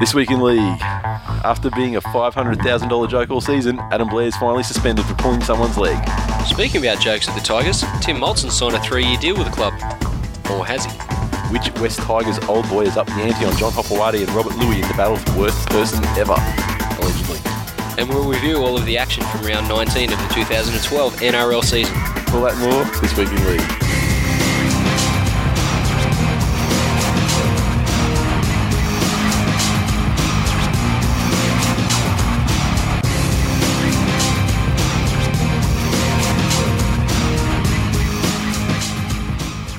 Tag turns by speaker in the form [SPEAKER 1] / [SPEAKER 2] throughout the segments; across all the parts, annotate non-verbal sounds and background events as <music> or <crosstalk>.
[SPEAKER 1] This week in league, after being a $500,000 joke all season, Adam Blair is finally suspended for pulling someone's leg.
[SPEAKER 2] Speaking about jokes at the Tigers, Tim Moulton signed a three-year deal with the club. Or has he?
[SPEAKER 1] Which West Tigers old boy is up the ante on John Hopewadi and Robert Louis in the battle for worst person ever? Allegedly.
[SPEAKER 2] And we'll review all of the action from round 19 of the 2012 NRL season.
[SPEAKER 1] All that and more this week in league.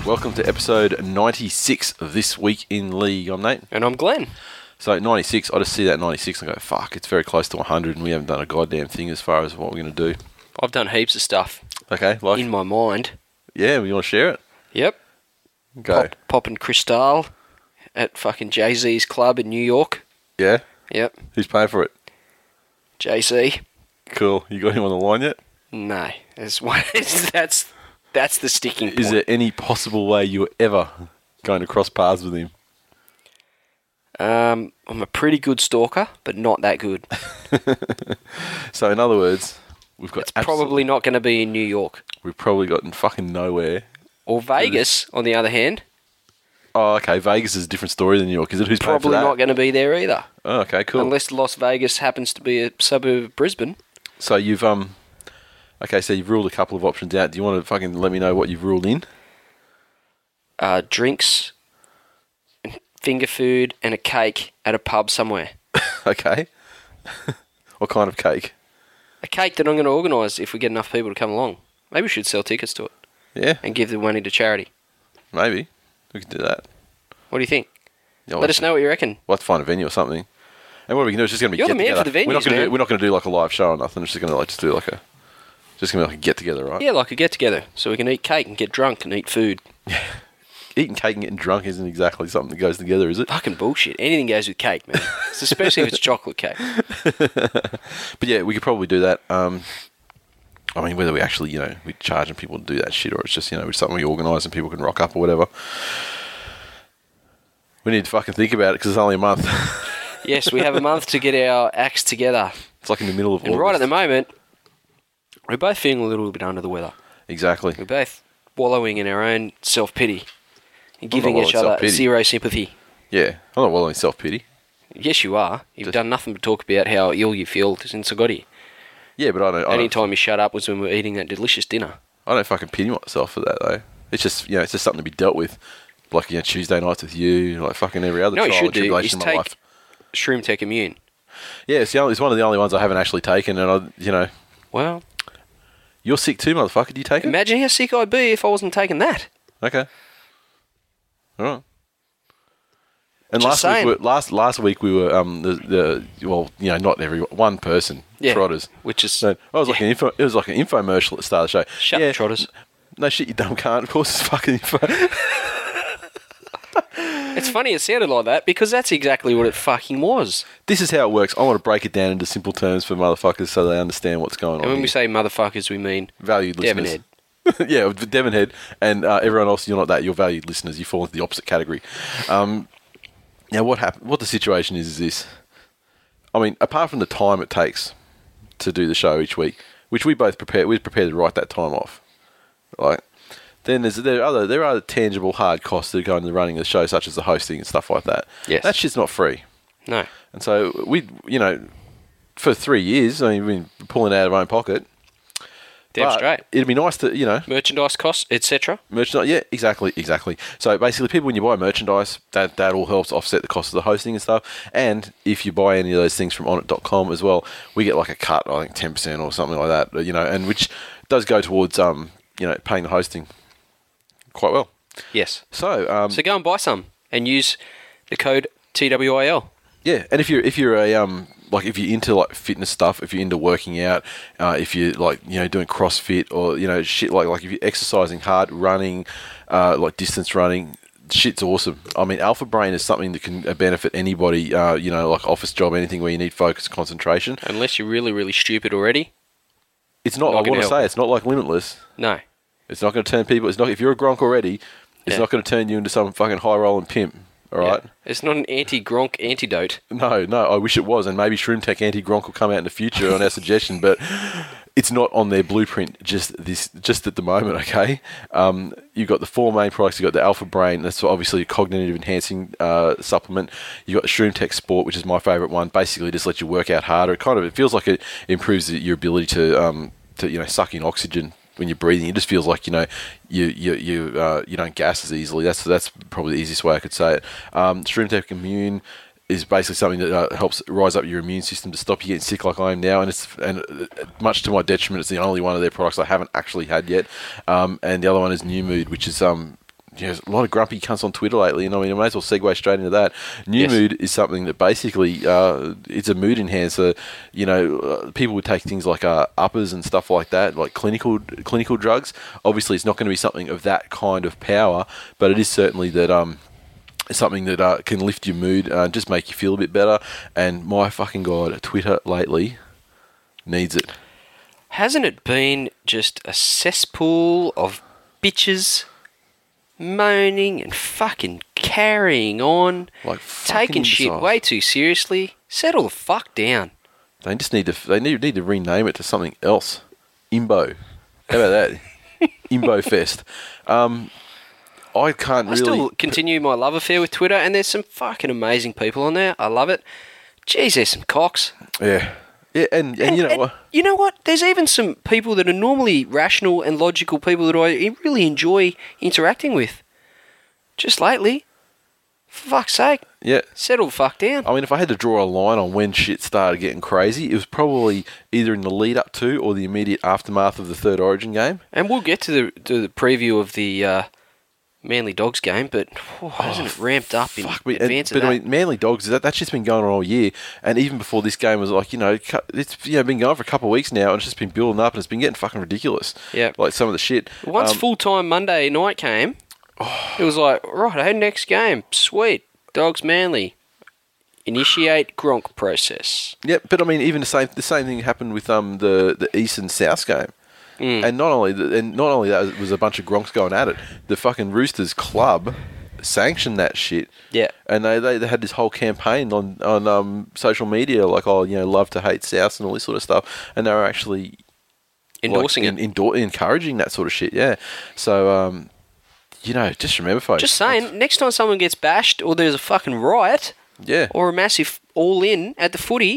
[SPEAKER 1] Welcome to episode 96 of This Week in League. I'm Nate.
[SPEAKER 2] And I'm Glenn.
[SPEAKER 1] So 96, I just see that 96 and I go, fuck, it's very close to 100 and we haven't done a goddamn thing as far as what we're going to do.
[SPEAKER 2] I've done heaps of stuff
[SPEAKER 1] Okay, like,
[SPEAKER 2] in my mind.
[SPEAKER 1] yeah, we want to share it?
[SPEAKER 2] Yep.
[SPEAKER 1] Go.
[SPEAKER 2] Pop, popping Cristal at fucking Jay Z's club in New York.
[SPEAKER 1] Yeah?
[SPEAKER 2] Yep.
[SPEAKER 1] Who's paying for it?
[SPEAKER 2] Jay Z.
[SPEAKER 1] Cool. You got him on the line yet?
[SPEAKER 2] No. That's <laughs> one. that's that's the sticking point.
[SPEAKER 1] Is there any possible way you're ever going to cross paths with him?
[SPEAKER 2] Um, I'm a pretty good stalker, but not that good.
[SPEAKER 1] So, in other words, we've got
[SPEAKER 2] It's
[SPEAKER 1] absolute-
[SPEAKER 2] probably not going to be in New York
[SPEAKER 1] we've probably gotten fucking nowhere.
[SPEAKER 2] or Vegas. On the other hand,
[SPEAKER 1] Oh, okay. Vegas is a different story than New York. Is it who's paying for
[SPEAKER 2] probably
[SPEAKER 1] that?
[SPEAKER 2] not going to be there either.
[SPEAKER 1] oh, okay, cool.
[SPEAKER 2] Unless Las Vegas happens to be a suburb of Brisbane.
[SPEAKER 1] So you've um, okay. So you've ruled a couple of options out. Do you want to fucking let me know what you've ruled in? <laughs>
[SPEAKER 2] Uh, drinks, and finger food, and a cake at a pub somewhere.
[SPEAKER 1] Okay. <laughs> what kind of cake?
[SPEAKER 2] A cake that I'm going to organise if we get enough people to come along. Maybe we should sell tickets to it
[SPEAKER 1] Yeah,
[SPEAKER 2] and give the money to charity.
[SPEAKER 1] maybe we can do that.
[SPEAKER 2] What do you think?
[SPEAKER 1] Yeah,
[SPEAKER 2] Let us know what you reckon.
[SPEAKER 1] We'll have to find a venue or something. And what we can do is just going to be
[SPEAKER 2] You're the
[SPEAKER 1] get together.
[SPEAKER 2] man for the
[SPEAKER 1] we're not
[SPEAKER 2] venues,
[SPEAKER 1] gonna
[SPEAKER 2] man.
[SPEAKER 1] do we're not going to do like a live show or nothing. It's just going to like just do like a just going to be like a get together, right?
[SPEAKER 2] Yeah, like a get together so we can eat cake and get drunk and eat food.
[SPEAKER 1] Eating cake and getting drunk isn't exactly something that goes together, is it?
[SPEAKER 2] Fucking bullshit. Anything goes with
[SPEAKER 1] <laughs>
[SPEAKER 2] cake, man. Especially if it's chocolate cake.
[SPEAKER 1] But yeah, we could probably do that. Um, I mean, whether we actually, you know, we're charging people to do that shit or it's just, you know, it's something we organise and people can rock up or whatever. We need to fucking think about it because it's only a month. <laughs>
[SPEAKER 2] Yes, we have a month to get our acts together.
[SPEAKER 1] it's like in the middle of
[SPEAKER 2] And
[SPEAKER 1] August.
[SPEAKER 2] right at the moment, we're both feeling a little bit under the weather.
[SPEAKER 1] Exactly.
[SPEAKER 2] We're both wallowing in our own self pity
[SPEAKER 1] not
[SPEAKER 2] and giving
[SPEAKER 1] wallowing
[SPEAKER 2] each
[SPEAKER 1] in
[SPEAKER 2] other
[SPEAKER 1] self-pity.
[SPEAKER 2] zero sympathy.
[SPEAKER 1] Yeah. I'm not wallowing self pity.
[SPEAKER 2] Yes, you are. You've
[SPEAKER 1] Just-
[SPEAKER 2] done nothing but talk about how ill you feel since I got here.
[SPEAKER 1] Yeah, but I don't, I
[SPEAKER 2] Only
[SPEAKER 1] don't,
[SPEAKER 2] time you shut up was when we were eating that delicious dinner.
[SPEAKER 1] I don't fucking pity myself for that, though. It's just, you know, it's just something to be dealt with. Like, you know, Tuesday nights with you, like fucking every other trial
[SPEAKER 2] no, you
[SPEAKER 1] and
[SPEAKER 2] should do
[SPEAKER 1] tribulation
[SPEAKER 2] is
[SPEAKER 1] in my
[SPEAKER 2] take
[SPEAKER 1] life.
[SPEAKER 2] Shroom Tech Immune.
[SPEAKER 1] Yeah, it's, the only, it's one of the only ones I haven't actually taken. And I, you know,
[SPEAKER 2] Well,
[SPEAKER 1] you're sick too, motherfucker. Do you take it?
[SPEAKER 2] imagine how sick I'd be if I wasn't taking that.
[SPEAKER 1] Okay. All right. And
[SPEAKER 2] Just
[SPEAKER 1] last
[SPEAKER 2] saying.
[SPEAKER 1] week, we, last last week we were um the, the well you know not every one person
[SPEAKER 2] Yeah,
[SPEAKER 1] trotters
[SPEAKER 2] which is-
[SPEAKER 1] no, I was like
[SPEAKER 2] yeah.
[SPEAKER 1] an info, it was like an infomercial at the start of the show
[SPEAKER 2] Shut
[SPEAKER 1] yeah,
[SPEAKER 2] up, Trotters.
[SPEAKER 1] no shit you dumb cunt of course it's fucking info
[SPEAKER 2] It's funny it sounded like that because that's exactly what it fucking was.
[SPEAKER 1] this is how it works I want to break it down into simple terms for motherfuckers so they understand what's going on
[SPEAKER 2] And when we
[SPEAKER 1] here.
[SPEAKER 2] say motherfuckers, we mean
[SPEAKER 1] valued listeners
[SPEAKER 2] Devonhead.
[SPEAKER 1] <laughs> yeah Devon Head and uh, everyone else you're not that you're valued listeners you fall into the opposite category um now what happened what the situation is is this I mean, apart from the time it takes to do the show each week, which we both prepare, we're prepared to write that time off. Like, then there's there are other there are other tangible hard costs that go into the running of the show, such as the hosting and stuff like that.
[SPEAKER 2] Yes.
[SPEAKER 1] that shit's not free.
[SPEAKER 2] No.
[SPEAKER 1] And so we, you know, for three years, I mean, we've been pulling out of our own pocket.
[SPEAKER 2] Damn
[SPEAKER 1] But
[SPEAKER 2] straight.
[SPEAKER 1] It'd be nice to, you know,
[SPEAKER 2] Merchandise costs, etc.
[SPEAKER 1] merchandise. Yeah, exactly, exactly. So basically, people when you buy merchandise, that that all helps offset the cost of the hosting and stuff. And if you buy any of those things from onit.com as well, we get like a cut, I think ten percent or something like that. You know, and which does go towards um you know paying the hosting quite well.
[SPEAKER 2] Yes.
[SPEAKER 1] So um
[SPEAKER 2] So go and buy some. and use the code TWIL.
[SPEAKER 1] Yeah, and if you're if you're a um like if you're into like fitness stuff, if you're into working out, uh, if you're like you know doing CrossFit or you know shit like like if you're exercising hard, running, uh, like distance running, shit's awesome. I mean, Alpha Brain is something that can uh, benefit anybody. Uh, you know, like office job, anything where you need focus, concentration.
[SPEAKER 2] Unless you're really, really stupid already.
[SPEAKER 1] It's not.
[SPEAKER 2] Not
[SPEAKER 1] I
[SPEAKER 2] gonna
[SPEAKER 1] want to
[SPEAKER 2] help.
[SPEAKER 1] say it's not like Limitless.
[SPEAKER 2] No.
[SPEAKER 1] It's not going to turn people. It's not if you're a Gronk already. It's
[SPEAKER 2] Yeah.
[SPEAKER 1] not going to turn you into some fucking high rolling pimp. All
[SPEAKER 2] Yeah.
[SPEAKER 1] right.
[SPEAKER 2] It's not an anti Gronk antidote.
[SPEAKER 1] No, no, I wish it was, and maybe Shroom Tech Anti Gronk will come out in the future on our suggestion, but it's not on their blueprint just this just at the moment. Okay, um, you've got the four main products. You've got the Alpha Brain, that's obviously a cognitive enhancing uh, supplement. You've got the Shroom Tech Sport, which is my favourite one. Basically, just lets you work out harder. It kind of it feels like it improves your ability to um, to you know suck in oxygen. When you're breathing, it just feels like you know you you you uh, you don't gas as easily. That's that's probably the easiest way I could say it. Um, Shroom Tech Immune is basically something that uh, helps rise up your immune system to stop you getting sick like I am now. And it's and uh, much to my detriment, it's the only one of their products I haven't actually had yet. Um, and the other one is New Mood, which is um. You know, there's a lot of grumpy cunts on Twitter lately, and I mean, I may as well segue straight into that. New
[SPEAKER 2] Yes.
[SPEAKER 1] mood is something that basically uh, it's a mood enhancer. You know, uh, people would take things like uh, uppers and stuff like that, like clinical clinical drugs. Obviously, it's not going to be something of that kind of power, but it is certainly that um, something that uh, can lift your mood, uh, just make you feel a bit better. And my fucking god, Twitter lately needs it.
[SPEAKER 2] Hasn't it been just a cesspool of bitches moaning and fucking carrying on,
[SPEAKER 1] Like fucking
[SPEAKER 2] taking shit
[SPEAKER 1] bizarre.
[SPEAKER 2] way too seriously? Settle the fuck down.
[SPEAKER 1] They just need to they need, need to rename it to something else. Imbo. How about that? Imbo Fest. Um, I can't
[SPEAKER 2] I
[SPEAKER 1] really.
[SPEAKER 2] still continue my love affair with Twitter, and there's some fucking amazing people on there. I love it. Jeez, there's some cocks.
[SPEAKER 1] Yeah. Yeah, and, and, you know what?
[SPEAKER 2] you know what? There's even some people that are normally rational and logical people that I really enjoy interacting with. Just lately, for fuck's sake,
[SPEAKER 1] Yeah.
[SPEAKER 2] settle the fuck down.
[SPEAKER 1] I mean, if I had to draw a line on when shit started getting crazy, it was probably either in the lead up to or the immediate aftermath of the third Origin game.
[SPEAKER 2] And we'll get to the to the preview of the uh, Manly Dogs game, but oh, hasn't it ramped up in
[SPEAKER 1] Fuck me. And,
[SPEAKER 2] advance
[SPEAKER 1] but
[SPEAKER 2] of that?
[SPEAKER 1] I mean, Manly Dogs, that, that shit's been going on all year. And even before this game was like, you know, cu- it's you know, been going for a couple of weeks now and it's just been building up and it's been getting fucking ridiculous.
[SPEAKER 2] Yeah.
[SPEAKER 1] Like some of the shit.
[SPEAKER 2] Once
[SPEAKER 1] Um, Oh.
[SPEAKER 2] full time Monday night came, it was like, right, hey, next game, sweet, dogs manly. Initiate Gronk process.
[SPEAKER 1] Yeah, but I mean, even the same the same thing happened with um the the East and South game,
[SPEAKER 2] Mm.
[SPEAKER 1] and not only the, and not only that it was a bunch of Gronks going at it. The fucking Roosters club sanctioned that shit.
[SPEAKER 2] Yeah.
[SPEAKER 1] and they, they, they had this whole campaign on on um social media like oh you know love to hate South and all this sort of stuff, and they were actually like,
[SPEAKER 2] Endorsing
[SPEAKER 1] en-
[SPEAKER 2] it.
[SPEAKER 1] endor- encouraging that sort of shit. Yeah, so um, you know, just remember, folks.
[SPEAKER 2] Just saying, next time someone gets bashed or there's a fucking riot
[SPEAKER 1] Yeah,
[SPEAKER 2] or a massive all in at the footy,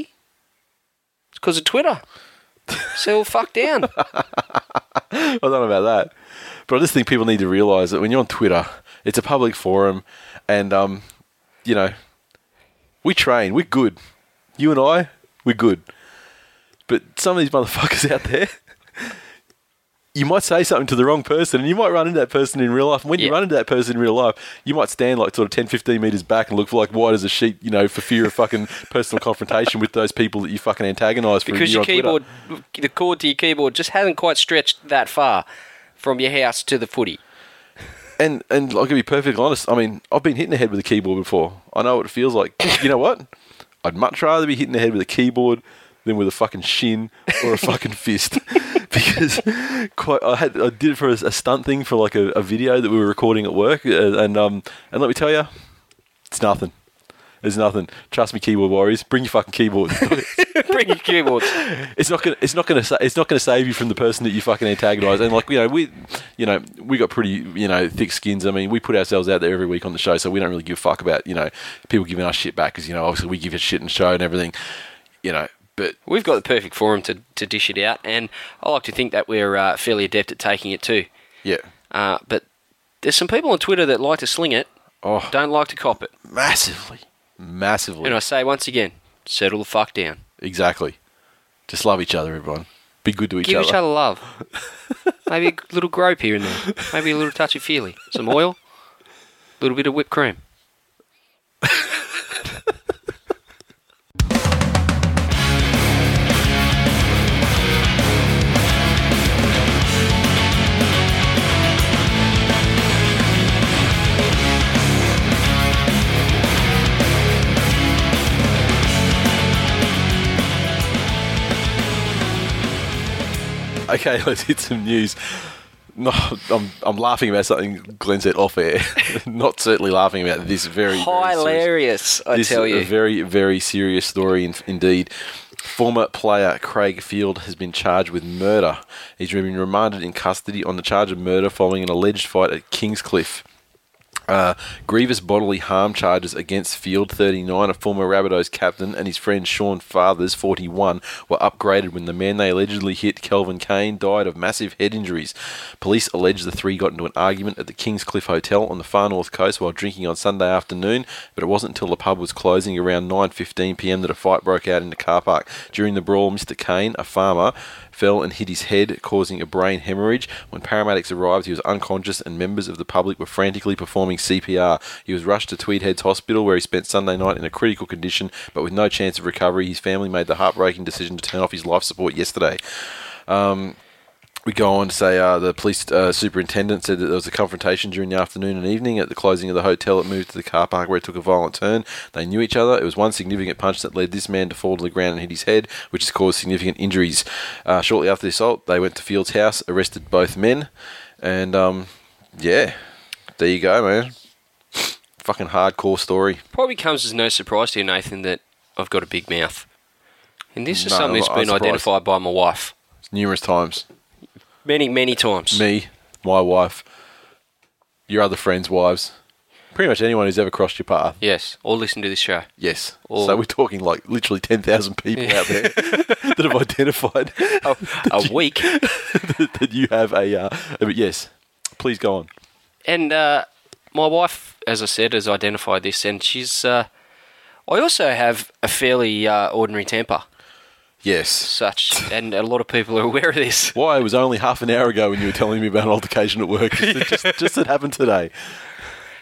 [SPEAKER 2] it's because of Twitter. so fuck down.
[SPEAKER 1] <laughs> I don't know about that, but I just think people need to realise that when you're on Twitter, it's a public forum, and um, you know, we train, we're good. You and I, we're good. But some of these motherfuckers <laughs> out there, you might say something to the wrong person, and you might run into that person in real life. And when you
[SPEAKER 2] Yeah.
[SPEAKER 1] run into that person in real life, you might stand like sort of 10, 15 meters back and look like white as a sheet, you know, for fear of fucking personal <laughs> confrontation with those people that you fucking antagonise for a
[SPEAKER 2] Because
[SPEAKER 1] year
[SPEAKER 2] your
[SPEAKER 1] on Twitter.
[SPEAKER 2] keyboard, the cord to your keyboard just hasn't quite stretched that far from your house to the footy. <laughs>
[SPEAKER 1] And and I can be perfectly honest. I mean, I've been hitting the head with a keyboard before. I know what it feels like. <coughs> you know what? I'd much rather be hitting the head with a keyboard than with a fucking shin or a <laughs> fucking fist. because quite, I had I did it for a, a stunt thing for like a, a video that we were recording at work, uh, and um and let me tell you, it's nothing. It's nothing. Trust me, keyboard warriors. Bring your fucking keyboard. <laughs>
[SPEAKER 2] Bring your keyboards.
[SPEAKER 1] it's not gonna it's not gonna sa- it's not gonna save you from the person that you fucking antagonise. And like you know we you know we got pretty you know thick skins. I mean we put ourselves out there every week on the show, so we don't really give a fuck about you know people giving us shit back because you know obviously we give a shit in the show and everything. You know, but
[SPEAKER 2] We've got the perfect forum to, to dish it out, and I like to think that we're uh, fairly adept at taking it too.
[SPEAKER 1] yeah,
[SPEAKER 2] Uh, but there's some people on Twitter that like to sling it,
[SPEAKER 1] Oh.
[SPEAKER 2] don't like to cop it.
[SPEAKER 1] massively, massively,
[SPEAKER 2] And I say once again, settle the fuck down.
[SPEAKER 1] exactly. Just love each other, everyone. Be good to each
[SPEAKER 2] Give
[SPEAKER 1] other.
[SPEAKER 2] each other love.
[SPEAKER 1] <laughs>
[SPEAKER 2] Maybe a little grope here and there. Maybe a little touchy feely. Some oil, a little bit of whipped cream.
[SPEAKER 1] <laughs> okay, let's hit some news. No, I'm, I'm laughing about something Glenn said off air. <laughs> Not certainly laughing about this very, very serious-
[SPEAKER 2] Hilarious, I
[SPEAKER 1] this
[SPEAKER 2] tell
[SPEAKER 1] is
[SPEAKER 2] you.
[SPEAKER 1] a very, very serious story in, indeed. Former player Craig Field has been charged with murder. He's been remanded in custody on the charge of murder following an alleged fight at Kingscliff. Uh, grievous bodily harm charges against Field 39, a former Rabbitohs captain, and his friend Sean Fathers 41 were upgraded when the man they allegedly hit, Kelvin Kane, died of massive head injuries. Police allege the three got into an argument at the Kingscliff Hotel on the far north coast while drinking on Sunday afternoon, but it wasn't until the pub was closing around 9:15 p.m. that a fight broke out in the car park. During the brawl, Mr. Kane, a farmer, fell and hit his head, causing a brain hemorrhage. When paramedics arrived, he was unconscious, and members of the public were frantically performing CPR. He was rushed to Tweed Heads Hospital, where he spent Sunday night in a critical condition, but with no chance of recovery. His family made the heartbreaking decision to turn off his life support yesterday. We go on to say uh, the police uh, superintendent said that there was a confrontation during the afternoon and evening at the closing of the hotel. It moved to the car park where it took a violent turn. They knew each other. It was one significant punch that led this man to fall to the ground and hit his head, which has caused significant injuries. Uh, shortly after the assault, they went to Field's house, arrested both men, and um, yeah, there you go, man. Fucking hardcore story.
[SPEAKER 2] Probably comes as no surprise to you, Nathan, that I've got a big mouth. And this is
[SPEAKER 1] No,
[SPEAKER 2] something that's
[SPEAKER 1] I'm
[SPEAKER 2] been
[SPEAKER 1] surprised.
[SPEAKER 2] identified by my wife
[SPEAKER 1] Numerous times.
[SPEAKER 2] many, many times.
[SPEAKER 1] Me, my wife, your other friends' wives, pretty much anyone who's ever crossed your path.
[SPEAKER 2] Yes, or listen to this
[SPEAKER 1] <laughs>
[SPEAKER 2] show.
[SPEAKER 1] Yes.
[SPEAKER 2] Or-
[SPEAKER 1] so we're talking like literally 10,000 people out there <laughs> that have <laughs> identified
[SPEAKER 2] A, a week.
[SPEAKER 1] that, that you have a. Uh, but yes, please go on.
[SPEAKER 2] And uh, my wife, as I said, has identified this, and she's. Uh, I also have a fairly uh, ordinary temper,
[SPEAKER 1] Yes.
[SPEAKER 2] such, and a lot of people are aware of this.
[SPEAKER 1] Why it was only half an hour ago when you were telling me about an altercation at <laughs> work. Just, just, just that happened today.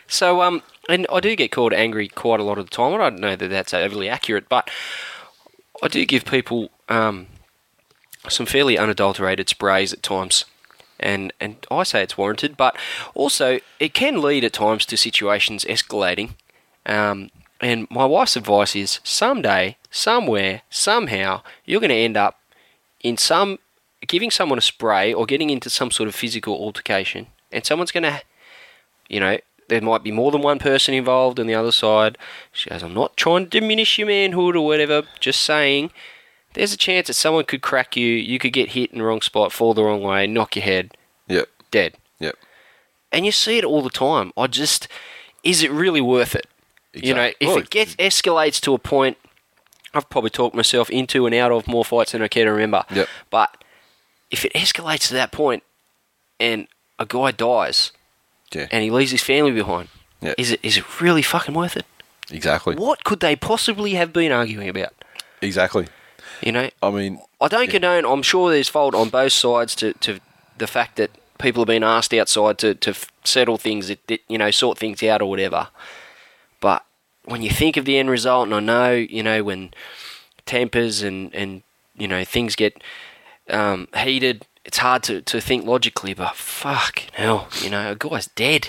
[SPEAKER 2] So, um, and I do get called angry quite a lot of the time. and I don't know that that's overly accurate, but I do give people um, some fairly unadulterated sprays at times, and and I say it's warranted, but also it can lead at times to situations escalating. Um, and my wife's advice is: someday, somewhere, somehow, you're going to end up in some giving someone a spray or getting into some sort of physical altercation, and someone's going to you know, there might be more than one person involved on the other side. She goes, I'm not trying to diminish your manhood or whatever, just saying there's a chance that someone could crack you, you could get hit in the wrong spot, fall the wrong way, knock your head,
[SPEAKER 1] Yep.
[SPEAKER 2] dead.
[SPEAKER 1] Yep.
[SPEAKER 2] And you see it all the time. I just, is it really worth it? You know,
[SPEAKER 1] Exactly.
[SPEAKER 2] if
[SPEAKER 1] Well,
[SPEAKER 2] it gets escalates to a point, I've probably talked myself into and out of more fights than I care to remember.
[SPEAKER 1] Yep.
[SPEAKER 2] But if it escalates to that point and a guy dies,
[SPEAKER 1] Yeah.
[SPEAKER 2] and he leaves his family behind.
[SPEAKER 1] Yeah.
[SPEAKER 2] Is it is it really fucking worth it?
[SPEAKER 1] exactly.
[SPEAKER 2] What could they possibly have been arguing about?
[SPEAKER 1] Exactly.
[SPEAKER 2] You know,
[SPEAKER 1] I mean,
[SPEAKER 2] I don't condone. I'm sure there's fault on both sides to, to the fact that people have been asked outside to, to f- settle things, that, that, you know, sort things out or whatever. But when you think of the end result, and I know, you know, when tempers and, and you know things get um, heated, it's hard to, to think logically. But fuck hell, you know, a guy's dead.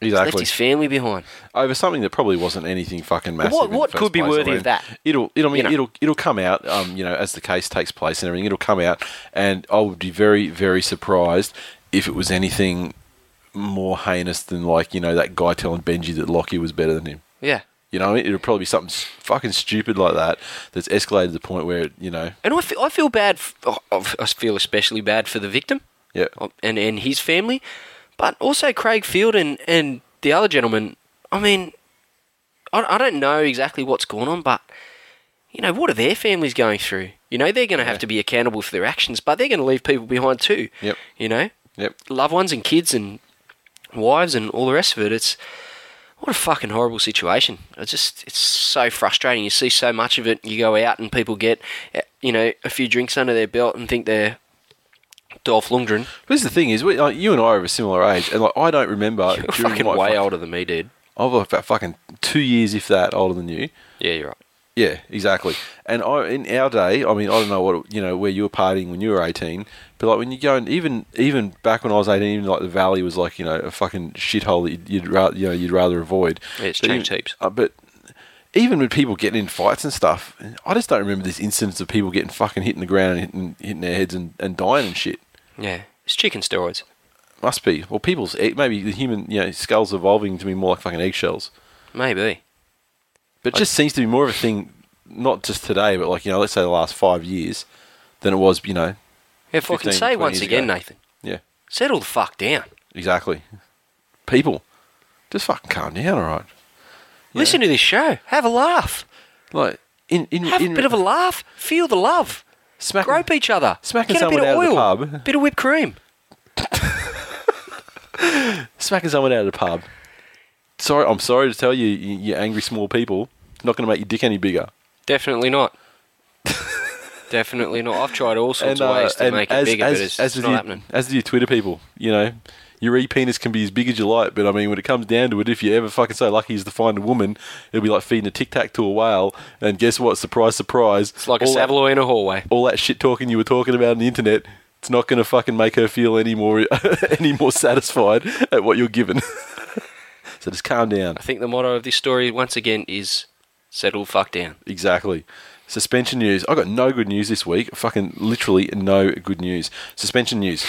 [SPEAKER 2] He's left
[SPEAKER 1] exactly.
[SPEAKER 2] his family behind.
[SPEAKER 1] over something that probably wasn't anything fucking massive.
[SPEAKER 2] what-
[SPEAKER 1] in the
[SPEAKER 2] what
[SPEAKER 1] first
[SPEAKER 2] could be
[SPEAKER 1] place.
[SPEAKER 2] worthy
[SPEAKER 1] I
[SPEAKER 2] of
[SPEAKER 1] mean,
[SPEAKER 2] that?
[SPEAKER 1] It'll, it'll I mean,
[SPEAKER 2] You know.
[SPEAKER 1] it'll, it'll come out. Um, you know, as the case takes place and everything, it'll come out, and I would be very, very surprised if it was anything more heinous than like you know that guy telling Benji that Lockie was better than him.
[SPEAKER 2] Yeah.
[SPEAKER 1] You know, what I mean? it'll probably be something s- fucking stupid like that that's escalated to the point where you know,
[SPEAKER 2] And I feel, I feel bad. f- oh, oh, I feel especially bad for the victim
[SPEAKER 1] yeah,
[SPEAKER 2] oh, and, and his family, but also Craig Field and, and the other gentleman. I mean, I, I don't know exactly what's going on, but, you know, what are their families going through? You know, they're going to have to be accountable for their actions, but they're going to leave people behind too.
[SPEAKER 1] Yep.
[SPEAKER 2] You know,
[SPEAKER 1] yep,
[SPEAKER 2] loved ones and kids and wives and all the rest of it. It's what a fucking horrible situation. It's just it's so frustrating. You see so much of it. You go out and people get eh, you know a few drinks under their belt and think they're
[SPEAKER 1] <laughs>
[SPEAKER 2] Dolph Lundgren.
[SPEAKER 1] But this is the thing is, we, like, you and I are of a similar age, and like I don't remember
[SPEAKER 2] You're
[SPEAKER 1] during
[SPEAKER 2] fucking
[SPEAKER 1] my
[SPEAKER 2] way
[SPEAKER 1] fuck-
[SPEAKER 2] older than me, dude.
[SPEAKER 1] I'm about fucking two years, if that, older than you.
[SPEAKER 2] Yeah, you're right.
[SPEAKER 1] Yeah, exactly. And I, in our day, I mean, I don't know what you know where you were partying when you were eighteen, but like when you go and even even back when I was eighteen, even like the valley was like you know a fucking shithole that you'd, you'd rather you know you'd rather avoid.
[SPEAKER 2] Yeah, it's
[SPEAKER 1] But
[SPEAKER 2] changed
[SPEAKER 1] even-
[SPEAKER 2] heaps.
[SPEAKER 1] uh, but even with people getting in fights and stuff, I just don't remember this instance of people getting fucking hitting the ground and hitting, hitting their heads and, and dying and shit.
[SPEAKER 2] Yeah, it's chicken steroids.
[SPEAKER 1] Must be. Well, people's e- maybe the human you know skulls evolving to be more like fucking eggshells.
[SPEAKER 2] Maybe.
[SPEAKER 1] But it just seems to be more of a thing, not just today, but like you know, let's say the last five years, than it was. You know,
[SPEAKER 2] If I
[SPEAKER 1] 15,
[SPEAKER 2] can say
[SPEAKER 1] 20
[SPEAKER 2] once
[SPEAKER 1] years
[SPEAKER 2] again,
[SPEAKER 1] ago.
[SPEAKER 2] Nathan,
[SPEAKER 1] yeah,
[SPEAKER 2] settle the fuck down.
[SPEAKER 1] exactly. People, just fucking calm down, all right.
[SPEAKER 2] Listen to this show. Have a laugh.
[SPEAKER 1] Like in in,
[SPEAKER 2] Have
[SPEAKER 1] in
[SPEAKER 2] a bit of a laugh. Feel the love.
[SPEAKER 1] Smacking-
[SPEAKER 2] Grope each other.
[SPEAKER 1] smacking
[SPEAKER 2] Get a bit
[SPEAKER 1] someone
[SPEAKER 2] of
[SPEAKER 1] out of
[SPEAKER 2] oil.
[SPEAKER 1] the pub.
[SPEAKER 2] Bit of whipped cream.
[SPEAKER 1] smacking someone out of the pub. Sorry, I'm sorry to tell you, you, you angry small people, not going to make your dick any bigger.
[SPEAKER 2] Definitely not. <laughs> Definitely not. I've tried all sorts of
[SPEAKER 1] uh,
[SPEAKER 2] ways to
[SPEAKER 1] and
[SPEAKER 2] make it bigger, but it's, it's
[SPEAKER 1] with
[SPEAKER 2] not
[SPEAKER 1] you-
[SPEAKER 2] happening.
[SPEAKER 1] As do your Twitter people, you know, your e penis can be as big as you like, but I mean, when it comes down to it, if you're ever fucking so lucky as to find a woman, it'll be like feeding a tic tac to a whale. And guess what? Surprise, surprise!
[SPEAKER 2] It's like a
[SPEAKER 1] all that-
[SPEAKER 2] Savaloy in a hallway.
[SPEAKER 1] all that shit talking you were talking about on the internet, it's not going to fucking make her feel any more <laughs> any more satisfied at what you're given. <laughs> so just calm down.
[SPEAKER 2] I think the motto of this story, once again, is settle the fuck down.
[SPEAKER 1] Exactly. Suspension news. I got no good news this week. Fucking literally no good news. Suspension news.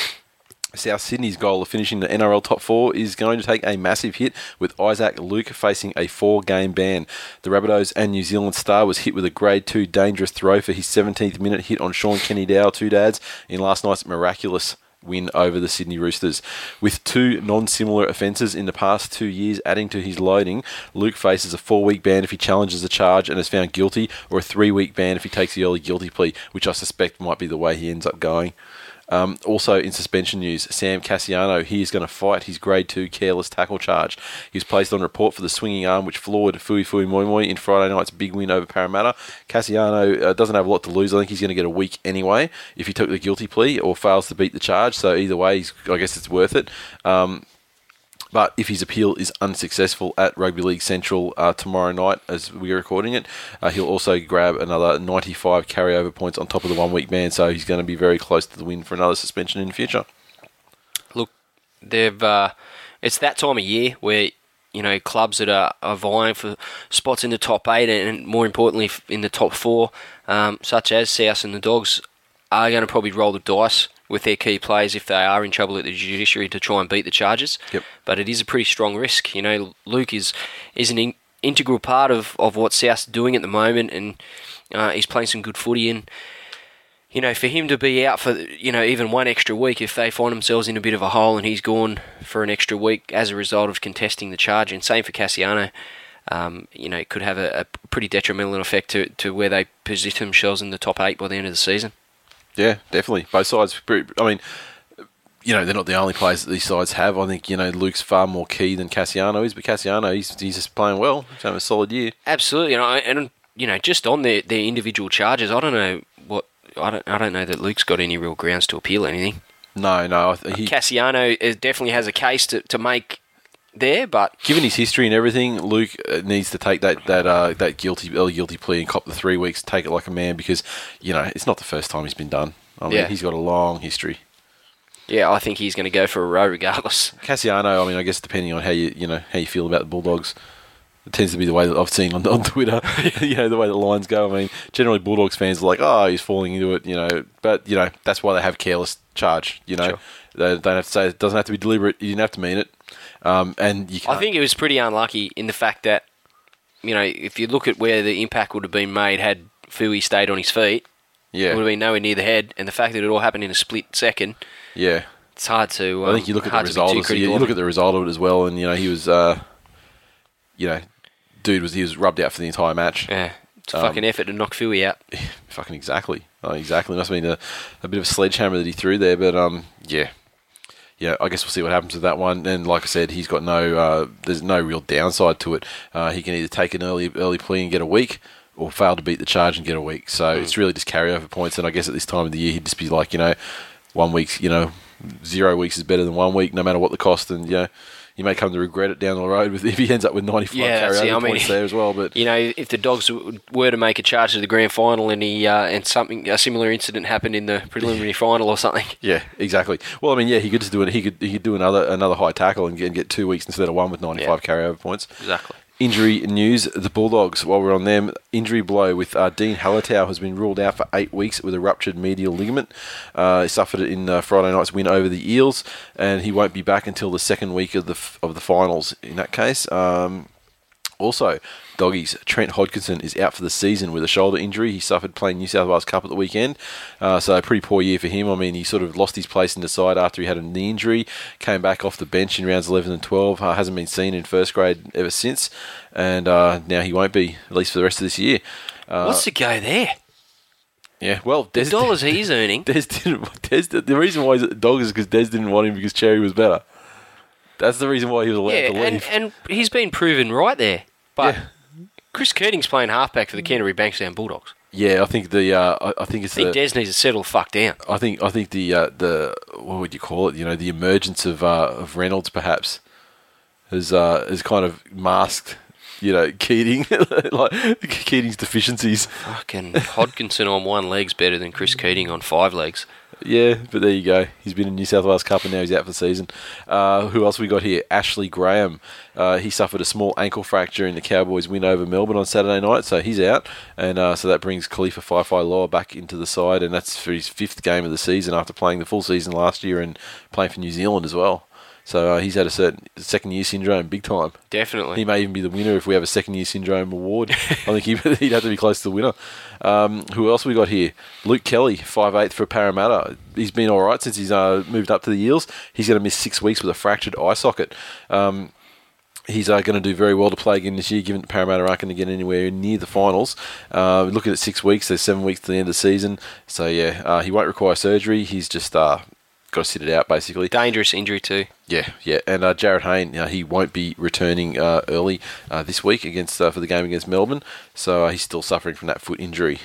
[SPEAKER 1] South Sydney's goal of finishing the NRL top four is going to take a massive hit, with Isaac Luke facing a four game ban. The Rabbitohs and New Zealand star was hit with a grade two dangerous throw for his 17th minute hit on Sean Kenny Dow, two dads, in last night's miraculous win over the Sydney Roosters. With two non similar offences in the past two years adding to his loading, Luke faces a four week ban if he challenges the charge and is found guilty, or a three week ban if he takes the early guilty plea, which I suspect might be the way he ends up going. Um, also in suspension news, Sam Cassiano, he is going to fight his grade two careless tackle charge. He was placed on report for the swinging arm, which floored Fui Fui Moi Moi in Friday night's big win over Parramatta. Cassiano uh, doesn't have a lot to lose. I think he's going to get a week anyway if he took the guilty plea or fails to beat the charge. So either way, he's, I guess it's worth it. Um, but if his appeal is unsuccessful at Rugby League Central uh, tomorrow night, as we are recording it, uh, he'll also grab another 95 carryover points on top of the one week ban. So he's going to be very close to the win for another suspension in the future.
[SPEAKER 2] Look, they've. Uh, it's that time of year where you know clubs that are, are vying for spots in the top eight and, and more importantly f- in the top four, um, such as South and the Dogs, are going to probably roll the dice with their key players if they are in trouble at the judiciary to try and beat the charges.
[SPEAKER 1] Yep.
[SPEAKER 2] But it is a pretty strong risk. You know, Luke is is an in- integral part of of what South's doing at the moment, and uh, he's playing some good footy and you know, for him to be out for you know even one extra week, if they find themselves in a bit of a hole and he's gone for an extra week as a result of contesting the charge, and same for Cassiano, um, you know, it could have a, a pretty detrimental effect to, to where they position themselves in the top eight by the end of the season.
[SPEAKER 1] Yeah, definitely. Both sides. pretty- I mean, you know, they're not the only players that these sides have. I think, you know, Luke's far more key than Cassiano is, but Cassiano, he's, he's just playing well. He's having a solid year.
[SPEAKER 2] Absolutely, and I, and you know, just on their, their individual charges, I don't know what I don't I don't know that Luke's got any real grounds to appeal anything.
[SPEAKER 1] No, no. I th- He,
[SPEAKER 2] Cassiano is, definitely has a case to, to make there, but
[SPEAKER 1] given his history and everything, Luke uh, needs to take that that uh, that guilty early guilty plea and cop the three weeks, take it like a man, because you know it's not the first time he's been done. I mean,
[SPEAKER 2] Yeah.
[SPEAKER 1] he's got a long history.
[SPEAKER 2] yeah, I think he's going to go for a row regardless.
[SPEAKER 1] Cassiano, I mean, I guess depending on how you you know how you feel about the Bulldogs, it tends to be the way that I've seen on, <laughs> on Twitter. you know, the way that lines go. I mean, generally Bulldogs fans are like, oh, he's falling into it. You know, but you know that's why they have careless charge. You know,
[SPEAKER 2] Sure.
[SPEAKER 1] they don't have to say it doesn't have to be deliberate. You didn't have to mean it. Um, and you can't,
[SPEAKER 2] I think it was pretty unlucky in the fact that, you know, if you look at where the impact would have been made had Fui stayed on his feet,
[SPEAKER 1] yeah,
[SPEAKER 2] it would have been nowhere near the head, and the fact that it all happened in a split second,
[SPEAKER 1] yeah.
[SPEAKER 2] it's hard to.
[SPEAKER 1] I
[SPEAKER 2] um,
[SPEAKER 1] think you look at the
[SPEAKER 2] hard to be
[SPEAKER 1] result.
[SPEAKER 2] too
[SPEAKER 1] Of, you,
[SPEAKER 2] critical
[SPEAKER 1] you
[SPEAKER 2] of
[SPEAKER 1] look
[SPEAKER 2] it.
[SPEAKER 1] at the result of it as well, and you know he was, uh, you know, dude was he was rubbed out for the entire match.
[SPEAKER 2] yeah, it's a
[SPEAKER 1] um,
[SPEAKER 2] fucking effort to knock Fui out.
[SPEAKER 1] <laughs> Fucking exactly, oh, exactly. Must have been a, a bit of a sledgehammer that he threw there, but um, yeah, yeah. I guess we'll see what happens with that one. And like I said, he's got no, uh, there's no real downside to it. Uh, he can either take an early early plea and get a week. Or fail to beat the charge and get a week, so
[SPEAKER 2] Hmm.
[SPEAKER 1] it's really just carryover points. And I guess at this time of the year, he'd just be like, you know, one week's, you know, zero weeks is better than one week, no matter what the cost. And you know, you may come to regret it down the road with <laughs> if he ends up with ninety five
[SPEAKER 2] Yeah,
[SPEAKER 1] carryover
[SPEAKER 2] that's it, I mean-
[SPEAKER 1] points there as well.
[SPEAKER 2] <laughs>
[SPEAKER 1] But
[SPEAKER 2] You know, if the dogs w- were to make a charge to the grand final and he uh, and something a similar incident happened in the preliminary <laughs> final or something,
[SPEAKER 1] <laughs> yeah, exactly. Well, I mean, yeah, he could just do it. He could he could do another another high tackle and get, and get two weeks instead of one with ninety five carryover points.
[SPEAKER 2] Exactly.
[SPEAKER 1] Injury news: The Bulldogs. While we're on them, injury blow with uh, Dean Hallitau has been ruled out for eight weeks with a ruptured medial ligament. Uh, he suffered it in uh, Friday night's win over the Eels, and he won't be back until the second week of the f- of the finals. In that case, um, also, doggies. Trent Hodkinson is out for the season with a shoulder injury he suffered playing New South Wales Cup at the weekend. Uh, so, a pretty poor year for him. I mean, he sort of lost his place in the side after he had a knee injury, came back off the bench in rounds 11 and 12, uh, hasn't been seen in first grade ever since, and uh, now he won't be, at least for the rest of this year. Uh,
[SPEAKER 2] What's the go there?
[SPEAKER 1] Yeah, well, Des,
[SPEAKER 2] The dollars he's
[SPEAKER 1] <laughs>
[SPEAKER 2] earning.
[SPEAKER 1] Des didn't. Des, the reason why he's at dog is because Des didn't want him because Cherry was better. That's the reason why he was allowed
[SPEAKER 2] Yeah,
[SPEAKER 1] to leave.
[SPEAKER 2] and, and he's been proven right there. But
[SPEAKER 1] Yeah.
[SPEAKER 2] Chris Keating's playing halfback for the Canterbury Bankstown Bulldogs.
[SPEAKER 1] yeah, I think the uh, I, I think it's
[SPEAKER 2] I think
[SPEAKER 1] the,
[SPEAKER 2] Des needs to settle the fuck down.
[SPEAKER 1] I think I think the uh, the what would you call it? You know, the emergence of uh, of Reynolds perhaps has uh, has kind of masked you know Keating <laughs> like Keating's deficiencies.
[SPEAKER 2] <laughs> Fucking Hodkinson on one leg's better than Chris Keating on five legs.
[SPEAKER 1] Yeah, but there you go. He's been in New South Wales Cup and now he's out for the season. Uh, who else we got here? Ashley Graham. Uh, he suffered a small ankle fracture in the Cowboys' win over Melbourne on Saturday night, so he's out. And uh, so that brings Khalifa Fifi Loa back into the side, and that's for his fifth game of the season after playing the full season last year and playing for New Zealand as well. So uh, he's had a certain second year syndrome, big time.
[SPEAKER 2] Definitely.
[SPEAKER 1] He may even be the winner if we have a second year syndrome award. I think he, <laughs> he'd have to be close to the winner. Um, who else we got here? Luke Kelly, 5'8 for Parramatta. He's been all right since he's uh, moved up to the Eels. He's going to miss six weeks with a fractured eye socket. Um, he's uh, going to do very well to play again this year, given that Parramatta aren't going to get anywhere near the finals. Uh, looking at six weeks, there's seven weeks to the end of the season. So, yeah, uh, he won't require surgery. He's just uh, got to sit it out, basically.
[SPEAKER 2] Dangerous injury too.
[SPEAKER 1] Yeah, yeah, and uh, Jared Hayne, uh, he won't be returning uh, early uh, this week against uh, for the game against Melbourne, so uh, he's still suffering from that foot injury.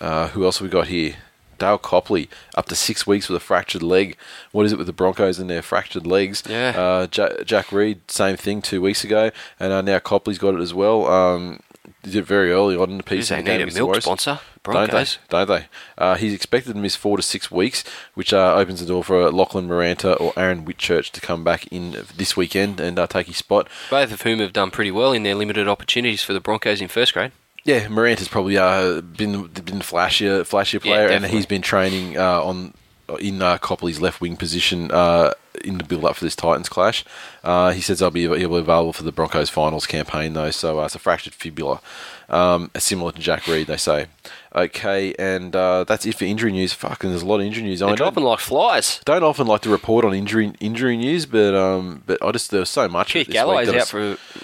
[SPEAKER 1] Uh, who else have we got here? Dale Copley, up to six weeks with a fractured leg. What is it with the Broncos and their fractured legs?
[SPEAKER 2] Yeah.
[SPEAKER 1] Uh, Ja- Jack Reed, same thing two weeks ago, and uh, now Copley's got it as well. Um, did it very early on in the piece.
[SPEAKER 2] They
[SPEAKER 1] in the game
[SPEAKER 2] need a
[SPEAKER 1] against the
[SPEAKER 2] milk
[SPEAKER 1] Warriors.
[SPEAKER 2] sponsor,
[SPEAKER 1] Don't they?
[SPEAKER 2] Broncos.
[SPEAKER 1] don't they? Uh, he's expected to miss four to six weeks, which uh, opens the door for Lachlan Moranta or Aaron Whitchurch to come back in this weekend and uh, take his spot.
[SPEAKER 2] Both of whom have done pretty well in their limited opportunities for the Broncos in first grade.
[SPEAKER 1] Yeah, Moranta's probably uh, been been the flashier flashier
[SPEAKER 2] Yeah,
[SPEAKER 1] player, and
[SPEAKER 2] definitely.
[SPEAKER 1] he's been training uh, on in uh, Copley's left wing position uh, in the build up for this Titans clash. Uh, he says I'll be he'll be available for the Broncos finals campaign though, so uh, it's a fractured fibula, um, similar to Jack Reed they say. Okay, and uh, that's it for injury news. Fucking, there's a lot of injury news. I
[SPEAKER 2] They're
[SPEAKER 1] don't-
[SPEAKER 2] dropping like flies.
[SPEAKER 1] don't often like to report on injury injury news, but um, but I just there was so much. of it
[SPEAKER 2] Keith
[SPEAKER 1] this
[SPEAKER 2] Galloway's
[SPEAKER 1] week that I
[SPEAKER 2] out
[SPEAKER 1] s-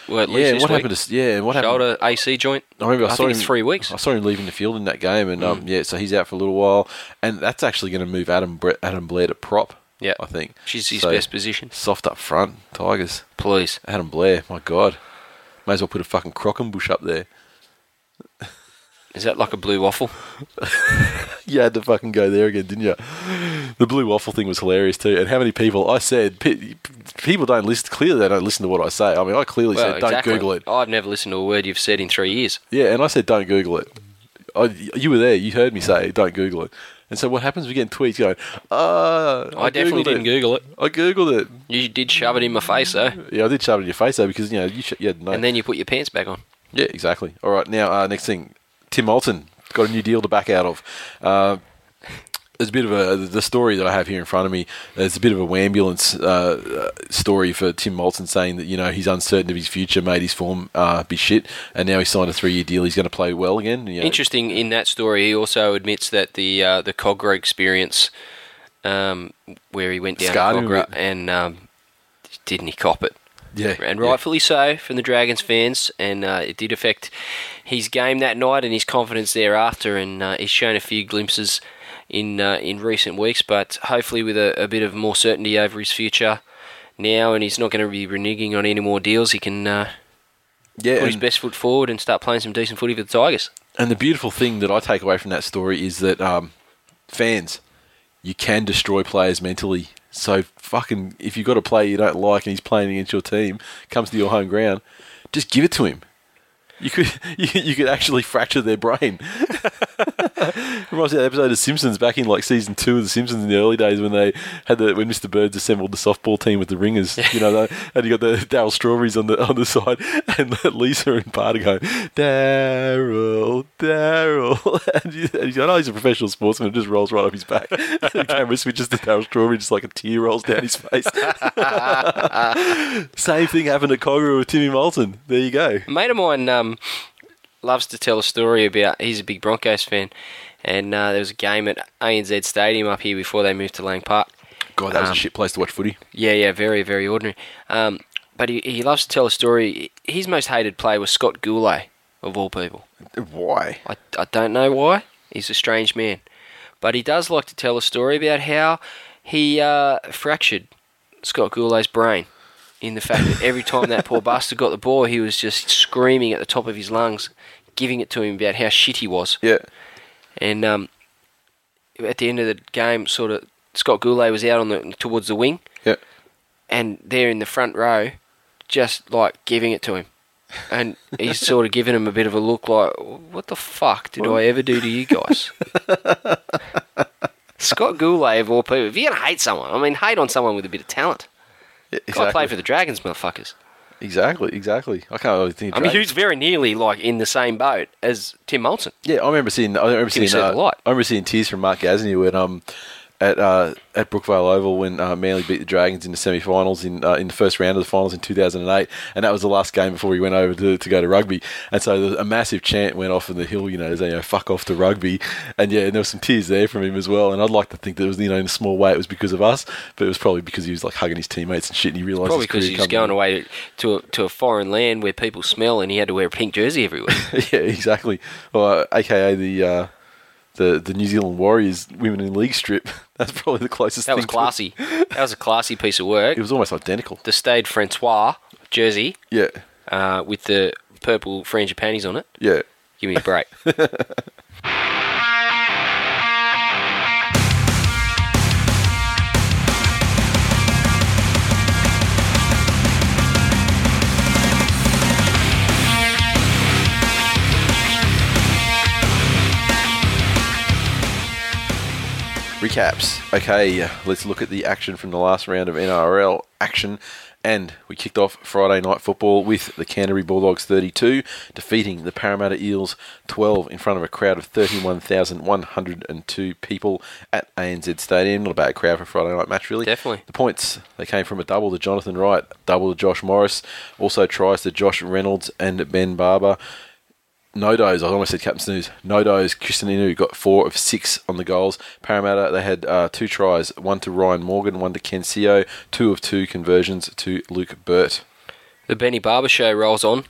[SPEAKER 2] for well, at least
[SPEAKER 1] yeah.
[SPEAKER 2] this
[SPEAKER 1] What
[SPEAKER 2] week.
[SPEAKER 1] happened to yeah? What happened?
[SPEAKER 2] shoulder AC joint?
[SPEAKER 1] I remember I, saw him
[SPEAKER 2] think it's three weeks. Mm.
[SPEAKER 1] I saw him leaving the field in that game, and um, yeah, so he's out for a little while, and that's actually going to move Adam Bre- Adam Blair to prop.
[SPEAKER 2] Yeah.
[SPEAKER 1] I think
[SPEAKER 2] She's his
[SPEAKER 1] So,
[SPEAKER 2] best position.
[SPEAKER 1] Soft up front, Tigers.
[SPEAKER 2] Please.
[SPEAKER 1] Adam Blair, my God, may as well put a fucking Crockenbush up there. <laughs>
[SPEAKER 2] Is that like a blue waffle?
[SPEAKER 1] You had to fucking go there again, didn't you? The blue waffle thing was hilarious too. And how many people I said pe- people don't listen. Clearly, they don't listen to what I say. I mean, I clearly
[SPEAKER 2] Well,
[SPEAKER 1] said don't
[SPEAKER 2] exactly.
[SPEAKER 1] Google it.
[SPEAKER 2] I've never listened to a word you've said in three years.
[SPEAKER 1] Yeah, and I said, don't Google it. I, you were there. You heard me say, don't Google it. And so what happens? We get tweets going, ah,
[SPEAKER 2] I, definitely
[SPEAKER 1] Googled
[SPEAKER 2] didn't
[SPEAKER 1] it.
[SPEAKER 2] Google it.
[SPEAKER 1] I Googled it.
[SPEAKER 2] You did shove it in my face though,
[SPEAKER 1] Yeah, I did shove it in your face, though, because, you know, you, sh- you had no.
[SPEAKER 2] and then you put your pants back on.
[SPEAKER 1] yeah, exactly. All right, now, uh, next thing. Tim Alton got a new deal to back out of. Uh, there's a bit of a the story that I have here in front of me. There's a bit of a ambulance uh, uh, story for Tim Moulton saying that you know he's uncertain of his future, made his form uh, be shit, and now he signed a three-year deal. He's going to play well again. You know,
[SPEAKER 2] Interesting in that story, he also admits that the uh, the Cogra experience, um, where he went down to
[SPEAKER 1] Scarred him a
[SPEAKER 2] Cogra
[SPEAKER 1] bit.
[SPEAKER 2] and um, didn't he cop it?
[SPEAKER 1] yeah,
[SPEAKER 2] and
[SPEAKER 1] yeah.
[SPEAKER 2] rightfully so from the Dragons fans, and uh, it did affect his game that night and his confidence thereafter. And uh, he's shown a few glimpses in uh, in recent weeks, but hopefully with a, a bit of more certainty over his future now, and he's not going to be reneging on any more deals. He can uh,
[SPEAKER 1] Yeah,
[SPEAKER 2] put his
[SPEAKER 1] and-
[SPEAKER 2] best foot forward and start playing some decent footy for the Tigers.
[SPEAKER 1] And the beautiful thing that I take away from that story is that um, fans, you can destroy players mentally. So fucking, if you've got a player you don't like and he's playing against your team, comes to your home ground, just give it to him. You could <laughs> you, you could actually fracture their brain. Reminds me of that episode of Simpsons back in like season two of The Simpsons in the early days when they had the when Mr. Birds assembled the softball team with the ringers. You <laughs> know, they, and you got the Daryl Strawberries on the on the side, <laughs> and Lisa and Bart are going Daryl, Daryl, <laughs> and, you, and he's going, oh, he's a professional sportsman. It just rolls right off his back. <laughs> And the camera switches to Daryl Strawberry, just like a tear rolls down his face. <laughs> Same thing happened at Cogra with Timmy Moulton. There you go.
[SPEAKER 2] A mate of mine um, loves to tell a story about he's a big Broncos fan, and uh, there was a game at ANZ Stadium up here before they moved to Lang Park.
[SPEAKER 1] God, that was
[SPEAKER 2] Um,
[SPEAKER 1] a shit place to watch footy.
[SPEAKER 2] Yeah, yeah, very, very ordinary. Um, but he, he loves to tell a story. His most hated play was Scott Goulet, of all people.
[SPEAKER 1] Why?
[SPEAKER 2] I, I don't know why. He's a strange man. But he does like to tell a story about how he uh, fractured Scott Goulet's brain in the fact that every time that poor bastard got the ball, he was just screaming at the top of his lungs, giving it to him about how shit he was.
[SPEAKER 1] Yeah.
[SPEAKER 2] And um, at the end of the game, sort of Scott Goulet was out on the towards the wing,
[SPEAKER 1] Yeah.
[SPEAKER 2] and they're in the front row, just like giving it to him. And
[SPEAKER 1] <laughs>
[SPEAKER 2] he's sort of giving him a bit of a look like, what the fuck did I ever do to
[SPEAKER 1] <laughs>
[SPEAKER 2] you guys? Scott Goulet, of all people, if you're going to hate someone, I mean, hate on someone with a bit of talent. Gotta play for the Dragons, motherfuckers.
[SPEAKER 1] Exactly, exactly. I can't really think. Of
[SPEAKER 2] I mean, he
[SPEAKER 1] Dragons.
[SPEAKER 2] was very nearly like in the same boat as Tim Moulton.
[SPEAKER 1] yeah, I remember seeing. I remember
[SPEAKER 2] Can you
[SPEAKER 1] seeing.
[SPEAKER 2] see
[SPEAKER 1] uh,
[SPEAKER 2] the light?
[SPEAKER 1] I remember seeing tears from Mark Gasney when um at uh, at Brookvale Oval when uh, Manly beat the Dragons in the semi-finals in uh, in the first round of the finals in 2008, and that was the last game before we went over to, to go to rugby. And so there was a massive chant went off in the hill, you know, saying you know, "fuck off to rugby," and yeah, and there was some tears there from him as well. And I'd like to think that it was you know in a small way it was because of us, but it was probably because he was like hugging his teammates and shit, and he realised
[SPEAKER 2] Probably
[SPEAKER 1] his
[SPEAKER 2] because
[SPEAKER 1] career
[SPEAKER 2] he was
[SPEAKER 1] coming-
[SPEAKER 2] going away to a, to a foreign land where people smell and he had to wear a pink jersey
[SPEAKER 1] <laughs>
[SPEAKER 2] every week.
[SPEAKER 1] yeah, exactly. Or uh, AKA the uh, the the New Zealand Warriors women in league strip. <laughs> That's probably the closest.
[SPEAKER 2] That
[SPEAKER 1] thing
[SPEAKER 2] was
[SPEAKER 1] to-
[SPEAKER 2] classy.
[SPEAKER 1] <laughs>
[SPEAKER 2] that was a classy piece of work.
[SPEAKER 1] It was almost identical.
[SPEAKER 2] the staid Francois jersey
[SPEAKER 1] Yeah,
[SPEAKER 2] uh, with the purple fringe of panties on it.
[SPEAKER 1] yeah.
[SPEAKER 2] Give me
[SPEAKER 1] <laughs>
[SPEAKER 2] a break.
[SPEAKER 1] Recaps. Okay, let's look at the action from the last round of NRL action. And we kicked off Friday night football with the Canterbury Bulldogs 32 defeating the Parramatta Eels 12 in front of a crowd of 31,102 people at ANZ Stadium. Not a bad crowd for Friday night match, really.
[SPEAKER 2] Definitely.
[SPEAKER 1] The points they came from a double to Jonathan Wright, double to Josh Morris, also tries to Josh Reynolds and Ben Barber. Nodos, I almost said Captain Snooze. Nodos, Christian Inu got four of six on the goals. Parramatta, they had uh, two tries, one to Ryan Morgan, one to Kencio, two of two conversions to Luke Burt.
[SPEAKER 2] the Benny Barber show rolls on.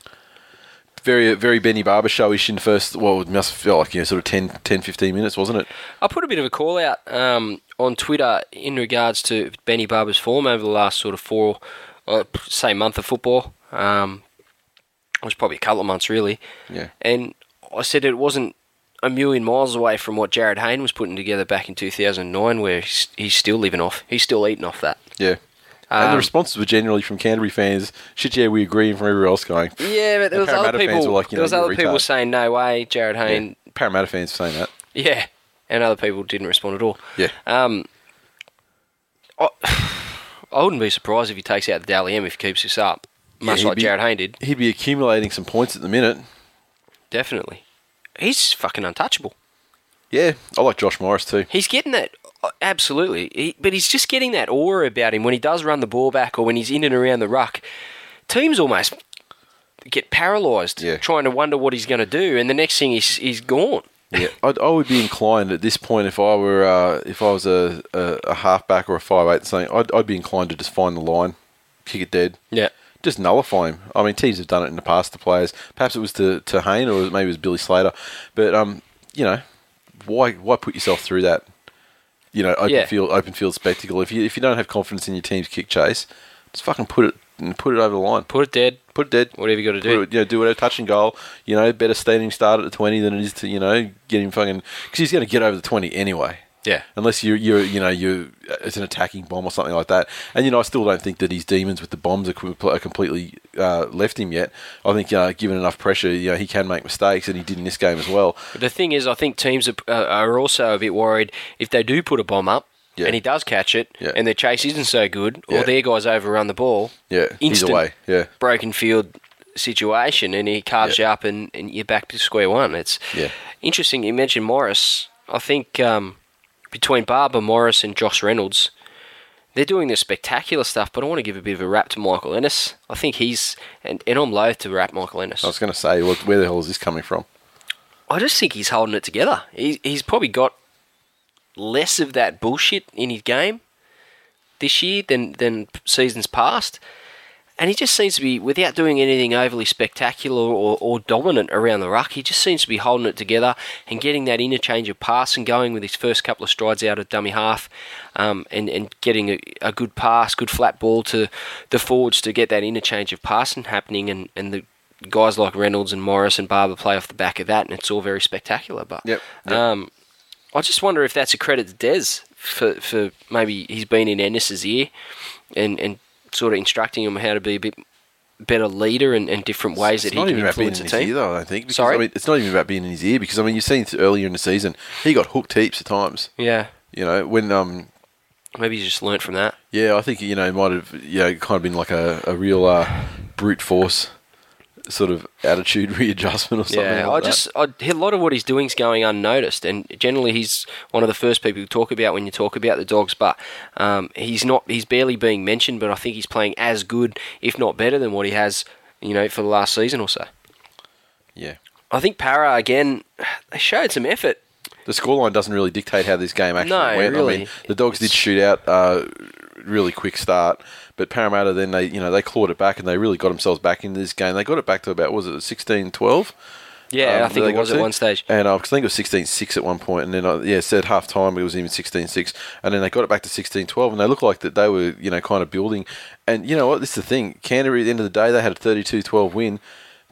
[SPEAKER 1] Very, very Benny Barber showish in the first, well, it must feel like, you know, sort of 10, 10 15 minutes, wasn't it?
[SPEAKER 2] I put a bit of a call out um, on Twitter in regards to Benny Barber's form over the last sort of four, uh, say, month of football. Um, it was probably a couple of months, really.
[SPEAKER 1] Yeah.
[SPEAKER 2] And I said it wasn't a million miles away from what Jared Hayne was putting together back in 2009, where he's, he's still living off, he's still eating off that.
[SPEAKER 1] Yeah. and
[SPEAKER 2] Um,
[SPEAKER 1] the responses were generally from Canterbury fans, shit, yeah, we agree, and from everywhere else going.
[SPEAKER 2] Yeah, but there
[SPEAKER 1] And
[SPEAKER 2] was
[SPEAKER 1] Parramatta
[SPEAKER 2] other
[SPEAKER 1] fans
[SPEAKER 2] people.
[SPEAKER 1] were like, you
[SPEAKER 2] there
[SPEAKER 1] know,
[SPEAKER 2] was
[SPEAKER 1] you're a
[SPEAKER 2] other people
[SPEAKER 1] retard.
[SPEAKER 2] saying no way, Jared
[SPEAKER 1] Yeah.
[SPEAKER 2] Hayne.
[SPEAKER 1] Parramatta fans saying that.
[SPEAKER 2] Yeah. and other people didn't respond at all.
[SPEAKER 1] Yeah.
[SPEAKER 2] Um, I, <sighs> I wouldn't be surprised if he takes out the Dally M if he keeps this up, much
[SPEAKER 1] he'd
[SPEAKER 2] like
[SPEAKER 1] be-
[SPEAKER 2] Jared Hayne did.
[SPEAKER 1] He'd be accumulating some points at the minute.
[SPEAKER 2] Definitely, he's fucking untouchable.
[SPEAKER 1] Yeah, I like Josh Morris too.
[SPEAKER 2] He's getting that uh, absolutely, he, but he's just getting that aura about him when he does run the ball back or when he's in and around the ruck. Teams almost get paralysed
[SPEAKER 1] Yeah.
[SPEAKER 2] trying to wonder what he's going to do, and the next thing is he's gone.
[SPEAKER 1] Yeah, I'd, I would be inclined at this point if I were uh, if I was a, a, a halfback or a five eight something, I'd, I'd be inclined to just find the line, kick it dead.
[SPEAKER 2] Yeah.
[SPEAKER 1] Just nullify him. I mean, teams have done it in the past to players. Perhaps it was to, to Hayne or maybe it was Billy Slater. But um, you know, why why put yourself through that? You know, open
[SPEAKER 2] Yeah.
[SPEAKER 1] field open field spectacle. If you if you don't have confidence in your team's kick chase, just fucking put it put it over the line.
[SPEAKER 2] Put it dead.
[SPEAKER 1] Put it dead.
[SPEAKER 2] Whatever you gotta
[SPEAKER 1] Put
[SPEAKER 2] do.
[SPEAKER 1] it- you know, do whatever. Touch and goal. You know, better standing start at the twenty than it is to you know get him fucking because he's going to get over the twenty anyway.
[SPEAKER 2] Yeah.
[SPEAKER 1] Unless you you you know you uh, it's an attacking bomb or something like that. And you know I still don't think that his demons with the bombs are, com- are completely uh, left him yet. I think uh, given enough pressure, you know he can make mistakes, and he did in this game as well.
[SPEAKER 2] But the thing is, I think teams are, uh, are also a bit worried if they do put a bomb up
[SPEAKER 1] Yeah.
[SPEAKER 2] and he does catch it
[SPEAKER 1] Yeah.
[SPEAKER 2] and their chase isn't so good or
[SPEAKER 1] Yeah.
[SPEAKER 2] their guys overrun the ball.
[SPEAKER 1] Yeah, he's
[SPEAKER 2] instant
[SPEAKER 1] away, yeah.
[SPEAKER 2] broken field situation and he carves you up and, and you're back to square one. It's
[SPEAKER 1] Yeah.
[SPEAKER 2] interesting. You mentioned Morris. I think um, between Barber, Morris, and Josh Reynolds. They're doing this spectacular stuff, but I want to give a bit of a rap to Michael Ennis. I think he's, and, and I'm loath to rap Michael Ennis.
[SPEAKER 1] I was going to say, well, where the hell is this coming from?
[SPEAKER 2] I just think he's holding it together. He, he's probably got less of that bullshit in his game this year than, than seasons past. And he just seems to be, without doing anything overly spectacular or, or dominant around the ruck, he just seems to be holding it together and getting that interchange of pass and going with his first couple of strides out of dummy half um, and, and getting a, a good pass, good flat ball to the forwards to get that interchange of passing happening. And, and the guys like Reynolds and Morris and Barber play off the back of that, and it's all very spectacular. But
[SPEAKER 1] Yep, yep.
[SPEAKER 2] Um, I just wonder if that's a credit to Des for, for maybe he's been in Ennis's ear and, and sort of instructing him how to be a bit better leader and, and different ways that
[SPEAKER 1] It's
[SPEAKER 2] he
[SPEAKER 1] not
[SPEAKER 2] can
[SPEAKER 1] even about being
[SPEAKER 2] influence
[SPEAKER 1] in
[SPEAKER 2] a
[SPEAKER 1] his
[SPEAKER 2] team.
[SPEAKER 1] ear, though. I don't think. Because,
[SPEAKER 2] Sorry?
[SPEAKER 1] I mean, it's not even about being in his ear because I mean you've seen th- earlier in the season he got hooked heaps of times.
[SPEAKER 2] yeah,
[SPEAKER 1] You know when um
[SPEAKER 2] maybe he's just learnt from that.
[SPEAKER 1] yeah I think you know it might have you know kind of been like a, a real uh, brute force sort of attitude <laughs> readjustment or something.
[SPEAKER 2] Yeah,
[SPEAKER 1] like that.
[SPEAKER 2] I just I, a lot of what he's doing is going unnoticed, and generally he's one of the first people you talk about when you talk about the dogs. But um, he's not he's barely being mentioned, but I think he's playing as good, if not better, than what he has, you know, for the last season or so.
[SPEAKER 1] yeah.
[SPEAKER 2] I think Para again, they showed some effort.
[SPEAKER 1] The scoreline doesn't really dictate how this game actually
[SPEAKER 2] No,
[SPEAKER 1] went. I
[SPEAKER 2] really.
[SPEAKER 1] mean, the dogs did shoot out uh, really quick start, but Parramatta then they you know they clawed it back and they really got themselves back into this game. They got it back to about what was it 16-12?
[SPEAKER 2] Yeah,
[SPEAKER 1] Um,
[SPEAKER 2] I think
[SPEAKER 1] they
[SPEAKER 2] it was
[SPEAKER 1] got
[SPEAKER 2] at
[SPEAKER 1] to.
[SPEAKER 2] one stage.
[SPEAKER 1] And uh, 'cause I think it was 16 6 at one point, and then, uh, yeah, said half time it was even 16 6. And then they got it back to 16 12, and they looked like that they were, you know, kind of building. And you know what? This is the thing. Canterbury, at the end of the day, they had a 32 12 win,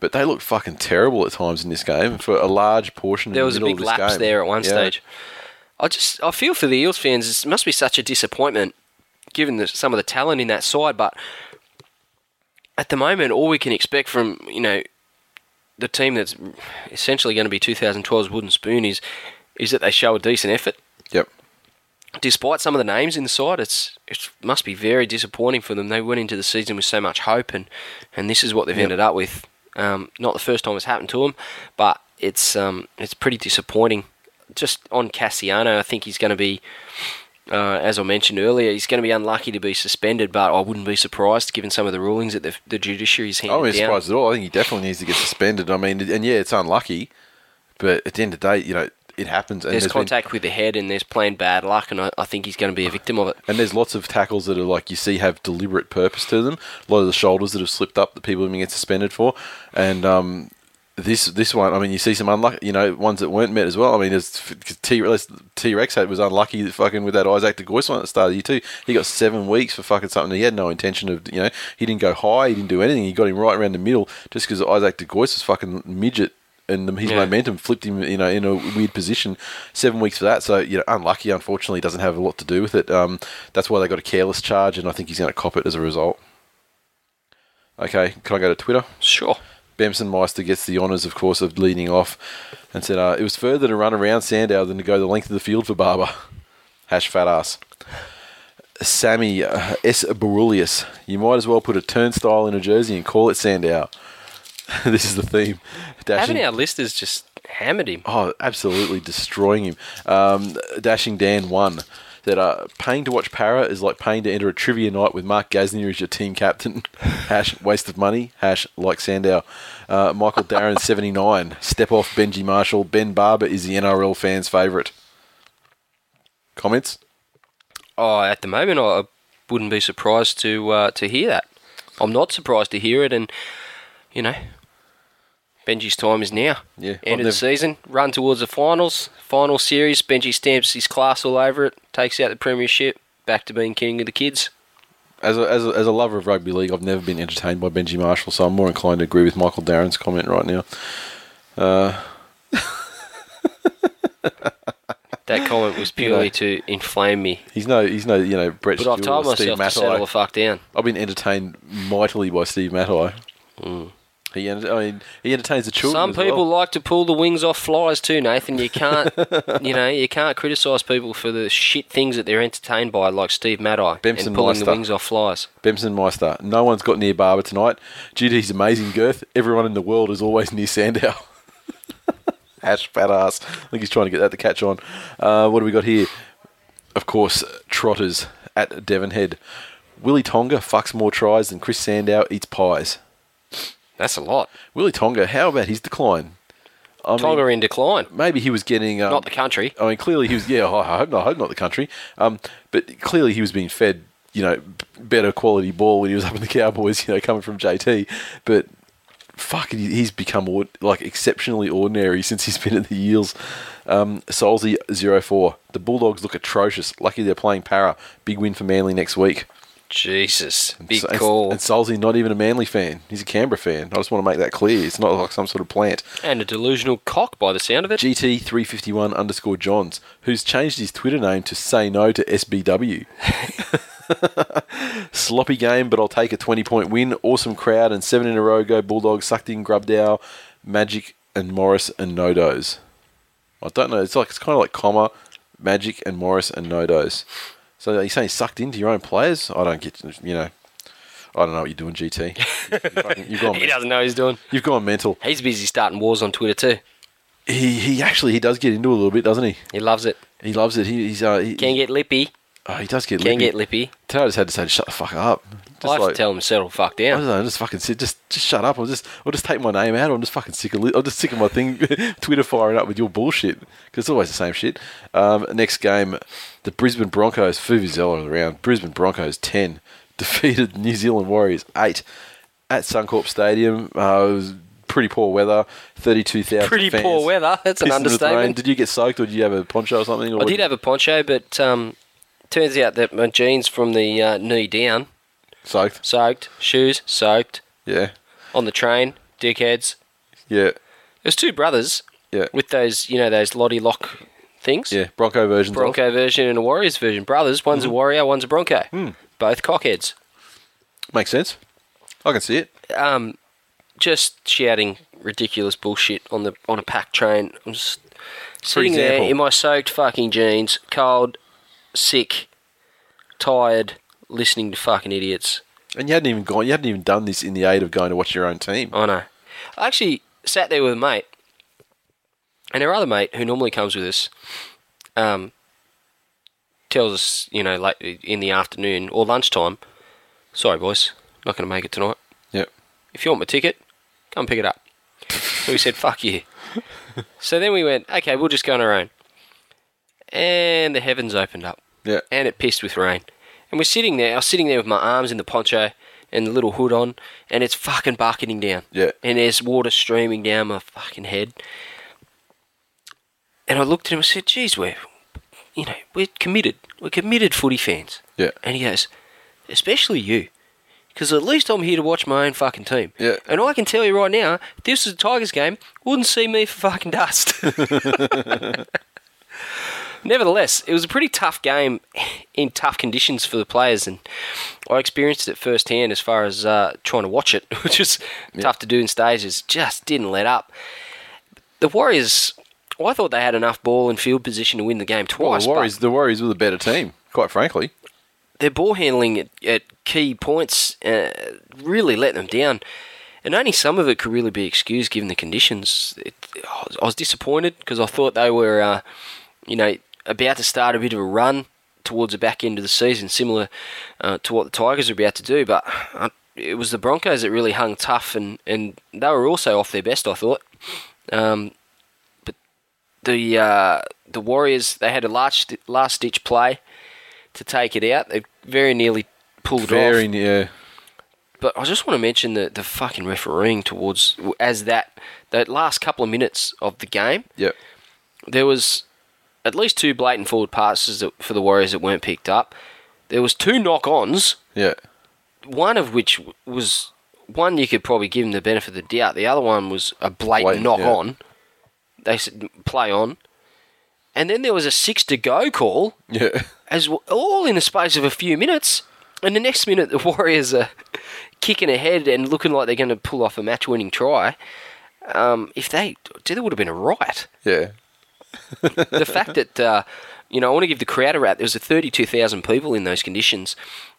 [SPEAKER 1] but they looked fucking terrible at times in this game for a large portion
[SPEAKER 2] There
[SPEAKER 1] in
[SPEAKER 2] was
[SPEAKER 1] the
[SPEAKER 2] a
[SPEAKER 1] middle
[SPEAKER 2] big
[SPEAKER 1] of this
[SPEAKER 2] lapse
[SPEAKER 1] game.
[SPEAKER 2] there at one
[SPEAKER 1] Yeah.
[SPEAKER 2] stage. I just I feel for the Eels fans. It must be such a disappointment, given the, some of the talent in that side. But at the moment, all we can expect from you know the team that's essentially going to be 2012's wooden spoon is is that they show a decent effort,
[SPEAKER 1] Yep.
[SPEAKER 2] despite some of the names in the side. It's it must be very disappointing for them. They went into the season with so much hope, and and this is what they've ended up with. Um, not the first time it's happened to them, but it's um it's pretty disappointing. Just on Cassiano, I think he's going to be uh, as I mentioned earlier, he's going to be unlucky to be suspended, but I wouldn't be surprised given some of the rulings that the, the judiciary's handed
[SPEAKER 1] I wasn't
[SPEAKER 2] down.
[SPEAKER 1] surprised at all. I think he definitely needs to get suspended. I mean, and yeah, it's unlucky, but at the end of the day, you know, it happens. And
[SPEAKER 2] There's
[SPEAKER 1] there's been-
[SPEAKER 2] contact with the head and there's plain bad luck, and I, I think he's going to be a victim of it.
[SPEAKER 1] And there's lots of tackles that are like you see have deliberate purpose to them. A lot of the shoulders that have slipped up that people have been getting suspended for, and um, this this one, I mean, you see some unlucky, you know, ones that weren't met as well. I mean, there's T T Rex had was unlucky that fucking with that Isaac De Goyce one at the start of year two. He got seven weeks for fucking something he had no intention of. You know, he didn't go high, he didn't do anything. He got him right around the middle just because Isaac De Goyce was fucking midget. And the- his
[SPEAKER 2] Yeah.
[SPEAKER 1] momentum flipped him, you know, in a weird position. Seven weeks for that, so you know, unlucky. Unfortunately, doesn't have a lot to do with it. Um, that's why they got a careless charge, and I think he's going to cop it as a result. Okay, can I go to Twitter?
[SPEAKER 2] Sure.
[SPEAKER 1] Bemson Meister gets the honours, of course, of leading off and said, uh, It was further to run around Sandow than to go the length of the field for Barber. <laughs> Hash fat ass. Sammy uh, S. Berulius, you might as well put a turnstile in a jersey and call it Sandow. <laughs> this is the theme.
[SPEAKER 2] Haven't
[SPEAKER 1] Dashing-
[SPEAKER 2] our listeners just hammered him?
[SPEAKER 1] Oh, absolutely destroying him. Um, Dashing Dan won. That uh, paying to watch Para is like paying to enter a trivia night with Mark Gasnier as your team captain. <laughs> Hash waste of money. Hash like Sandow. Uh, Michael Darren <laughs> seventy nine. Step off Benji Marshall. Ben Barber is the NRL fans' favourite. Comments?
[SPEAKER 2] Oh, at the moment, I wouldn't be surprised to uh, to hear that. I'm not surprised to hear it, and you know, Benji's time is now.
[SPEAKER 1] Yeah, I've
[SPEAKER 2] end
[SPEAKER 1] never-
[SPEAKER 2] of the season, run towards the finals, final series. Benji stamps his class all over it, takes out the premiership, back to being king of the kids.
[SPEAKER 1] As a, as, a, as a lover of rugby league, I've never been entertained by Benji Marshall, so I'm more inclined to agree with Michael Darren's comment right now.
[SPEAKER 2] That That
[SPEAKER 1] <laughs>
[SPEAKER 2] comment was purely to inflame me.
[SPEAKER 1] He's no, he's no, you know, Brett
[SPEAKER 2] But I've
[SPEAKER 1] Stewart
[SPEAKER 2] told
[SPEAKER 1] or
[SPEAKER 2] myself
[SPEAKER 1] Steve
[SPEAKER 2] to settle the
[SPEAKER 1] Matai.
[SPEAKER 2] fuck down.
[SPEAKER 1] I've been entertained mightily by Steve Matai. He, ent- I mean, he entertains the children.
[SPEAKER 2] Hmm. Some
[SPEAKER 1] as
[SPEAKER 2] people
[SPEAKER 1] well.
[SPEAKER 2] like to pull the wings off flies too, Nathan.
[SPEAKER 1] <laughs>
[SPEAKER 2] You can't, you know, you can't criticise people for the shit things that they're entertained by, like Steve Maddie
[SPEAKER 1] Benson
[SPEAKER 2] and pulling
[SPEAKER 1] Meister.
[SPEAKER 2] the wings off flies.
[SPEAKER 1] Benson Meister. No one's got near Barber tonight. Due to his amazing girth, everyone in the world is always near Sandow. <laughs> Ash fat ass. I think he's trying to get that to catch on. Uh, what do we got here? Of course, Trotters at Devon Head. Willie Tonga fucks more tries than Chris Sandow eats pies.
[SPEAKER 2] That's a lot.
[SPEAKER 1] Willie Tonga, how about his decline? I mean,
[SPEAKER 2] Tonga in decline,
[SPEAKER 1] maybe he was getting um,
[SPEAKER 2] not the country.
[SPEAKER 1] I mean, clearly he was. Yeah, I hope not. I hope not the country. Um, but clearly he was being fed, you know, b- better quality ball when he was up in the Cowboys. You know, coming from JT, but fucking, he- he's become ord- like exceptionally ordinary since he's been at the Eels. Um, Solzy 04. The Bulldogs look atrocious. Lucky they're playing para. Big win for Manly next week.
[SPEAKER 2] Jesus, big
[SPEAKER 1] So- and-
[SPEAKER 2] call.
[SPEAKER 1] And Solzy not even a Manly fan. He's a Canberra fan. I just want to make that clear. It's not like some sort of plant.
[SPEAKER 2] and a delusional cock by the sound of it.
[SPEAKER 1] GT351 underscore Johns, who's changed his Twitter name to Say No to SBW. <laughs> Sloppy game, but I'll take a 20 point win. Awesome crowd and seven in a row go Bulldogs, sucked in Grubdow, Magic, and Morris and Nodos. I don't know. It's like it's kind of like comma, Magic and Morris and Nodos. So you're saying sucked into your own players? I don't get, you know. I don't know what you're doing,
[SPEAKER 2] <laughs>
[SPEAKER 1] GT. You've fucking- You've gone,
[SPEAKER 2] <laughs> He doesn't know what he's doing.
[SPEAKER 1] you've gone mental.
[SPEAKER 2] He's busy starting wars on Twitter too.
[SPEAKER 1] He, he actually he does get into it a little bit, doesn't he?
[SPEAKER 2] He loves it.
[SPEAKER 1] He loves it. He, he's uh, he,
[SPEAKER 2] Can get lippy.
[SPEAKER 1] oh, he does get
[SPEAKER 2] Can
[SPEAKER 1] lippy.
[SPEAKER 2] get lippy.
[SPEAKER 1] Today I just had to say, shut the fuck up. Just
[SPEAKER 2] I have
[SPEAKER 1] like-
[SPEAKER 2] to tell him to settle the fuck
[SPEAKER 1] I
[SPEAKER 2] down.
[SPEAKER 1] don't know, just fucking sit, just just shut up. I'll just I'll just take my name out. I'm just fucking sick of li- I'm just sick of my thing, <laughs> Twitter firing up with your bullshit because it's always the same shit. Um, next game, the Brisbane Broncos. Fuvizela around. Brisbane Broncos ten <laughs> defeated New Zealand Warriors eight at Suncorp Stadium. Uh, it was pretty poor weather. Thirty-two thousand.
[SPEAKER 2] Pretty poor weather. That's an understatement.
[SPEAKER 1] Did you get soaked or did you have a poncho or something? Or
[SPEAKER 2] I did have a poncho, but um, turns out that my jeans from the uh, knee down
[SPEAKER 1] soaked.
[SPEAKER 2] soaked, shoes soaked,
[SPEAKER 1] Yeah.
[SPEAKER 2] on the train, dickheads.
[SPEAKER 1] Yeah,
[SPEAKER 2] There's two brothers
[SPEAKER 1] yeah,
[SPEAKER 2] with those, you know, those Lottie Lock things.
[SPEAKER 1] yeah. Mm-hmm. Bronco versions. of-
[SPEAKER 2] Bronco version and a Warriors version. Brothers, one's a Warrior, one's a Bronco.
[SPEAKER 1] Hmm.
[SPEAKER 2] Both cockheads.
[SPEAKER 1] makes sense. I can see it.
[SPEAKER 2] Um, just shouting ridiculous bullshit on the on a packed train. I'm just sitting there
[SPEAKER 1] example-
[SPEAKER 2] in my soaked fucking jeans, cold, sick, tired, listening to fucking idiots.
[SPEAKER 1] And you hadn't even gone. You hadn't even done this in the aid of going to watch your own team.
[SPEAKER 2] I know. I actually sat there with a mate, and our other mate, who normally comes with us, um, tells us, you know, late in the afternoon or lunchtime, sorry, boys, not going to make it tonight.
[SPEAKER 1] Yep.
[SPEAKER 2] If you want my ticket, come pick it up. so we said, fuck you. so then we went, okay, we'll just go on our own. And the heavens opened up
[SPEAKER 1] Yeah.
[SPEAKER 2] and it pissed with rain. And we're sitting there, I was sitting there with my arms in the poncho and the little hood on, and it's fucking bucketing down.
[SPEAKER 1] Yeah.
[SPEAKER 2] And there's water streaming down my fucking head. And I looked at him and said, geez, we're, you know, we're committed. We're committed footy fans.
[SPEAKER 1] Yeah.
[SPEAKER 2] And he goes, especially you. Because at least I'm here to watch my own fucking team.
[SPEAKER 1] Yeah.
[SPEAKER 2] And I can tell you right now, if this was a Tigers game, wouldn't see me for
[SPEAKER 1] <laughs>
[SPEAKER 2] fucking dust. Nevertheless, it was a pretty tough game in tough conditions for the players, and I experienced it firsthand as far as uh, trying to watch it, <laughs> which is tough to do in stages. Just didn't let up. The Warriors, I thought they had enough ball and field position to win the game
[SPEAKER 1] Well,
[SPEAKER 2] twice.
[SPEAKER 1] the Warriors.
[SPEAKER 2] but
[SPEAKER 1] The Warriors were the better team, quite frankly.
[SPEAKER 2] their ball handling at, at key points uh, really let them down. And only some of it could really be excused given the conditions. It, I was- I was disappointed because I thought they were, uh, you know, about to start a bit of a run towards the back end of the season, similar uh, to what the Tigers are about to do. But uh, it was the Broncos that really hung tough, and, and they were also off their best, I thought. Um, but the uh, the Warriors, they had a last last ditch play to take it out. They very nearly pulled off.
[SPEAKER 1] Very near.
[SPEAKER 2] But I just want to mention the, the fucking refereeing towards as that that last couple of minutes of the game,
[SPEAKER 1] Yep.
[SPEAKER 2] there was at least two blatant forward passes that, for the Warriors that weren't picked up. There was two knock-ons,
[SPEAKER 1] Yeah.
[SPEAKER 2] one of which w- was one you could probably give him the benefit of the doubt. The other one was a blatant
[SPEAKER 1] Blatant, yeah.
[SPEAKER 2] knock-on. They said play on, And then there was a six to go call
[SPEAKER 1] Yeah. <laughs>
[SPEAKER 2] as well, all in the space of a few minutes. And the next minute, the <laughs> Warriors are kicking ahead and looking like they're going to pull off a match-winning try. Um, if they, dude, there would have been a riot.
[SPEAKER 1] Yeah. <laughs>
[SPEAKER 2] the fact that uh, you know, I want to give the crowd a rap. There was a thirty-two thousand people in those conditions,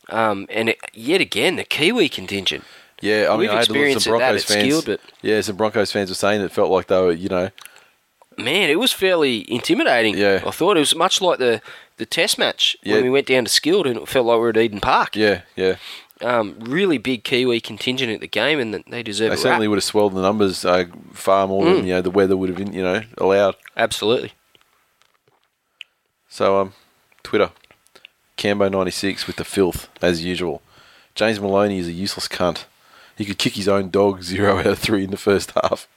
[SPEAKER 2] um, and it, yet again, the Kiwi contingent.
[SPEAKER 1] Yeah, I mean,
[SPEAKER 2] We've
[SPEAKER 1] I had to look at
[SPEAKER 2] experienced
[SPEAKER 1] some
[SPEAKER 2] it, that
[SPEAKER 1] Broncos
[SPEAKER 2] at
[SPEAKER 1] fans.
[SPEAKER 2] Skilled, but-
[SPEAKER 1] Yeah, some Broncos fans were saying it felt like they were, you know,
[SPEAKER 2] Man, it was fairly intimidating.
[SPEAKER 1] Yeah.
[SPEAKER 2] I thought it was much like the the Test match
[SPEAKER 1] Yeah.
[SPEAKER 2] when we went down to Skilled, and it felt like we were at Eden Park.
[SPEAKER 1] yeah, yeah.
[SPEAKER 2] Um, really big Kiwi contingent at the game, and they deserve
[SPEAKER 1] They
[SPEAKER 2] a
[SPEAKER 1] certainly
[SPEAKER 2] rap. Mm.
[SPEAKER 1] would have swelled the numbers uh, far more than you know the weather would have, been, you know, allowed.
[SPEAKER 2] Absolutely.
[SPEAKER 1] So, um, Twitter, Cambo ninety six with the filth as usual. James Maloney is a useless cunt. He could kick his own dog <laughs> zero out of three in the first
[SPEAKER 2] <laughs>
[SPEAKER 1] half.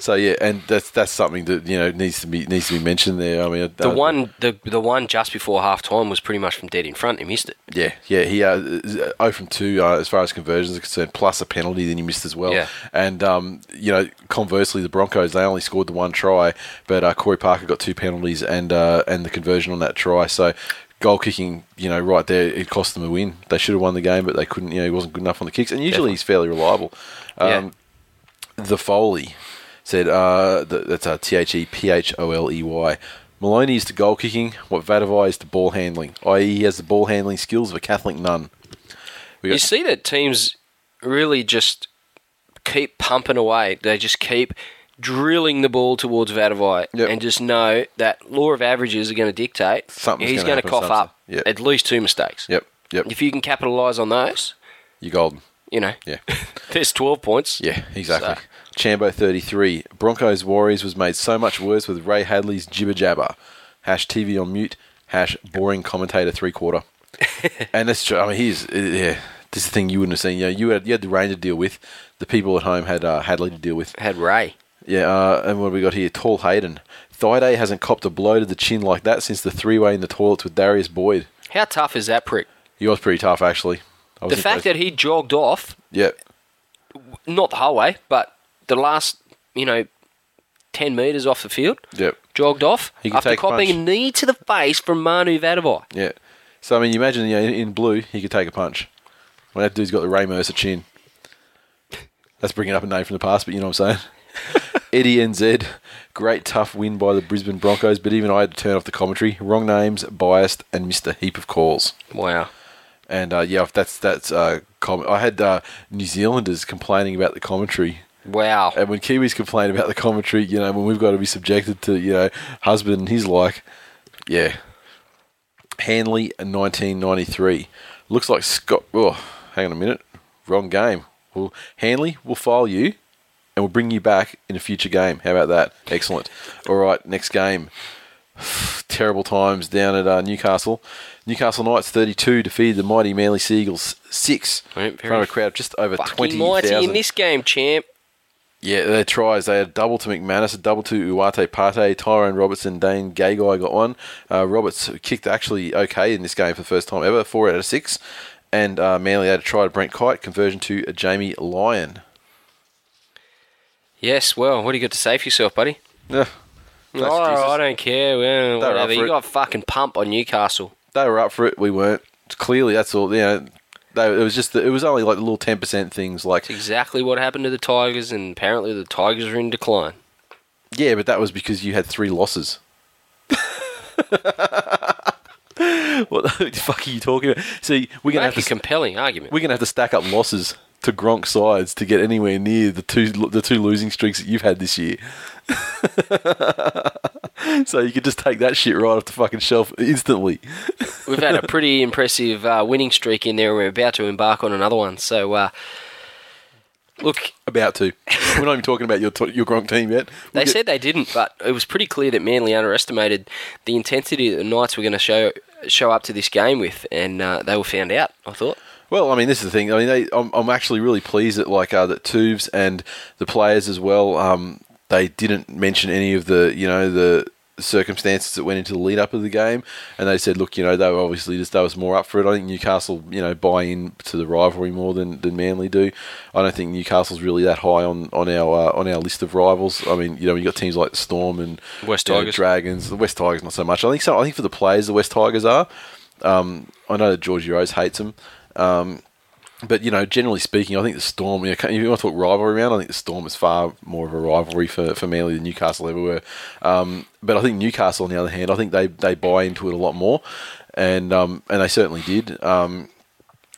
[SPEAKER 1] so yeah, and that's that's something that you know needs to be needs to be mentioned there. I mean,
[SPEAKER 2] The
[SPEAKER 1] uh,
[SPEAKER 2] one, the the one just before half time was pretty much from dead in front. He missed it.
[SPEAKER 1] Yeah, yeah, he uh, is, uh, 0 from 2 uh, as far as conversions are concerned, plus a penalty then he missed as well.
[SPEAKER 2] Yeah.
[SPEAKER 1] And, um, you know, conversely, the Broncos, they only scored the one try, but uh, Corey Parker got two penalties and uh, and the conversion on that try. So goal kicking, you know, right there, it cost them a win. They should have won the game, but they couldn't, you know, he wasn't good enough on the kicks. And usually he's fairly reliable. Um, the Foley said, uh, th- that's uh, T H E P H O L E Y. Maloney is to goal kicking, what Vadavai is to ball handling, i.e., he has the ball handling skills of a Catholic nun. We
[SPEAKER 2] You
[SPEAKER 1] got,
[SPEAKER 2] see that teams really just keep pumping away. They just keep drilling the ball towards Vadavai
[SPEAKER 1] Yep.
[SPEAKER 2] and just know that law of averages are going to dictate
[SPEAKER 1] Something's
[SPEAKER 2] he's
[SPEAKER 1] gonna
[SPEAKER 2] going to
[SPEAKER 1] happen,
[SPEAKER 2] cough
[SPEAKER 1] something.
[SPEAKER 2] up
[SPEAKER 1] Yep.
[SPEAKER 2] at least two mistakes.
[SPEAKER 1] yep, yep,
[SPEAKER 2] If you can capitalise on those,
[SPEAKER 1] you're golden.
[SPEAKER 2] you know,
[SPEAKER 1] Yeah.
[SPEAKER 2] <laughs> there's 12 points.
[SPEAKER 1] Yeah, exactly.
[SPEAKER 2] So-
[SPEAKER 1] Chambo 33. Broncos Warriors was made so much worse with Ray Hadley's jibber jabber. Hash TV on mute. Hash boring commentator three quarter. and that's true. I mean, he's uh, yeah. This is the thing you wouldn't have seen. You know, you had you had the rain to deal with. The people at home had uh, Hadley to deal with.
[SPEAKER 2] Had Ray.
[SPEAKER 1] Yeah, uh, and what have we got here? Tall Hayden. Thaiday hasn't copped a blow to the chin like that since the three way in the toilets with Darius Boyd.
[SPEAKER 2] How tough is that prick?
[SPEAKER 1] He was pretty tough, actually. I
[SPEAKER 2] The
[SPEAKER 1] was
[SPEAKER 2] fact that
[SPEAKER 1] impressed.
[SPEAKER 2] he jogged off,
[SPEAKER 1] Yep.
[SPEAKER 2] not the whole way, but the last, you know, 10 metres off the field,
[SPEAKER 1] Yep.
[SPEAKER 2] jogged off
[SPEAKER 1] He can
[SPEAKER 2] after
[SPEAKER 1] take a
[SPEAKER 2] copying a
[SPEAKER 1] punch.
[SPEAKER 2] knee to the face from Manu Vadavai.
[SPEAKER 1] Yeah. So I mean, you imagine you know, in, in blue, he could take a punch. Well, that dude's got the Ray Mercer chin. That's bringing up a name from the past, but you know what
[SPEAKER 2] <laughs>
[SPEAKER 1] I'm saying. Eddie NZ, great tough win by the Brisbane Broncos, but even I had to turn off the commentary. Wrong names, biased, and missed a heap of calls.
[SPEAKER 2] Wow.
[SPEAKER 1] And uh, yeah, that's that's uh, com- I had uh, New Zealanders complaining about the commentary.
[SPEAKER 2] Wow.
[SPEAKER 1] And when Kiwis complain about the commentary, you know, when we've got to be subjected to, you know, husband and his like, yeah. Hanley, 1993. Looks like Scott. Oh, hang on a minute. Wrong game. Well, Hanley, we'll file you and we'll bring you back in a future game. How about that? Excellent. All right, next game. <sighs> Terrible times down at uh, Newcastle. Newcastle Knights 32 defeated the mighty Manly Seagulls 6
[SPEAKER 2] Right,
[SPEAKER 1] in
[SPEAKER 2] very
[SPEAKER 1] front of a crowd of just over
[SPEAKER 2] Fucking mighty
[SPEAKER 1] 20,000.
[SPEAKER 2] in this game, champ.
[SPEAKER 1] Yeah, their tries. They had a double to McManus, a double to Uate Pate, Tyrone Robertson, Dane Gagai got one. Uh, Roberts kicked actually okay in this game for the first time ever, four out of six. And uh, Manly had a try to Brent Kite, conversion to Jamie Lyon.
[SPEAKER 2] Yes, well, what do you got to say for yourself, buddy?
[SPEAKER 1] Yeah, No
[SPEAKER 2] oh,
[SPEAKER 1] excuses.
[SPEAKER 2] I don't care. Well,
[SPEAKER 1] They're up
[SPEAKER 2] whatever.
[SPEAKER 1] for
[SPEAKER 2] You
[SPEAKER 1] it.
[SPEAKER 2] got a fucking pump on Newcastle.
[SPEAKER 1] they were up for it. We weren't. Clearly, that's all. You know, they, it was just the, it was only like the little ten percent things. Like,
[SPEAKER 2] It's exactly what happened to the Tigers, and apparently the Tigers are in decline.
[SPEAKER 1] yeah, but that was because you had three losses. <laughs> what the fuck are you talking about? See, we're gonna
[SPEAKER 2] Make
[SPEAKER 1] have
[SPEAKER 2] a
[SPEAKER 1] to
[SPEAKER 2] compelling argument.
[SPEAKER 1] we're gonna have to stack up losses to Gronk sides to get anywhere near the two the two losing streaks that you've had this year. <laughs> so you could just take that shit right off the fucking shelf instantly.
[SPEAKER 2] We've had a pretty impressive uh, winning streak in there, and we're about to embark on another one. So, uh, look,
[SPEAKER 1] About to. We're not even talking about your to- your Gronk team yet.
[SPEAKER 2] they
[SPEAKER 1] We'll get-
[SPEAKER 2] said they didn't, but it was pretty clear that Manly underestimated the intensity that the Knights were going to show show up to this game with, and uh, they were found out. I thought.
[SPEAKER 1] Well, I mean, this is the thing. I mean, they, I'm, I'm actually really pleased that like uh, that Tubes and the players as well. Um, they didn't mention any of the you know the circumstances that went into the lead up of the game, and they said, look, you know, they were obviously just they was more up for it. I think Newcastle, you know, buy in to the rivalry more than, than Manly do. I don't think Newcastle's really that high on on our uh, on our list of rivals. I mean, you know, you got teams like Storm and
[SPEAKER 2] West
[SPEAKER 1] you know,
[SPEAKER 2] Tigers.
[SPEAKER 1] Dragons. The West Tigers not so much. I think so. I think for the players, the West Tigers are. Um, I know that George Rose hates them. Um, but you know, generally speaking, I think the Storm. You know, if you want to talk rivalry round, I think the Storm is far more of a rivalry for, for Manly than Newcastle ever were. Um, but I think Newcastle, on the other hand, I think they, they buy into it a lot more, and um, and they certainly did. Um,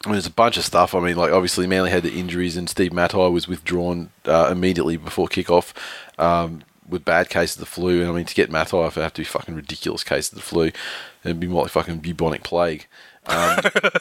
[SPEAKER 1] I mean, there's a bunch of stuff. I mean, like obviously Manly had the injuries, and Steve Matai was withdrawn uh, immediately before kickoff um, with bad case of the flu. And I mean, to get Matai, if it have to be fucking ridiculous case of the flu, it'd be more like fucking bubonic plague. Um, <laughs>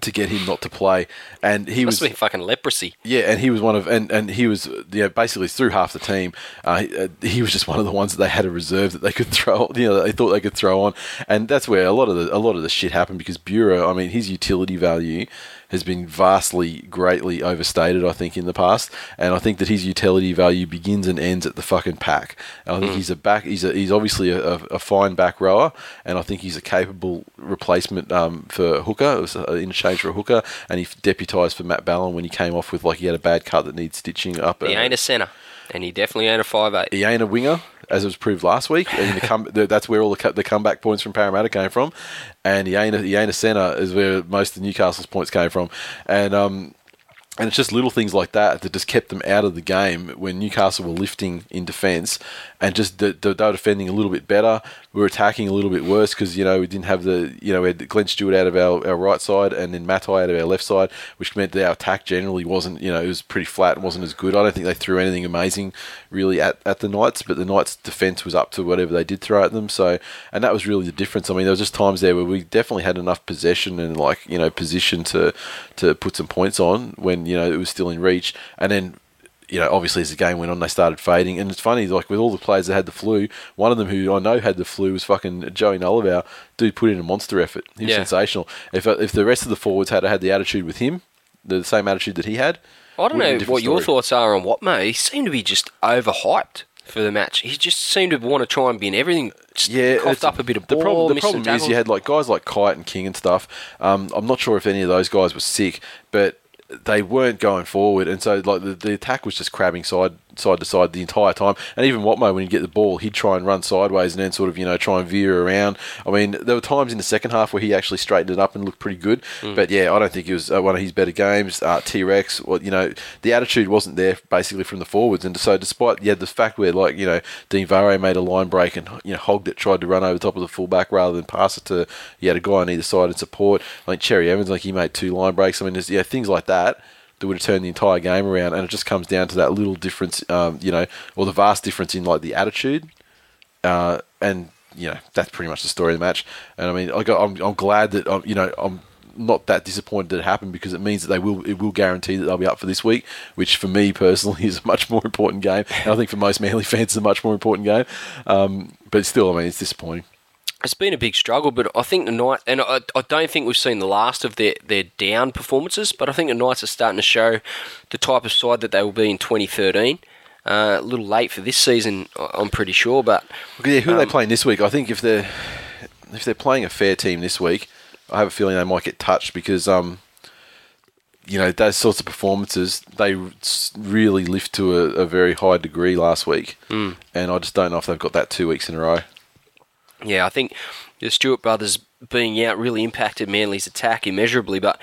[SPEAKER 1] to get him not to play, and he
[SPEAKER 2] Must
[SPEAKER 1] was
[SPEAKER 2] be fucking leprosy.
[SPEAKER 1] yeah, and he was one of and and he was yeah basically through half the team. Uh, he, uh, he was just one of the ones that they had a reserve that they could <laughs> throw. You know, they thought they could throw on, and that's where a lot of the a lot of the shit happened because Bureau. I mean, his utility value has been vastly greatly overstated. I think in the past, and I think that his utility value begins and ends at the fucking pack. And
[SPEAKER 2] Mm.
[SPEAKER 1] I think he's a back. He's a, he's obviously a, a, a fine back rower, and I think he's a capable replacement um, for Hooker. It was uh, in exchange for Hooker, and he deputised for Matt Ballon when he came off with like he had a bad cut that needs stitching up.
[SPEAKER 2] He
[SPEAKER 1] uh,
[SPEAKER 2] ain't a centre, and he definitely ain't a five eight.
[SPEAKER 1] he ain't a winger, as it was proved last week. And the come, the, that's where all the, co- the comeback points from Parramatta came from, and he ain't a, he ain't a centre is where most of Newcastle's points came from, and um. And it's just little things like that that just kept them out of the game when Newcastle were lifting in defence, and just the, the, they were defending a little bit better. We were attacking a little bit worse because you know we didn't have the you know we had Glenn Stewart out of our, our right side and then Matai out of our left side, which meant that our attack generally wasn't you know it was pretty flat and wasn't as good. I don't think they threw anything amazing really at, at the Knights, but the Knights' defence was up to whatever they did throw at them. So and that was really the difference. I mean there was just times there where we definitely had enough possession and like you know position to to put some points on when you know it was still in reach, and then you know, obviously as the game went on, they started fading. And it's funny, like with all the players that had the flu, one of them who I know had the flu was fucking Joey Nullivow. Dude put in a monster effort. He was
[SPEAKER 2] Yeah.
[SPEAKER 1] sensational. If uh, if the rest of the forwards had had the attitude with him, the same attitude that he had,
[SPEAKER 2] I
[SPEAKER 1] would've
[SPEAKER 2] don't
[SPEAKER 1] been a
[SPEAKER 2] know
[SPEAKER 1] different
[SPEAKER 2] what your
[SPEAKER 1] story.
[SPEAKER 2] thoughts are on Watmo. He seemed to be just overhyped for the match. He just seemed to want to try and be in everything. Just
[SPEAKER 1] Yeah,
[SPEAKER 2] coughed
[SPEAKER 1] it's-
[SPEAKER 2] up a bit of
[SPEAKER 1] the
[SPEAKER 2] ball.
[SPEAKER 1] problem. The
[SPEAKER 2] missed some
[SPEAKER 1] problem is you
[SPEAKER 2] tackles.
[SPEAKER 1] had like guys like Kite and King and stuff. Um, I'm not sure if any of those guys were sick, but they weren't going forward, and so like the, the attack was just crabbing side side to side the entire time. And even Watmo, when he'd get the ball, he'd try and run sideways and then sort of you know try and veer around. I mean, there were times in the second half where he actually straightened it up and looked pretty good.
[SPEAKER 2] Hmm.
[SPEAKER 1] But yeah, I don't think it was uh, one of his better games. Uh, T Rex, well, you know, the attitude wasn't there basically from the forwards, and so despite yeah the fact where like you know Dean Vare made a line break and you know Hogged it, tried to run over top of the fullback rather than pass it to you had a guy on either side in support. I think Cherry Evans, like he made two line breaks. I mean, there's, yeah, things like that that would have turned the entire game around, and it just comes down to that little difference, um, you know, or the vast difference in like the attitude uh, and you know that's pretty much the story of the match. And I mean, I got, I'm, I'm glad that I'm, you know I'm not that disappointed that it happened because it means that they will it will guarantee that they'll be up for this week, which for me personally <laughs> is a much more important game, and I think for most Manly fans is a much more important game. Um, but still, I mean, it's disappointing.
[SPEAKER 2] It's been a big struggle, but I think the night, and I, I don't think we've seen the last of their, their down performances, but I think the Knights are starting to show the type of side that they will be in 2013. Uh, a little late for this season, I- I'm pretty sure, but
[SPEAKER 1] Okay, yeah, who are they playing this week? I think if they're if they're playing a fair team this week, I have a feeling they might get touched because um, you know those sorts of performances they s- really lift to a, a very high degree last week, mm. and I just don't know if they've got that two weeks in a row.
[SPEAKER 2] yeah, I think the Stewart brothers being out really impacted Manly's attack immeasurably, but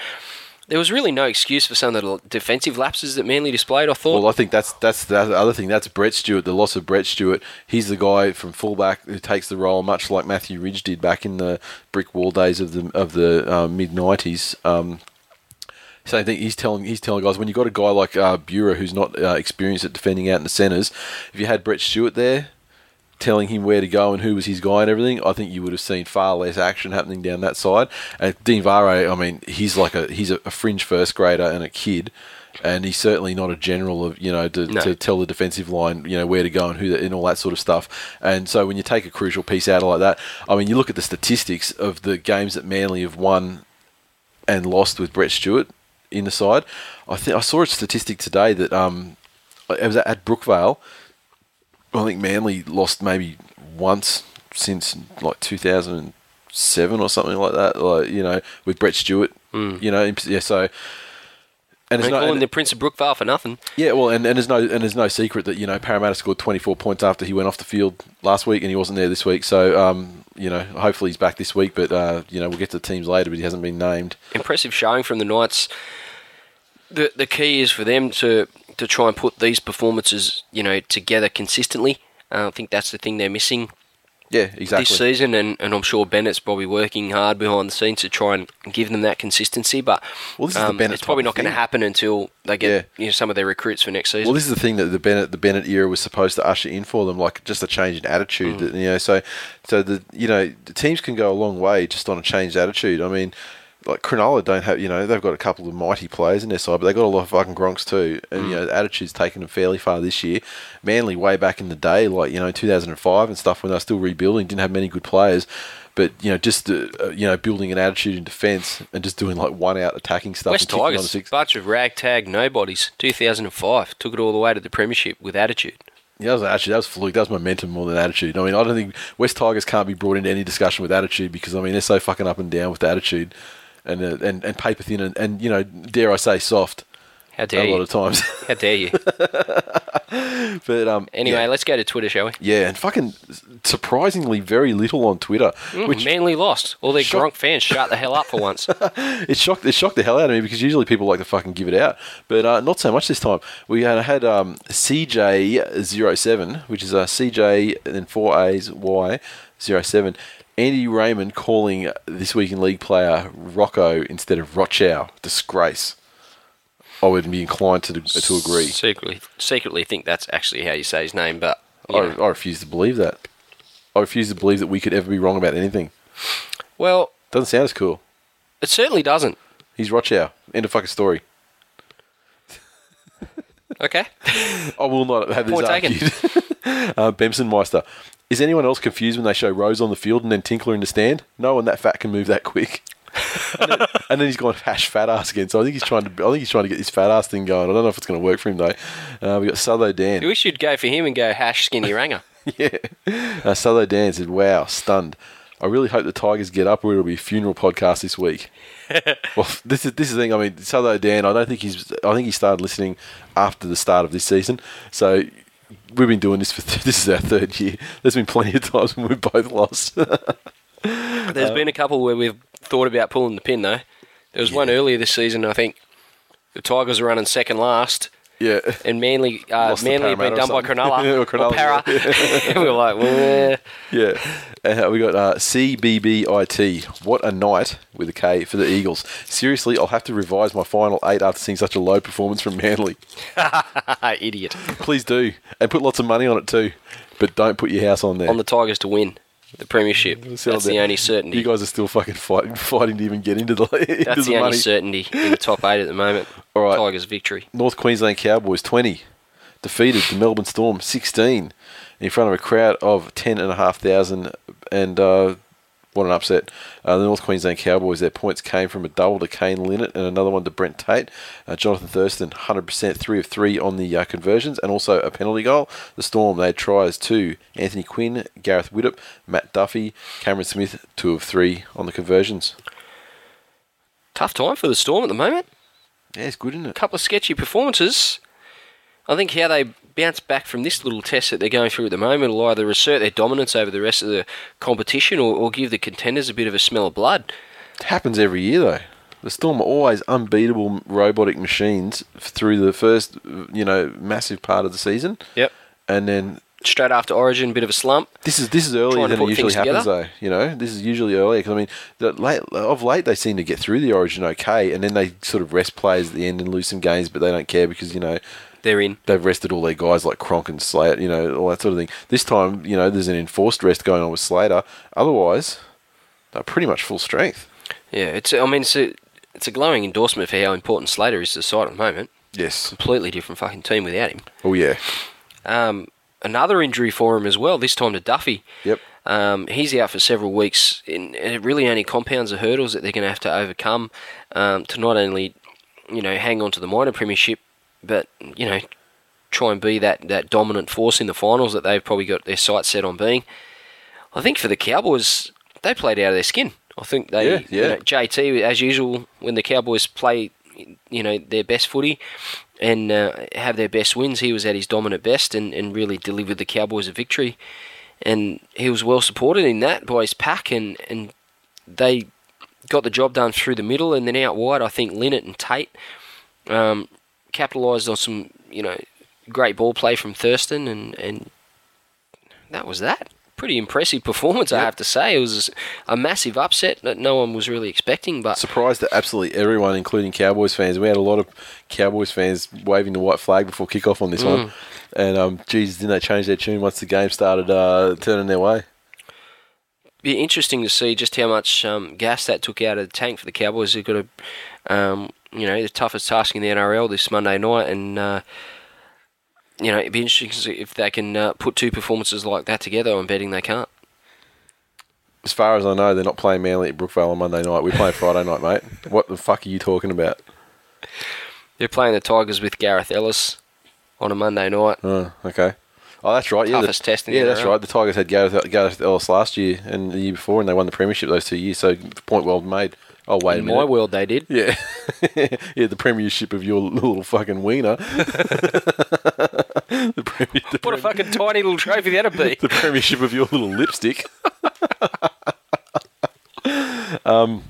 [SPEAKER 2] there was really no excuse for some of the l- defensive lapses that Manly displayed, I thought.
[SPEAKER 1] Well, I think that's that's the other thing. That's Brett Stewart. The loss of Brett Stewart. He's the guy from fullback who takes the role, much like Matthew Ridge did back in the brick wall days of the of the uh, mid nineties. Um, same thing. He's telling he's telling guys when you have got a guy like uh, Bureau who's not uh, experienced at defending out in the centres. If you had Brett Stewart there, telling him where to go and who was his guy and everything, I think you would have seen far less action happening down that side. And Dean Vare, I mean, he's like a he's a fringe first grader and a kid, and he's certainly not a general of you know to,
[SPEAKER 2] No.
[SPEAKER 1] to tell the defensive line you know where to go and who and all that sort of stuff. And so when you take a crucial piece out like that, I mean, you look at the statistics of the games that Manly have won and lost with Brett Stewart in the side. I think I saw a statistic today that um, it was at Brookvale. I think Manly lost maybe once since like 2007 or something like that. Like you know, with Brett Stewart, you know, yeah. So and
[SPEAKER 2] Mm. They
[SPEAKER 1] no-
[SPEAKER 2] call him
[SPEAKER 1] and-
[SPEAKER 2] the Prince of Brookvale for nothing.
[SPEAKER 1] yeah, well, and, and there's no and there's no secret that you know Parramatta scored 24 points after he went off the field last week, and he wasn't there this week. So, um, you know, hopefully he's back this week, but uh, you know we'll get to the teams later. But he hasn't been named.
[SPEAKER 2] impressive showing from the Knights. The the key is for them to to try and put these performances, you know, together consistently. Uh, I think that's the thing they're missing
[SPEAKER 1] Yeah, exactly.
[SPEAKER 2] this season, and, and I'm sure Bennett's probably working hard behind the scenes to try and give them that consistency. But um,
[SPEAKER 1] Well, this is the Bennett
[SPEAKER 2] it's probably
[SPEAKER 1] type
[SPEAKER 2] not
[SPEAKER 1] of
[SPEAKER 2] going to
[SPEAKER 1] thing.
[SPEAKER 2] happen until they get
[SPEAKER 1] Yeah.
[SPEAKER 2] you know, some of their recruits for next season.
[SPEAKER 1] Well, this is the thing that the Bennett the Bennett era was supposed to usher in for them, like just a change in attitude.
[SPEAKER 2] Mm.
[SPEAKER 1] That, you know, so so the you know the teams can go a long way just on a changed attitude. I mean, like Cronulla don't have you know they've got a couple of mighty players in their side, but they have got a lot of fucking Gronks too, and
[SPEAKER 2] Mm.
[SPEAKER 1] you know the attitude's taken them fairly far this year. Manly way back in the day, like you know 2005 and stuff when they were still rebuilding, didn't have many good players. But you know, just uh, uh, you know, building an attitude in defence and just doing like one out attacking stuff.
[SPEAKER 2] West
[SPEAKER 1] and kicking on
[SPEAKER 2] Tigers,
[SPEAKER 1] six-
[SPEAKER 2] bunch of ragtag nobodies, 2005, took it all the way to the Premiership with attitude.
[SPEAKER 1] Yeah, that was actually that was fluke. That was momentum more than attitude. I mean, I don't think West Tigers can't be brought into any discussion with attitude because I mean they're so fucking up and down with attitude, and uh, and and paper thin and, and you know dare I say soft
[SPEAKER 2] How
[SPEAKER 1] a
[SPEAKER 2] dare you?
[SPEAKER 1] lot of times. <laughs>
[SPEAKER 2] How dare you?
[SPEAKER 1] but um,
[SPEAKER 2] Anyway,
[SPEAKER 1] yeah.
[SPEAKER 2] let's go to Twitter, shall we?
[SPEAKER 1] yeah, and fucking surprisingly very little on Twitter,
[SPEAKER 2] Which
[SPEAKER 1] which
[SPEAKER 2] Manly lost. All their
[SPEAKER 1] Shock-
[SPEAKER 2] Gronk fans shut the hell up for once.
[SPEAKER 1] it shocked it shocked the hell out of me because usually people like to fucking give it out, but uh, not so much this time. We had, had um, CJ07, which is a CJ and then four A's Y 07. Andy Raymond calling this week in league player Rocco instead of Rochow. Disgrace. I would be inclined to to <laughs> agree.
[SPEAKER 2] Secretly, secretly think that's actually how you say his name, but you
[SPEAKER 1] I,
[SPEAKER 2] know.
[SPEAKER 1] I refuse to believe that. I refuse to believe that we could ever be wrong about anything.
[SPEAKER 2] well,
[SPEAKER 1] Doesn't sound as cool.
[SPEAKER 2] it certainly doesn't.
[SPEAKER 1] He's Rochow. End of fucking story.
[SPEAKER 2] Okay, <laughs>
[SPEAKER 1] I will not have this
[SPEAKER 2] Point taken.
[SPEAKER 1] argued. <laughs> uh, Bemsenmeister. Is anyone else confused when they show Rose on the field and then Tinkler in the stand? No one that fat can move that quick. <laughs> and, then, and then he's gone hash fat ass again. So I think he's trying to. I think he's trying to get this fat ass thing going. I don't know if it's going to work for him though. Uh, we got Southo Dan.
[SPEAKER 2] we should go for him and go hash skinny ranger.
[SPEAKER 1] <laughs> yeah, uh, Southo Dan said, "Wow, stunned." I really hope the Tigers get up, or it'll be a funeral podcast this week. well, this is this is the thing. I mean, Southo Dan. I don't think he's. I think he started listening after the start of this season. So we've been doing this for. <laughs> Th- this is our third year. There's been plenty of times when we've both lost. <laughs> Uh,
[SPEAKER 2] There's been a couple where we've thought about pulling the pin though. There was one earlier this season, I think. The Tigers were running second last,
[SPEAKER 1] yeah.
[SPEAKER 2] and Manly uh,
[SPEAKER 1] Lost to
[SPEAKER 2] Manly had been done
[SPEAKER 1] Parramatta
[SPEAKER 2] by
[SPEAKER 1] or <laughs>
[SPEAKER 2] Cronulla
[SPEAKER 1] something.
[SPEAKER 2] or,
[SPEAKER 1] Or Cronulla,
[SPEAKER 2] Para. <laughs> we were like, well, <laughs> eh.
[SPEAKER 1] Yeah. Uh, we got uh, CBBIT. What a night with a K for the Eagles. Seriously, I'll have to revise my final eight after seeing such a low performance from Manly.
[SPEAKER 2] ah, idiot.
[SPEAKER 1] Please do. And put lots of money on it too. But don't put your house on there.
[SPEAKER 2] On the Tigers to win the premiership.
[SPEAKER 1] Sell
[SPEAKER 2] That's
[SPEAKER 1] that.
[SPEAKER 2] the only certainty.
[SPEAKER 1] You guys are still fucking fighting, <laughs> fighting to even get into the, <laughs> into
[SPEAKER 2] That's the,
[SPEAKER 1] the
[SPEAKER 2] only
[SPEAKER 1] money.
[SPEAKER 2] certainty in the top eight at the moment.
[SPEAKER 1] <laughs> All right.
[SPEAKER 2] Tigers victory.
[SPEAKER 1] North Queensland Cowboys 20. Defeated the Melbourne Storm 16 in front of a crowd of 10,500. And uh, what an upset. Uh, the North Queensland Cowboys, their points came from a double to Kane Linnett and another one to Brent Tate. Uh, Jonathan Thurston, 100%, 3 of 3 on the uh, conversions and also a penalty goal. The Storm, they had tries to Anthony Quinn, Gareth Widdop, Matt Duffy, Cameron Smith, 2 of 3 on the conversions.
[SPEAKER 2] Tough time for the Storm at the moment.
[SPEAKER 1] Yeah, it's good, isn't it?
[SPEAKER 2] couple of sketchy performances. I think how they bounce back from this little test that they're going through at the moment will either assert their dominance over the rest of the competition or, or give the contenders a bit of a smell of blood.
[SPEAKER 1] happens every year though. The Storm are always unbeatable robotic machines through the first, you know, massive part of the season.
[SPEAKER 2] Yep.
[SPEAKER 1] And then
[SPEAKER 2] Straight after Origin, bit of a slump.
[SPEAKER 1] this is this is earlier
[SPEAKER 2] Trying to
[SPEAKER 1] than it
[SPEAKER 2] put
[SPEAKER 1] usually
[SPEAKER 2] things
[SPEAKER 1] happens
[SPEAKER 2] together.
[SPEAKER 1] though. You know, this is usually earlier because I mean, the late of late they seem to get through the Origin okay, and then they sort of rest players at the end and lose some games, but they don't care because you know
[SPEAKER 2] They're in.
[SPEAKER 1] they've rested all their guys like Cronk and Slater, you know, all that sort of thing. This time, you know, there's an enforced rest going on with Slater. Otherwise, they're pretty much full strength.
[SPEAKER 2] Yeah, it's. I mean, it's a, it's a glowing endorsement for how important Slater is to the side at the moment.
[SPEAKER 1] Yes.
[SPEAKER 2] Completely different fucking team without him.
[SPEAKER 1] Oh yeah.
[SPEAKER 2] Um, another injury for him as well. This time to Duffy.
[SPEAKER 1] Yep.
[SPEAKER 2] Um, he's out for several weeks, and and it really only compounds the hurdles that they're going to have to overcome um, to not only, you know, hang on to the minor premiership, but you know, try and be that, that dominant force in the finals that they've probably got their sights set on being. I I think for the Cowboys, they played out of their skin. I think they,
[SPEAKER 1] Yeah, yeah.
[SPEAKER 2] you know, JT as usual when the Cowboys play, you know, their best footy and uh, have their best wins. He was at his dominant best and, and really delivered the Cowboys a victory. And he was well supported in that by his pack, and, and they got the job done through the middle and then out wide. I think Linnett and Tate um, capitalised on some, you know, great ball play from Thurston, and, and that was that. Pretty impressive performance, I have to say. It was a massive upset that no one was really expecting, but
[SPEAKER 1] Surprised that absolutely everyone, including Cowboys fans. We had a lot of Cowboys fans waving the white flag before kickoff on this
[SPEAKER 2] Mm.
[SPEAKER 1] one. And um, Jesus, didn't they change their tune once the game started uh, turning their way?
[SPEAKER 2] be interesting to see just how much um, gas that took out of the tank for the Cowboys. They've got a, um, you know, the toughest task in the NRL this Monday night, and uh, you know, it'd be interesting to see if they can uh, put two performances like that together. I'm betting they can't.
[SPEAKER 1] As far as I know, they're not playing Manly at Brookvale on Monday night. We're playing Friday night, mate. What the fuck are you talking about?
[SPEAKER 2] They're playing the Tigers with Gareth Ellis on a Monday night.
[SPEAKER 1] Oh, okay. Oh, that's right. Yeah,
[SPEAKER 2] Toughest test in
[SPEAKER 1] Yeah,
[SPEAKER 2] the
[SPEAKER 1] that's
[SPEAKER 2] NRL.
[SPEAKER 1] right. The Tigers had Gareth, Gareth Ellis last year and the year before, and they won the premiership those two years. So point well made. Oh wait a
[SPEAKER 2] In
[SPEAKER 1] minute.
[SPEAKER 2] my world, they did.
[SPEAKER 1] Yeah, <laughs> yeah, the premiership of your little fucking wiener. the, premier, the,
[SPEAKER 2] <laughs> What a fucking tiny little trophy that'd be.
[SPEAKER 1] the premiership of your little lipstick. <laughs> um, Um,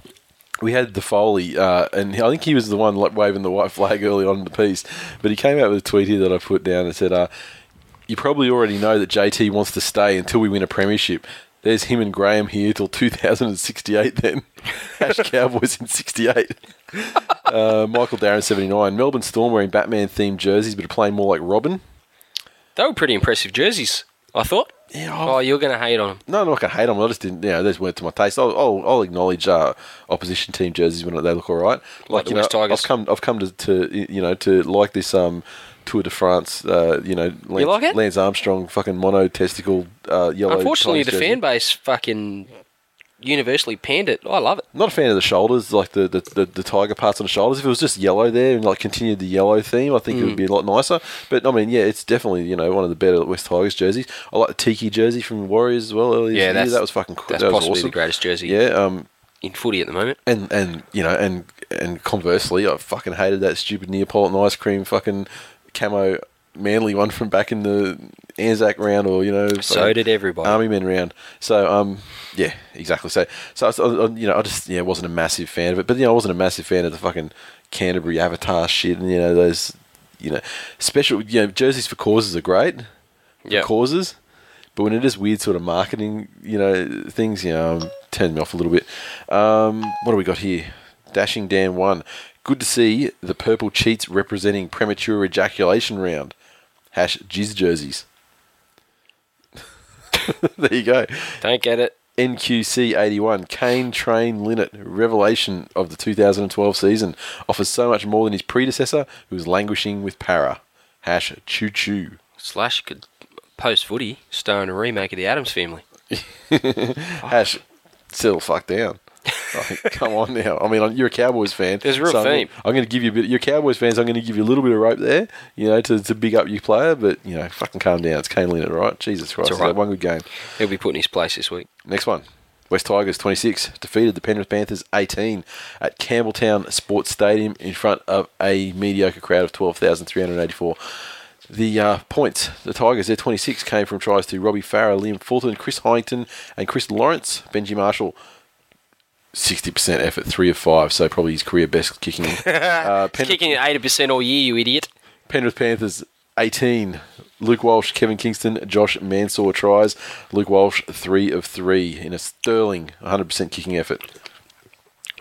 [SPEAKER 1] we had the Foley, uh, and I think he was the one like, waving the white flag early on in the piece. But he came out with a tweet here that I put down and said, uh, "You probably already know that JT wants to stay until we win a premiership." There's him and Graham here till 2068. Then, <laughs> Hash Cowboys in 68. Uh, Michael Darren 79. Melbourne Storm wearing Batman themed jerseys, but are playing more like Robin.
[SPEAKER 2] <laughs> They were pretty impressive jerseys. I thought.
[SPEAKER 1] Yeah, I-
[SPEAKER 2] Oh, you're gonna hate on them.
[SPEAKER 1] No, I'm not going to hate them. I just didn't. You know, those weren't to my taste. I'll, I'll, I'll acknowledge uh, opposition team jerseys when they look all right.
[SPEAKER 2] Like the
[SPEAKER 1] you know,
[SPEAKER 2] West Tigers.
[SPEAKER 1] I've come. I've come to, to you know to like this um, Tour de France. Uh, you know, Lance,
[SPEAKER 2] like it?
[SPEAKER 1] Lance Armstrong, fucking mono testicle uh, yellow.
[SPEAKER 2] Unfortunately,
[SPEAKER 1] Chinese
[SPEAKER 2] the
[SPEAKER 1] jersey.
[SPEAKER 2] fan base fucking universally panned it. I love it.
[SPEAKER 1] Not a fan of the shoulders, like the, the, the, the tiger parts on the shoulders. If it was just yellow there and like continued the yellow theme, I think it would
[SPEAKER 2] Hmm.
[SPEAKER 1] be a lot nicer. But I mean, yeah, it's definitely you know one of the better West Tigers jerseys. I like the tiki jersey from Warriors as well. Earlier this
[SPEAKER 2] Yeah,
[SPEAKER 1] year.
[SPEAKER 2] that's-
[SPEAKER 1] that was fucking. cool.
[SPEAKER 2] that's
[SPEAKER 1] that was
[SPEAKER 2] possibly the
[SPEAKER 1] awesome.
[SPEAKER 2] greatest jersey.
[SPEAKER 1] Yeah, um,
[SPEAKER 2] In footy at the moment.
[SPEAKER 1] and and you know and and conversely, I fucking hated that stupid Neapolitan ice cream fucking camo manly one from back in the Anzac round, or you know,
[SPEAKER 2] So did everybody.
[SPEAKER 1] Army men round. So um, yeah, exactly. So so I, I- you know, I just yeah wasn't a massive fan of it, but you know, I wasn't a massive fan of the fucking Canterbury Avatar shit, and you know those you know special you know jerseys for causes are great for
[SPEAKER 2] Yeah.
[SPEAKER 1] causes. But when it is weird sort of marketing, you know, things, you know, um, turn me off a little bit. Um, what do we got here? Dashing Dan one. Good to see the purple cheats representing premature ejaculation round. Hash jizz jerseys. <laughs> there you go.
[SPEAKER 2] Don't get it.
[SPEAKER 1] NQC eighty one. Kane Train Linnet revelation of the 2012 season offers so much more than his predecessor, who was languishing with para. Hash choo choo.
[SPEAKER 2] Slash could post footy, star in a remake of the Adams Family.
[SPEAKER 1] <sighs> Hash, settle fuck down. Like,
[SPEAKER 2] <laughs>
[SPEAKER 1] come on now. I mean, you're a Cowboys fan.
[SPEAKER 2] There's a real
[SPEAKER 1] I'm gonna-
[SPEAKER 2] theme.
[SPEAKER 1] I'm going to give you a bit. You're Cowboys fans. I'm going to give you a little bit of rope there, you know, to, to big up your player. But you know, fucking calm down. It's Kane Leonard, right? Jesus Christ,
[SPEAKER 2] all right.
[SPEAKER 1] that one good game.
[SPEAKER 2] He'll be put in his place this week.
[SPEAKER 1] Next one. West Tigers 26 defeated the Penrith Panthers 18 at Campbelltown Sports Stadium in front of a mediocre crowd of 12,384. The uh, points, the Tigers, their 26 came from tries to Robbie Farah, Liam Fulton, Chris Hyington, and Chris Lawrence. Benji Marshall, 60% effort, 3 of 5, so probably his career best kicking.
[SPEAKER 2] <laughs>
[SPEAKER 1] uh,
[SPEAKER 2] He's
[SPEAKER 1] Penrith-
[SPEAKER 2] kicking at eighty percent all year, you idiot.
[SPEAKER 1] Penrith Panthers 18. Luke Walsh, Kevin Kingston, Josh Mansour tries. Luke Walsh, three of three in a sterling 100% kicking effort.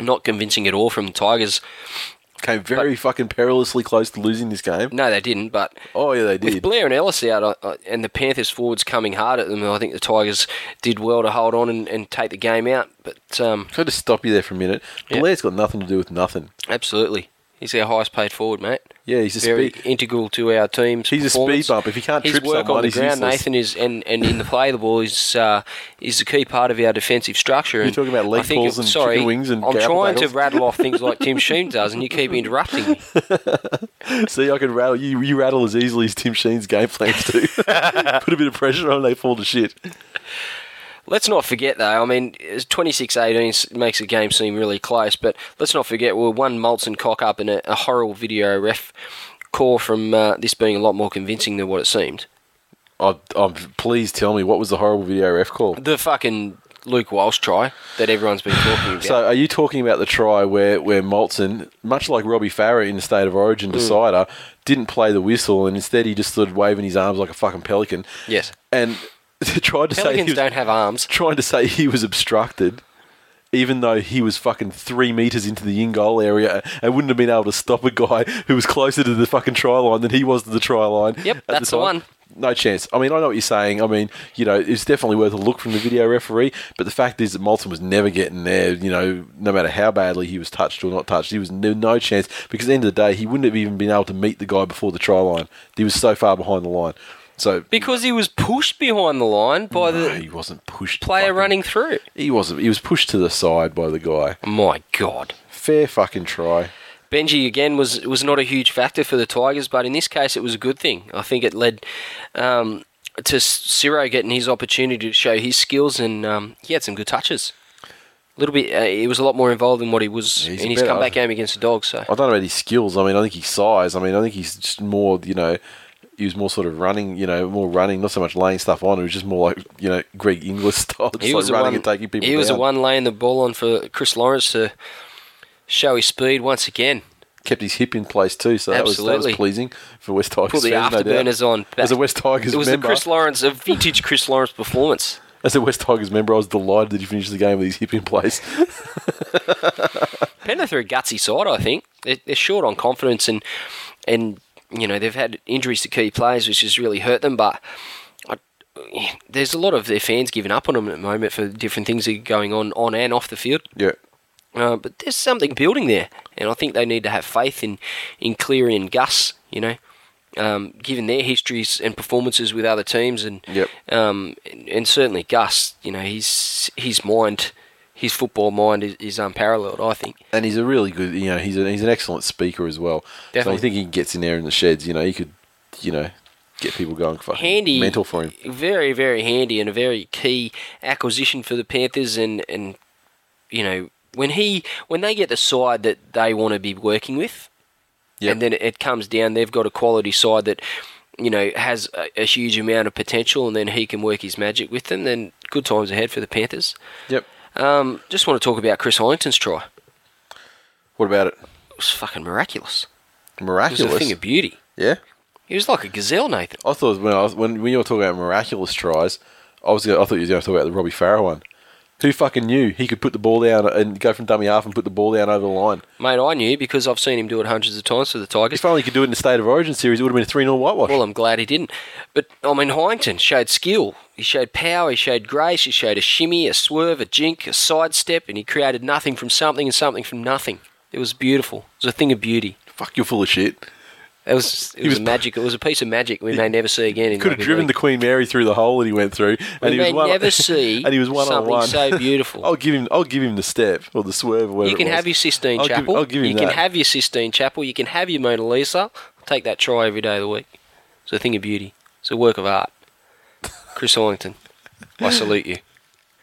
[SPEAKER 2] Not convincing at all from the Tigers.
[SPEAKER 1] Came very fucking perilously close to losing this game.
[SPEAKER 2] No, they didn't. But
[SPEAKER 1] Oh, yeah, they
[SPEAKER 2] with
[SPEAKER 1] did.
[SPEAKER 2] Blair and Ellis out, I- I- and the Panthers forwards coming hard at them, I think the Tigers did well to hold on and, and take the game out. But um,
[SPEAKER 1] Can I just stop you there for a minute?
[SPEAKER 2] Yeah.
[SPEAKER 1] Blair's got nothing to do with nothing.
[SPEAKER 2] absolutely, he's our highest paid forward, mate.
[SPEAKER 1] Yeah, he's a
[SPEAKER 2] very
[SPEAKER 1] speed-
[SPEAKER 2] integral to our team's.
[SPEAKER 1] He's a speed
[SPEAKER 2] performance.
[SPEAKER 1] bump. If he can't
[SPEAKER 2] His
[SPEAKER 1] trip
[SPEAKER 2] work
[SPEAKER 1] someone,
[SPEAKER 2] on the
[SPEAKER 1] he's
[SPEAKER 2] ground,
[SPEAKER 1] useless.
[SPEAKER 2] Nathan is, and, and in the play of the ball is uh, is a key part of our defensive structure. And
[SPEAKER 1] talking about leg
[SPEAKER 2] I think
[SPEAKER 1] pulls
[SPEAKER 2] it-
[SPEAKER 1] and
[SPEAKER 2] sorry,
[SPEAKER 1] chicken wings and
[SPEAKER 2] I'm
[SPEAKER 1] gapple
[SPEAKER 2] trying
[SPEAKER 1] bagels.
[SPEAKER 2] to rattle off
[SPEAKER 1] <laughs>
[SPEAKER 2] things like Tim Sheem does, and you keep interrupting me.
[SPEAKER 1] See, I can rattle you. You rattle as
[SPEAKER 2] <laughs>
[SPEAKER 1] easily as Tim Sheen's game plans do. Put a bit of pressure on, they fall to shit.
[SPEAKER 2] Let's not forget, though, I mean, 26 18 makes the game seem really close, but let's not forget we are one Molson cock up in a, a horrible video ref call from uh, this being a lot more convincing than what it seemed.
[SPEAKER 1] I, I, please tell me what was the horrible video ref call?
[SPEAKER 2] The fucking Luke Walsh try that everyone's been talking about.
[SPEAKER 1] So, are you talking about the try where where Maltzen, much like Robbie Farah in the State of Origin
[SPEAKER 2] Hmm.
[SPEAKER 1] decider, didn't play the whistle and instead he just stood waving his arms like a fucking pelican?
[SPEAKER 2] Yes.
[SPEAKER 1] And <laughs> tried to say he
[SPEAKER 2] Pelicans
[SPEAKER 1] was,
[SPEAKER 2] don't have arms.
[SPEAKER 1] trying to say he was obstructed, even though he was fucking three meters into the in goal area and wouldn't have been able to stop a guy who was closer to the fucking try line than he was to the try line.
[SPEAKER 2] Yep,
[SPEAKER 1] at the
[SPEAKER 2] that's the
[SPEAKER 1] time.
[SPEAKER 2] one.
[SPEAKER 1] No chance. I mean, I know what you're saying. I mean, you know, it's definitely worth a look from the video referee. But the fact is that Moulton was never getting there. You know, no matter how badly he was touched or not touched, he was no, no chance. Because at the end of the day, he wouldn't have even been able to meet the guy before the try line. He was so far behind the line. So
[SPEAKER 2] Because he was pushed behind the line by
[SPEAKER 1] no,
[SPEAKER 2] the
[SPEAKER 1] he wasn't pushed.
[SPEAKER 2] player
[SPEAKER 1] fucking-
[SPEAKER 2] running through.
[SPEAKER 1] He wasn't. He was pushed to the side by the guy.
[SPEAKER 2] My God.
[SPEAKER 1] Fair fucking try.
[SPEAKER 2] Benji again was was not a huge factor for the Tigers, but in this case, it was a good thing. I think it led um, to S- Ciro getting his opportunity to show his skills, and um, he had some good touches. A little bit, uh, he was a lot more involved than what he was
[SPEAKER 1] Yeah, he's
[SPEAKER 2] in
[SPEAKER 1] a
[SPEAKER 2] his
[SPEAKER 1] better-
[SPEAKER 2] comeback game against the Dogs. So
[SPEAKER 1] I don't know about his skills. I mean, I think his size. I mean, I think he's just more. You know, he was more sort of running. You know, more running, not so much laying stuff on. It was just more like you know Greg Inglis <laughs> style, just
[SPEAKER 2] he
[SPEAKER 1] like
[SPEAKER 2] was the
[SPEAKER 1] running
[SPEAKER 2] one.
[SPEAKER 1] and taking people.
[SPEAKER 2] he was the
[SPEAKER 1] down.
[SPEAKER 2] one laying the ball on for Chris Lawrence to show his speed once again.
[SPEAKER 1] kept his hip in place too. So that was, that was
[SPEAKER 2] Absolutely.
[SPEAKER 1] pleasing for West Tigers.
[SPEAKER 2] Put the
[SPEAKER 1] fans, no doubt.
[SPEAKER 2] afterburners on.
[SPEAKER 1] As a West Tigers
[SPEAKER 2] it was
[SPEAKER 1] member,
[SPEAKER 2] the Chris Lawrence, a vintage Chris Lawrence performance.
[SPEAKER 1] as a West Tigers member, I was delighted that he finished the game with his hip in place.
[SPEAKER 2] Penrith are a gutsy side, I think. They're, they're short on confidence, and and you know they've had injuries to key players, which has really hurt them. But I, there's a lot of their fans giving up on them at the moment for different things that are going on on and off the field.
[SPEAKER 1] yeah.
[SPEAKER 2] Uh, but there's something building there, and I think they need to have faith in in Cleary and Gus. You know. Um, given their histories and performances with other teams, and
[SPEAKER 1] Yep.
[SPEAKER 2] um, and, and certainly Gus, you know, his his mind, his football mind is, is unparalleled. I think.
[SPEAKER 1] and he's a really good you know he's a, he's an excellent speaker as well so
[SPEAKER 2] Definitely.
[SPEAKER 1] i think he gets in there in the sheds you know he could you know get people going fucking
[SPEAKER 2] handy
[SPEAKER 1] mental for him
[SPEAKER 2] Very, very handy and a very key acquisition for the Panthers and, and you know, when he when they get the side that they want to be working with
[SPEAKER 1] Yep.
[SPEAKER 2] and then it comes down, they've got a quality side that, you know, has a, a huge amount of potential and then he can work his magic with them, then good times ahead for the Panthers.
[SPEAKER 1] yep
[SPEAKER 2] Um, just want to talk about Chris Hollington's try.
[SPEAKER 1] what about it
[SPEAKER 2] It was fucking miraculous. It was
[SPEAKER 1] miraculous
[SPEAKER 2] a thing of beauty.
[SPEAKER 1] yeah
[SPEAKER 2] He was like a gazelle, Nathan.
[SPEAKER 1] i thought when i was when, when you were talking about miraculous tries i was gonna, i thought you were going to talk about the robbie farrow one who fucking knew he could put the ball down and go from dummy half and put the ball down over the line?
[SPEAKER 2] Mate, I knew because I've seen him do it hundreds of times for the Tigers.
[SPEAKER 1] If only he could do it in the State of Origin series, it would have been a 3 0 whitewash.
[SPEAKER 2] Well, I'm glad he didn't. But I mean, Hyington showed skill. He showed power. He showed grace. He showed a shimmy, a swerve, a jink, a sidestep, and he created nothing from something and something from nothing. It was beautiful. It was a thing of beauty.
[SPEAKER 1] Fuck, you're full of shit.
[SPEAKER 2] It was. It was,
[SPEAKER 1] was-
[SPEAKER 2] a magic. It was a piece of magic we may never see again. In
[SPEAKER 1] Could have
[SPEAKER 2] rugby
[SPEAKER 1] driven the
[SPEAKER 2] league.
[SPEAKER 1] Queen Mary through the hole that he went through, <laughs> and
[SPEAKER 2] We
[SPEAKER 1] he was
[SPEAKER 2] may
[SPEAKER 1] one.
[SPEAKER 2] never see
[SPEAKER 1] and he was one on
[SPEAKER 2] something
[SPEAKER 1] one.
[SPEAKER 2] so
[SPEAKER 1] <laughs>
[SPEAKER 2] beautiful.
[SPEAKER 1] I'll give him. I'll give him the step or the swerve. Or whatever
[SPEAKER 2] You can
[SPEAKER 1] it was.
[SPEAKER 2] have your Sistine
[SPEAKER 1] I'll give-
[SPEAKER 2] Chapel.
[SPEAKER 1] I'll give him
[SPEAKER 2] you
[SPEAKER 1] that.
[SPEAKER 2] can have your Sistine Chapel. You can have your Mona Lisa. Take that try every day of the week. It's a thing of beauty. It's a work of art. Chris Hollington, I salute you.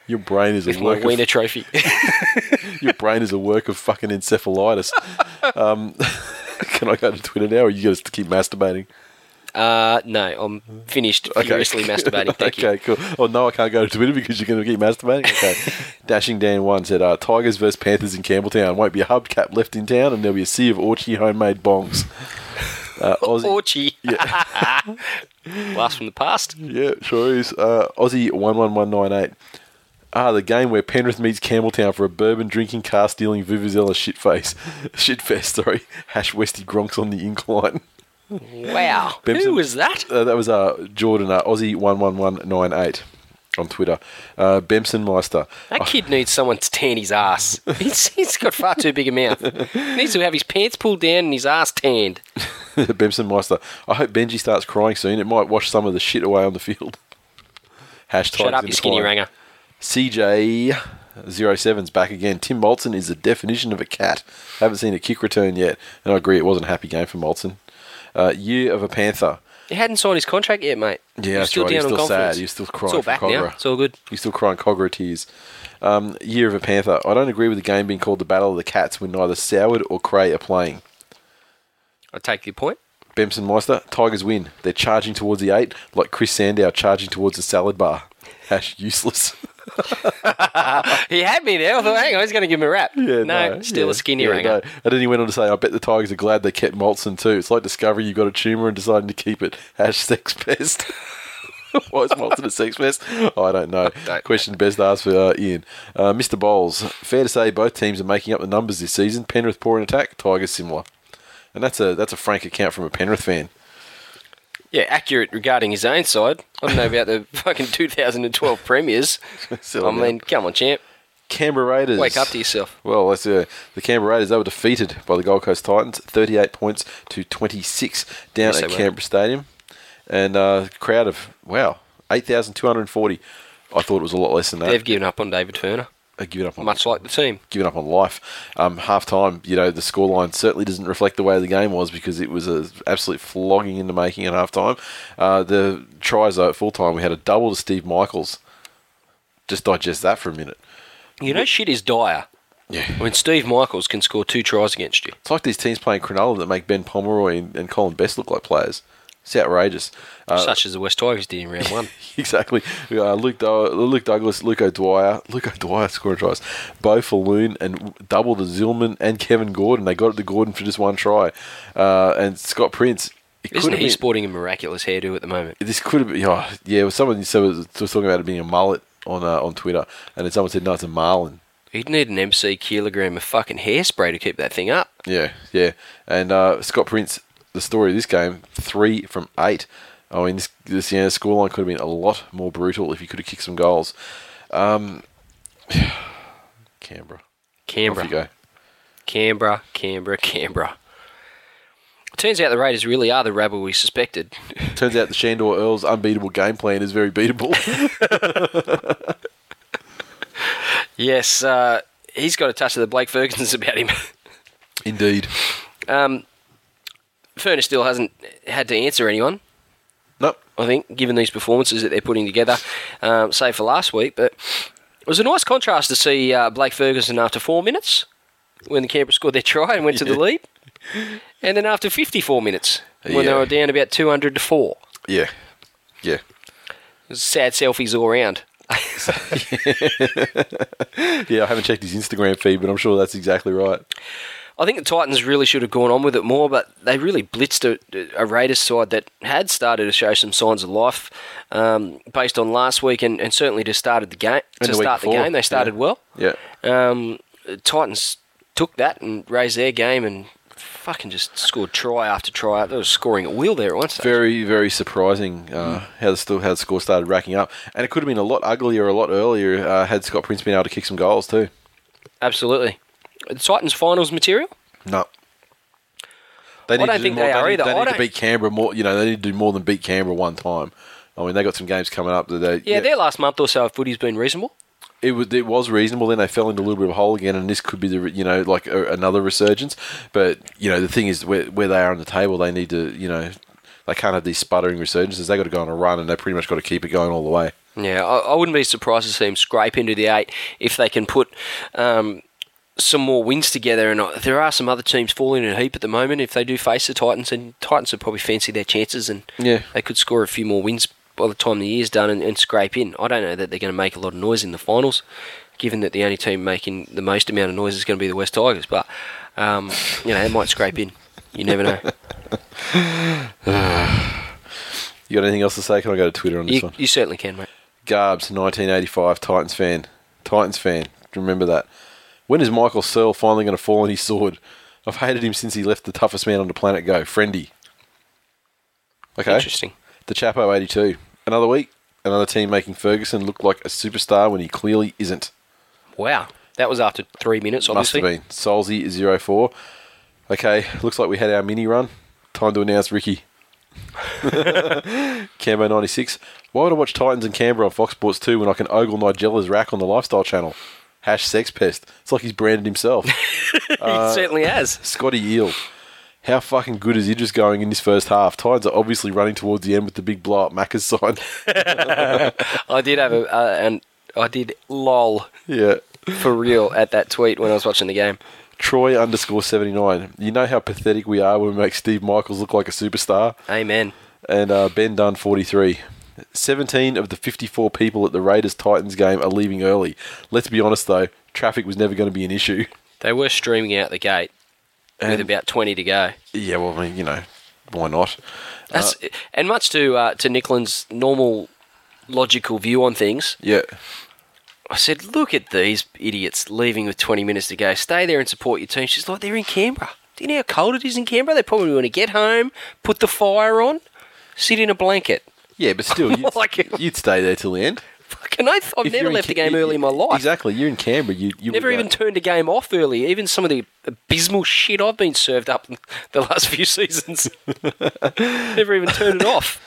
[SPEAKER 1] your brain is
[SPEAKER 2] With
[SPEAKER 1] a
[SPEAKER 2] my
[SPEAKER 1] work. Of,
[SPEAKER 2] Wiener trophy.
[SPEAKER 1] <laughs> your brain is a work of fucking
[SPEAKER 2] <laughs>
[SPEAKER 1] encephalitis. um, <laughs> can I go to Twitter now, or you got to keep masturbating?
[SPEAKER 2] Uh, no, I'm finished
[SPEAKER 1] <laughs>
[SPEAKER 2] furiously masturbating. Thank
[SPEAKER 1] okay,
[SPEAKER 2] you.
[SPEAKER 1] cool. Oh no, I can't go to Twitter because you're going to keep masturbating.
[SPEAKER 2] <laughs>
[SPEAKER 1] Okay. Dashing Dan one said, uh, "Tigers versus Panthers in Campbelltown. Won't be a hubcap left in town, and there'll be a sea of Orchie homemade
[SPEAKER 2] <laughs>
[SPEAKER 1] bongs." Uh, Aussie,
[SPEAKER 2] Orchie. <laughs> Blast from the past.
[SPEAKER 1] Yeah, sure is. Uh, Aussie 11198. Ah, the game where Penrith meets Campbelltown for a bourbon drinking, car stealing, Vuvuzela shitface. <laughs> Shitfest, sorry. Hash Westy Gronks on the incline. <laughs>
[SPEAKER 2] Wow.
[SPEAKER 1] Bimson-
[SPEAKER 2] Who was that?
[SPEAKER 1] Uh, that was uh, Jordan, uh, Aussie 11198 on Twitter. Uh, Bemson Meister.
[SPEAKER 2] That kid needs someone to tan
[SPEAKER 1] <laughs>
[SPEAKER 2] his ass. He's, he's got far too big a mouth. He needs to have his pants pulled down and his ass tanned.
[SPEAKER 1] <laughs> Bemson Meister. I hope Benji starts crying soon. It might wash some of the shit away on the field. <laughs> Hashtag.
[SPEAKER 2] Shut up, you skinny ranger.
[SPEAKER 1] CJ07's back again. Tim Moulton is the definition of a cat. Haven't seen a kick return yet, and I agree it wasn't a happy game for Moulton. Uh, year of a Panther.
[SPEAKER 2] He hadn't signed his contract yet, mate.
[SPEAKER 1] Yeah,
[SPEAKER 2] He's
[SPEAKER 1] that's
[SPEAKER 2] still
[SPEAKER 1] right.
[SPEAKER 2] down
[SPEAKER 1] He's
[SPEAKER 2] on
[SPEAKER 1] still
[SPEAKER 2] confidence.
[SPEAKER 1] sad. He's still
[SPEAKER 2] It's
[SPEAKER 1] crying.
[SPEAKER 2] all
[SPEAKER 1] for
[SPEAKER 2] back now.
[SPEAKER 1] Cogra.
[SPEAKER 2] It's all good.
[SPEAKER 1] He's still crying Cogra tears. Um, Year of a Panther. I don't agree with the game being called the Battle of the Cats when neither Soward or Cray are playing.
[SPEAKER 2] I take your point.
[SPEAKER 1] Bemson Meister. Tigers win. They're charging towards the eight like Chris Sandow charging towards the salad bar. Hash useless. <laughs>
[SPEAKER 2] He had me there. I thought, hang on, he's going to give me a rap.
[SPEAKER 1] Yeah,
[SPEAKER 2] no, still
[SPEAKER 1] yeah,
[SPEAKER 2] a skinny
[SPEAKER 1] yeah,
[SPEAKER 2] ringer.
[SPEAKER 1] no. And then he went on to say, I bet the Tigers are glad they kept Molson too. It's like Discovery, you got a tumour and deciding to keep it. Hash sex <laughs> pest. Why is Molson a sex pest? I don't know.
[SPEAKER 2] don't
[SPEAKER 1] Question best asked for uh, Ian. Uh, Mr Bowles, fair to say both teams are making up the numbers this season. Penrith poor in attack, Tigers similar. And that's a that's a frank account from a Penrith fan.
[SPEAKER 2] Yeah, accurate regarding his own side. I don't know about the <laughs> fucking 2012 premiers.
[SPEAKER 1] <laughs> Silly
[SPEAKER 2] I mean, come on, champ.
[SPEAKER 1] Canberra Raiders.
[SPEAKER 2] Wake up to yourself.
[SPEAKER 1] Well, that's, uh, the Canberra Raiders, they were defeated by the Gold Coast Titans, 38 points to 26 down
[SPEAKER 2] Yes, they
[SPEAKER 1] at
[SPEAKER 2] were.
[SPEAKER 1] Canberra Stadium. And uh, crowd of, wow, 8,240. I thought it was a lot less than that.
[SPEAKER 2] They've given up on David Turner,
[SPEAKER 1] I've given up on
[SPEAKER 2] much like the team.
[SPEAKER 1] given up on life. Um, half time, you know, the scoreline certainly doesn't reflect the way the game was because it was an absolute flogging into making at half time. Uh, the tries, though, at full time, we had a double to Steve Michaels. Just digest that for a minute.
[SPEAKER 2] You know, shit is dire.
[SPEAKER 1] Yeah.
[SPEAKER 2] I mean, Steve Michaels can score two tries against you.
[SPEAKER 1] It's like these teams playing Cronulla that make Ben Pomeroy and, and Colin Best look like players. It's outrageous. Uh, <laughs>
[SPEAKER 2] such as the West Tigers did in round one.
[SPEAKER 1] exactly. Uh, Luke, Do- Luke Douglas, Luke O'Dwyer, Luke O'Dwyer scoring tries. Bo Falloon and w- double to Zillman and Kevin Gordon. They got it to Gordon for just one try. Uh, and Scott Prince. It could
[SPEAKER 2] Isn't
[SPEAKER 1] have
[SPEAKER 2] he
[SPEAKER 1] been-
[SPEAKER 2] sporting a miraculous hairdo at the moment?
[SPEAKER 1] This could have been. Oh, yeah, someone said, was was talking about it being a mullet on uh, on Twitter. And then someone said, no, it's a marlin.
[SPEAKER 2] He'd need an MC kilogram of fucking hairspray to keep that thing up.
[SPEAKER 1] Yeah, yeah. And uh, Scott Prince, the story of this game, three from eight. I mean, this, this yeah, scoreline could have been a lot more brutal if he could have kicked some goals. Um, <sighs> Canberra. Off you
[SPEAKER 2] Canberra,
[SPEAKER 1] go.
[SPEAKER 2] Canberra, Canberra, Canberra. Turns out the Raiders really are the rabble we suspected.
[SPEAKER 1] Turns out the Shandor Earls' unbeatable game plan is very beatable.
[SPEAKER 2] yes, uh, he's got a touch of the Blake Ferguson's <laughs> about him.
[SPEAKER 1] Indeed.
[SPEAKER 2] um, Furnace still hasn't had to answer anyone.
[SPEAKER 1] Nope.
[SPEAKER 2] I think, given these performances that they're putting together, um, save for last week. But it was a nice contrast to see uh, Blake Ferguson after four minutes when the Canberra scored their try and went to the lead, and then after 54 minutes when
[SPEAKER 1] Yeah.
[SPEAKER 2] they were down about 200 to four.
[SPEAKER 1] Yeah. Yeah.
[SPEAKER 2] It was sad selfies all round.
[SPEAKER 1] Yeah, I haven't checked his Instagram feed, but I'm sure that's exactly right.
[SPEAKER 2] I think the Titans really should have gone on with it more, but they really blitzed a, a Raiders side that had started to show some signs of life um, based on last week, and, and certainly to started the game
[SPEAKER 1] And
[SPEAKER 2] to
[SPEAKER 1] the week
[SPEAKER 2] start the
[SPEAKER 1] before,
[SPEAKER 2] game they started
[SPEAKER 1] yeah.
[SPEAKER 2] well.
[SPEAKER 1] Yeah.
[SPEAKER 2] Um, Titans took that and raised their game and fucking just scored try after try. They were scoring at will there at one stage.
[SPEAKER 1] Very, very surprising uh, how the still how the score started racking up, and it could have been a lot uglier, a lot earlier uh, had Scott Prince been able to kick some goals too.
[SPEAKER 2] Absolutely. The Titans finals material?
[SPEAKER 1] No, they need
[SPEAKER 2] don't
[SPEAKER 1] to do
[SPEAKER 2] think
[SPEAKER 1] more,
[SPEAKER 2] they are
[SPEAKER 1] need,
[SPEAKER 2] either.
[SPEAKER 1] They
[SPEAKER 2] I
[SPEAKER 1] need to
[SPEAKER 2] don't-
[SPEAKER 1] beat Canberra more. You know, they need to do more than beat Canberra one time. I mean, they got some games coming up that they.
[SPEAKER 2] Yeah, their last month or so of footy's been reasonable.
[SPEAKER 1] it was it was reasonable. Then they fell into a little bit of a hole again, and this could be the re- you know like a, another resurgence. But you know the thing is where where they are on the table, they need to you know they can't have these sputtering resurgences. They got to go on a run, and they pretty much got to keep it going all the way.
[SPEAKER 2] Yeah, I, I wouldn't be surprised to see them scrape into the eight if they can put um, some more wins together. And I, there are some other teams falling in a heap at the moment if they do face the Titans, and Titans would probably fancy their chances and
[SPEAKER 1] Yeah.
[SPEAKER 2] they could score a few more wins by the time the year's done and, and scrape in. I don't know that they're going to make a lot of noise in the finals, given that the only team making the most amount of noise is going to be the West Tigers, but um, you know, they might scrape in. You never
[SPEAKER 1] <laughs>
[SPEAKER 2] know.
[SPEAKER 1] You got anything else to say? Can I go to Twitter on this
[SPEAKER 2] You,
[SPEAKER 1] one?
[SPEAKER 2] you certainly can, mate.
[SPEAKER 1] Garbs, 1985, Titans fan. Titans fan. Remember that. When is Michael Searle finally going to fall on his sword? I've hated him since he left the toughest man on the planet go, Friendy. Okay.
[SPEAKER 2] Interesting.
[SPEAKER 1] The Chapo, 82. Another week, another team making Ferguson look like a superstar when he clearly isn't.
[SPEAKER 2] Wow. That was after three minutes,
[SPEAKER 1] Must
[SPEAKER 2] obviously.
[SPEAKER 1] have been. Solzy, 04. Okay, looks like we had our mini run. Time to announce Ricky. Cambo 96. Why would I watch Titans and Canberra on Fox Sports 2 when I can ogle Nigella's rack on the Lifestyle channel? Hash sex pest. It's like he's branded himself.
[SPEAKER 2] He certainly has.
[SPEAKER 1] Scotty Eel. How fucking good is Idris going in this first half? Tides are obviously running towards the end with the big blow up Macca's <laughs> sign.
[SPEAKER 2] I did have a, uh, and I did lol
[SPEAKER 1] yeah.
[SPEAKER 2] for real at that tweet when I was watching the game.
[SPEAKER 1] Troy underscore 79. You know how pathetic we are when we make Steve Michaels look like a superstar?
[SPEAKER 2] Amen.
[SPEAKER 1] And uh, Ben Dunn, 43. 17 of the 54 people at the Raiders Titans game are leaving early. Let's be honest, though, traffic was never going to be an issue.
[SPEAKER 2] They were streaming out the gate with
[SPEAKER 1] And-
[SPEAKER 2] about twenty to go.
[SPEAKER 1] Yeah, well, I mean, you know, why not?
[SPEAKER 2] That's and much to uh, to Nicklin's normal logical view on things.
[SPEAKER 1] Yeah.
[SPEAKER 2] I said, look at these idiots leaving with 20 minutes to go. Stay there and support your team. She's like, they're in Canberra. Do you know how cold it is in Canberra? They probably want to get home, put the fire on, sit in a blanket. <laughs>
[SPEAKER 1] Yeah, but still, you'd,
[SPEAKER 2] Like-
[SPEAKER 1] you'd stay there till the end.
[SPEAKER 2] Fucking oath. I've
[SPEAKER 1] If
[SPEAKER 2] never
[SPEAKER 1] you're in
[SPEAKER 2] left a
[SPEAKER 1] Ca-
[SPEAKER 2] game
[SPEAKER 1] you-
[SPEAKER 2] early in my life.
[SPEAKER 1] Exactly. You're in Canberra. You, you
[SPEAKER 2] Never
[SPEAKER 1] would,
[SPEAKER 2] even
[SPEAKER 1] uh,
[SPEAKER 2] turned a game off early. Even some of the abysmal shit I've been served up <laughs> the last
[SPEAKER 1] <laughs>
[SPEAKER 2] few seasons. Never even turned it off.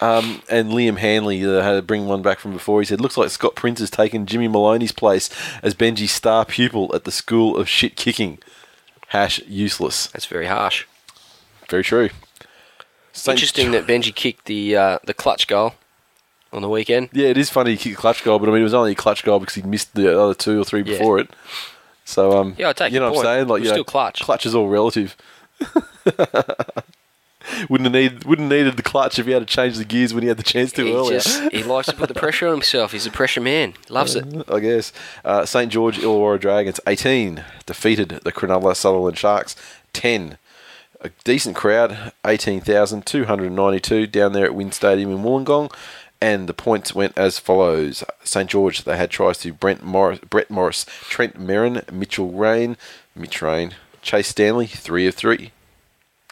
[SPEAKER 1] and Liam Hanley uh, had to bring one back from before. He said, "Looks like Scott Prince has taken Jimmy Maloney's place as Benji's star pupil at the School of Shit Kicking." Hash useless.
[SPEAKER 2] That's very harsh.
[SPEAKER 1] Very true. Saint-
[SPEAKER 2] Interesting that Benji kicked the uh, the clutch goal on the weekend.
[SPEAKER 1] Yeah, it is funny he kicked a clutch goal, but I mean it was only a clutch goal because he missed the other two or three
[SPEAKER 2] Yeah.
[SPEAKER 1] before it. So um,
[SPEAKER 2] Yeah, I take
[SPEAKER 1] you know
[SPEAKER 2] your
[SPEAKER 1] what
[SPEAKER 2] point.
[SPEAKER 1] I'm saying. Like
[SPEAKER 2] It
[SPEAKER 1] you
[SPEAKER 2] was
[SPEAKER 1] know,
[SPEAKER 2] still clutch.
[SPEAKER 1] Clutch is all relative. <laughs> wouldn't have needed wouldn't have needed the clutch if he had to change the gears when he had the chance to
[SPEAKER 2] He
[SPEAKER 1] earlier.
[SPEAKER 2] just he likes to put the pressure on himself. He's a pressure man. Loves it.
[SPEAKER 1] I guess. Uh, St. George Illawarra Dragons, 18, defeated the Cronulla Sutherland Sharks, 10. A decent crowd, 18,292 down there at Wynn Stadium in Wollongong. And the points went as follows. St. George, they had tries to Brent Morris, Brett Morris, Trent Merrin, Mitchell Rain, Mitch Rain, Chase Stanley, 3 of 3.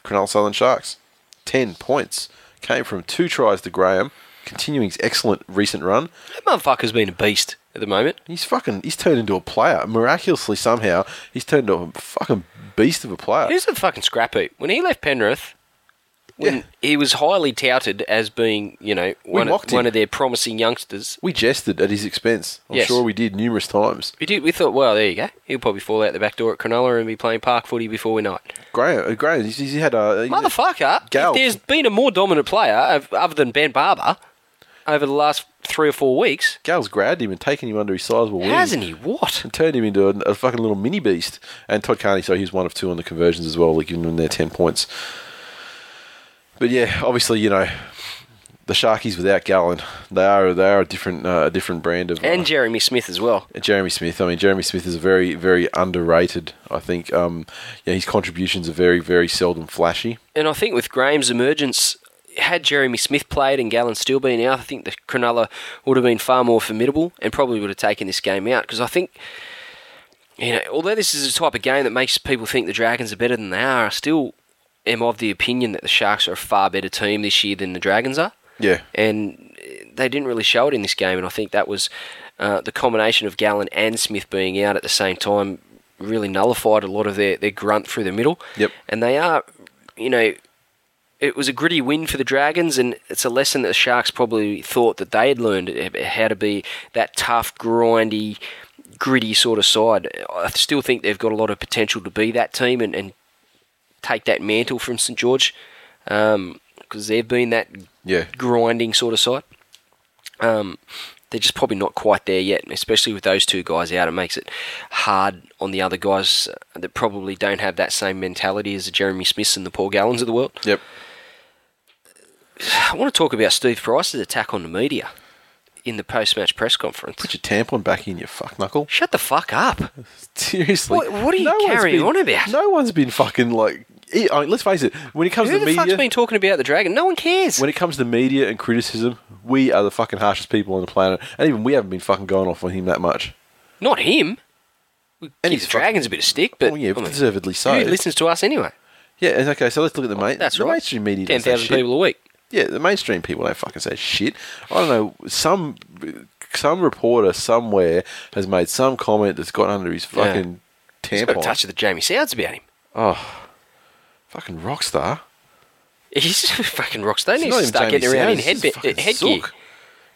[SPEAKER 1] Cronulla Southern Sharks. 10 points came from two tries to Graham, continuing his excellent recent run.
[SPEAKER 2] That motherfucker's been a beast at the moment.
[SPEAKER 1] He's fucking. He's turned into a player miraculously somehow. He's turned into a fucking beast of a player.
[SPEAKER 2] Who's the fucking scrap heap? When he left Penrith, when
[SPEAKER 1] Yeah.
[SPEAKER 2] he was highly touted as being, you know, one, of,
[SPEAKER 1] mocked
[SPEAKER 2] one
[SPEAKER 1] him.
[SPEAKER 2] of their promising youngsters,
[SPEAKER 1] we jested at his expense. I'm
[SPEAKER 2] Yes.
[SPEAKER 1] sure we did numerous times.
[SPEAKER 2] we did. We thought, well, there you go. He'll probably fall out the back door at Cronulla and be playing park footy before we know it.
[SPEAKER 1] Graham, uh, Graham, he's, he's had a
[SPEAKER 2] Motherfucker!
[SPEAKER 1] Gal.
[SPEAKER 2] If there's been a more dominant player of- other than Ben Barber over the last three or four weeks,
[SPEAKER 1] Gal's grabbed him and taken him under his sizable wing.
[SPEAKER 2] hasn't he? What?
[SPEAKER 1] And turned him into a, a fucking little mini beast. And Todd Carney, so he was one of two on the conversions as well, like giving them their ten points. But yeah, obviously, you know, the Sharkies without Gallen, they are they are a different uh, a different brand of uh,
[SPEAKER 2] And Jeremy Smith as well.
[SPEAKER 1] Jeremy Smith. I mean, Jeremy Smith is very, very underrated. I think, um, yeah, his contributions are very, very seldom flashy.
[SPEAKER 2] And I think with Graham's emergence, had Jeremy Smith played and Gallon still been out, I think the Cronulla would have been far more formidable and probably would have taken this game out because I think. You know, although this is a type of game that makes people think the Dragons are better than they are, I still am of the opinion that the Sharks are a far better team this year than the Dragons are.
[SPEAKER 1] Yeah,
[SPEAKER 2] And they didn't really show it in this game, and I think that was uh, the combination of Gallen and Smith being out at the same time really nullified a lot of their, their grunt through the middle.
[SPEAKER 1] Yep.
[SPEAKER 2] And they are, you know, it was a gritty win for the Dragons, and it's a lesson that the Sharks probably thought that they had learned eh, how to be that tough, grindy, gritty sort of side. I still think they've got a lot of potential to be that team and, and take that mantle from St George because they've been that
[SPEAKER 1] Yeah.
[SPEAKER 2] grinding sort of side. Um, they're just probably not quite there yet, especially with those two guys out. It makes it hard on the other guys uh, that probably don't have that same mentality as the Jeremy Smiths and the Paul Gallons of the
[SPEAKER 1] <laughs>
[SPEAKER 2] world.
[SPEAKER 1] yep.
[SPEAKER 2] I want to talk about Steve Price's attack on the media in the post-match press conference.
[SPEAKER 1] Put your tampon back in your fuck knuckle. <laughs>
[SPEAKER 2] Shut the fuck up!
[SPEAKER 1] Seriously,
[SPEAKER 2] What- what are you
[SPEAKER 1] one's
[SPEAKER 2] carrying
[SPEAKER 1] been-
[SPEAKER 2] on about?
[SPEAKER 1] No one's been fucking like. e- I mean, let's face it. When it comes
[SPEAKER 2] Who
[SPEAKER 1] to
[SPEAKER 2] the
[SPEAKER 1] media,
[SPEAKER 2] fuck's been talking about the dragon? No one cares.
[SPEAKER 1] when it comes to media and criticism, we are the fucking harshest people on the planet, and even we haven't been fucking going off on him that much.
[SPEAKER 2] not him. We
[SPEAKER 1] And
[SPEAKER 2] give
[SPEAKER 1] he's
[SPEAKER 2] the dragons a bit of stick, but
[SPEAKER 1] Well, yeah,
[SPEAKER 2] I mean,
[SPEAKER 1] deservedly so.
[SPEAKER 2] Who listens to us anyway?
[SPEAKER 1] Yeah, it's okay. So let's look at the main.
[SPEAKER 2] Oh, That's
[SPEAKER 1] the
[SPEAKER 2] right.
[SPEAKER 1] mainstream media.
[SPEAKER 2] Ten
[SPEAKER 1] doesn't say
[SPEAKER 2] thousand
[SPEAKER 1] shit.
[SPEAKER 2] people a week.
[SPEAKER 1] Yeah, the mainstream people don't fucking say shit. I don't know. Some some reporter somewhere has made some comment that's got under his fucking
[SPEAKER 2] He's got a
[SPEAKER 1] tampon.
[SPEAKER 2] touch of the Jamie Sounds about him. <laughs>
[SPEAKER 1] fucking rock star.
[SPEAKER 2] He's a fucking rock star. He
[SPEAKER 1] It's
[SPEAKER 2] needs to
[SPEAKER 1] not
[SPEAKER 2] start
[SPEAKER 1] even
[SPEAKER 2] getting around in
[SPEAKER 1] Jamie Sounds,
[SPEAKER 2] headba-
[SPEAKER 1] it's fucking
[SPEAKER 2] headgear.
[SPEAKER 1] Zook.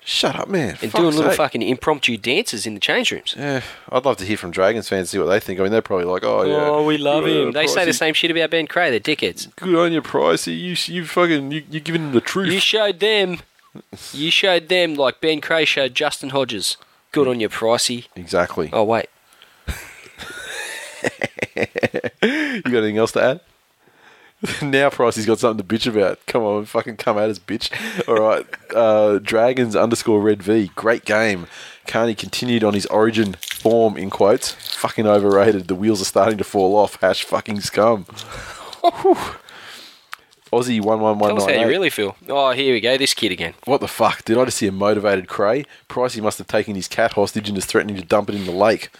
[SPEAKER 1] Shut up, man.
[SPEAKER 2] and
[SPEAKER 1] Fuck's
[SPEAKER 2] doing little
[SPEAKER 1] sake.
[SPEAKER 2] fucking impromptu dances in the change rooms.
[SPEAKER 1] Yeah, I'd love to hear from Dragons fans see what they think. I mean, they're probably like, "Oh, yeah,
[SPEAKER 2] Oh, we love
[SPEAKER 1] Yeah,
[SPEAKER 2] him. They say the
[SPEAKER 1] Pricey.
[SPEAKER 2] same shit about Ben Cray.
[SPEAKER 1] <laughs>
[SPEAKER 2] They're dickheads.
[SPEAKER 1] Good on you, Pricey. You you fucking you you giving them the truth.
[SPEAKER 2] You showed them. You showed them like Ben Cray showed Justin Hodges. Good on you, Pricey.
[SPEAKER 1] exactly.
[SPEAKER 2] Oh wait,
[SPEAKER 1] You got anything else to add? <laughs> now Pricey's got something to bitch about. Come on, fucking come at us, bitch. All right. Uh, Dragons underscore Red V. Great game. Carney continued on his origin form, in quotes. Fucking overrated. The wheels are starting to fall off. Hash fucking scum. Whew. Aussie
[SPEAKER 2] tell us how you
[SPEAKER 1] 11198.
[SPEAKER 2] really feel. Oh, here we go. This kid again.
[SPEAKER 1] What the fuck? Did I just see a motivated cray? Pricey must have taken his cat hostage and is threatening to dump it in the lake.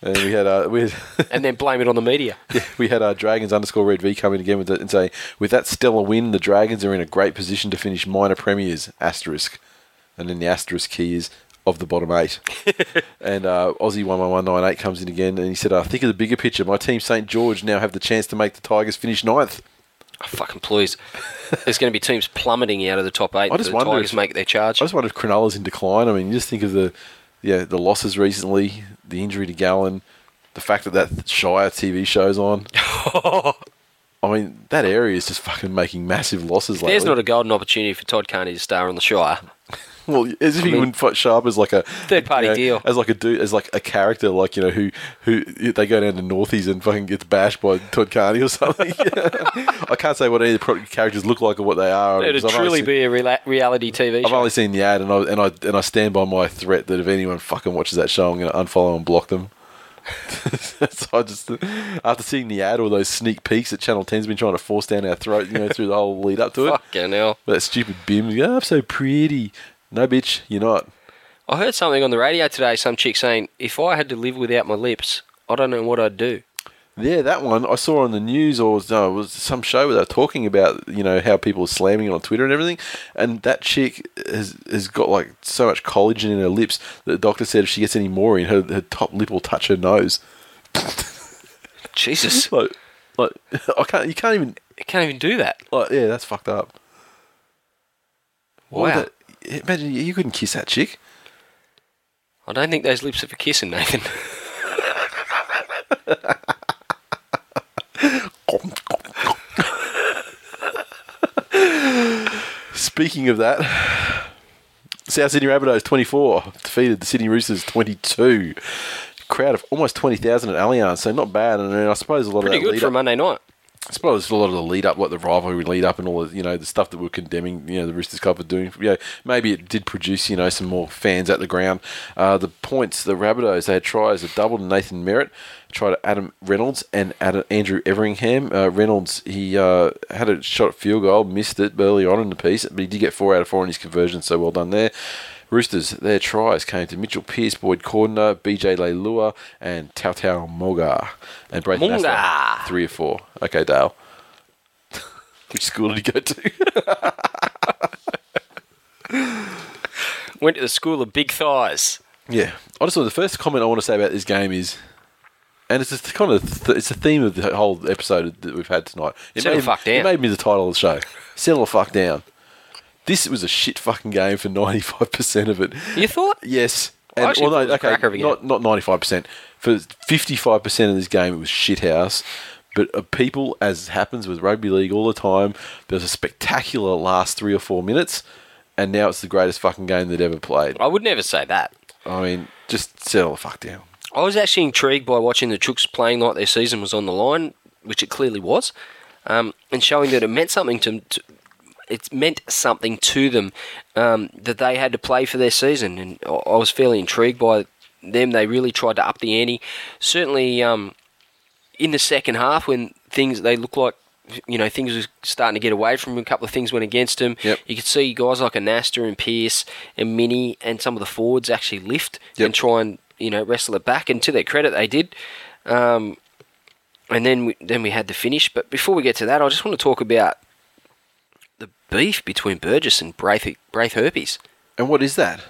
[SPEAKER 1] And we had uh, we had,
[SPEAKER 2] <laughs> And then blame it on the media.
[SPEAKER 1] we had our Dragons underscore Red V come in again with it and say, with that stellar win, the Dragons are in a great position to finish minor premiers asterisk, and then the asterisk key is of the bottom eight. and uh, Aussie one one one nine eight comes in again and he said, I think of the bigger picture. My team St George now have the chance to make the Tigers finish ninth.
[SPEAKER 2] Oh, fucking please. There's going to be teams plummeting out of the top eight.
[SPEAKER 1] I just
[SPEAKER 2] the
[SPEAKER 1] wonder
[SPEAKER 2] Tigers
[SPEAKER 1] if-
[SPEAKER 2] make their charge.
[SPEAKER 1] I just wonder if Cronulla's in decline. I mean, you just think of the yeah the losses recently, the injury to Gallen, the fact that that Shire TV show's
[SPEAKER 2] <laughs>
[SPEAKER 1] on. I mean, that area is just fucking making massive losses lately.
[SPEAKER 2] There's not a golden opportunity for Todd Carney to star on the Shire.
[SPEAKER 1] well, as if he
[SPEAKER 2] mean-
[SPEAKER 1] wouldn't fight Sharp as like a
[SPEAKER 2] Third party
[SPEAKER 1] you know,
[SPEAKER 2] deal.
[SPEAKER 1] as like a dude, as like a character, like you know who who they go down to Northies and fucking gets bashed by Todd Carney or something. <laughs> I can't say what any of the pro- characters look like or what they are.
[SPEAKER 2] <laughs> It'd
[SPEAKER 1] because I've only
[SPEAKER 2] truly
[SPEAKER 1] seen-
[SPEAKER 2] be a rela- reality TV
[SPEAKER 1] I've
[SPEAKER 2] show.
[SPEAKER 1] only seen the ad, and I and I and I stand by my threat that if anyone fucking watches that show, I'm going to unfollow and block them. <laughs> so I just after seeing the ad, all those sneak peeks that Channel 10's been trying to force down our throat, you know, through the whole lead up to it.
[SPEAKER 2] Fucking hell.
[SPEAKER 1] With that stupid bim, you go, "Oh, I'm so pretty. No, bitch, you're not.
[SPEAKER 2] I heard something on the radio today, some chick saying, if I had to live without my lips, I don't know what I'd do.
[SPEAKER 1] Yeah, that one I saw on the news, or was, no, it was some show where they were talking about you know how people are slamming it on Twitter and everything, and that chick has has got like so much collagen in her lips that the doctor said if she gets any more in her, her top lip will touch her nose.
[SPEAKER 2] Jesus.
[SPEAKER 1] like, like <laughs> I can't. You can't even.
[SPEAKER 2] I can't even do that.
[SPEAKER 1] Like, yeah, that's fucked up. What
[SPEAKER 2] Wow.
[SPEAKER 1] would that- imagine you couldn't kiss that chick.
[SPEAKER 2] I don't think those lips are for kissing, Nathan. <laughs>
[SPEAKER 1] Speaking of that, South Sydney Rabbitohs 24 defeated the Sydney Roosters 22. Crowd of almost 20,000 at Allianz, so not bad. And uh, I suppose a lot
[SPEAKER 2] Pretty
[SPEAKER 1] of that
[SPEAKER 2] good
[SPEAKER 1] lead
[SPEAKER 2] for a
[SPEAKER 1] up-
[SPEAKER 2] Monday night.
[SPEAKER 1] I suppose a lot of the lead up, like the rivalry lead up, and all the you know the stuff that we're condemning, you know, the Roosters Club are doing. You know, maybe it did produce you know some more fans at the ground. Uh, the points, the Rabbitohs, they had tries, a double to Nathan Merritt, a try to Adam Reynolds and Adam, Andrew Everingham. Uh, Reynolds he uh, had a shot at field goal, missed it early on in the piece, but he did get four out of four in his conversion, so well done there. Roosters, their tries came to Mitchell Pearce, Boyd Cordner, BJ Leilua, and Tau Tau Moga. And Braden
[SPEAKER 2] Moga.
[SPEAKER 1] Astor, three or four. Okay, Dale. <laughs> Which school did he go to?
[SPEAKER 2] Went to the school of big thighs.
[SPEAKER 1] yeah. I just want the first comment I want to say about this game is, and it's just kind of th- it's a theme of the whole episode that we've had tonight. It
[SPEAKER 2] Settle
[SPEAKER 1] made,
[SPEAKER 2] the fuck down.
[SPEAKER 1] It made me the title of the show. Settle the fuck down. This was a shit fucking game for ninety five percent of it.
[SPEAKER 2] You thought?
[SPEAKER 1] Yes.
[SPEAKER 2] I
[SPEAKER 1] And,
[SPEAKER 2] actually
[SPEAKER 1] well, no,
[SPEAKER 2] thought it was a
[SPEAKER 1] okay,
[SPEAKER 2] cracker of a game.
[SPEAKER 1] not not ninety five percent. For fifty five percent of this game, it was shit house. But uh, people, as happens with rugby league all the time, there's a spectacular last three or four minutes, and now it's the greatest fucking game that ever played.
[SPEAKER 2] I would never say that.
[SPEAKER 1] I mean, just settle the fuck down.
[SPEAKER 2] I was actually intrigued by watching the Chooks playing like their season was on the line, which it clearly was, um, and showing that it meant something to, to it meant something to them um, that they had to play for their season, and I I was fairly intrigued by them. They really tried to up the ante. Certainly, um, in the second half, when things they looked like you know things were starting to get away from them, a couple of things went against them.
[SPEAKER 1] Yep.
[SPEAKER 2] You could see guys like Anasta and Pierce and Mini and some of the forwards actually lift
[SPEAKER 1] Yep.
[SPEAKER 2] and try and you know wrestle it back. And to their credit, they did. Um, and then we, then we had the finish. But before we get to that, I just want to talk about the beef between Burgess and Braith Braith Herpes.
[SPEAKER 1] And what is that?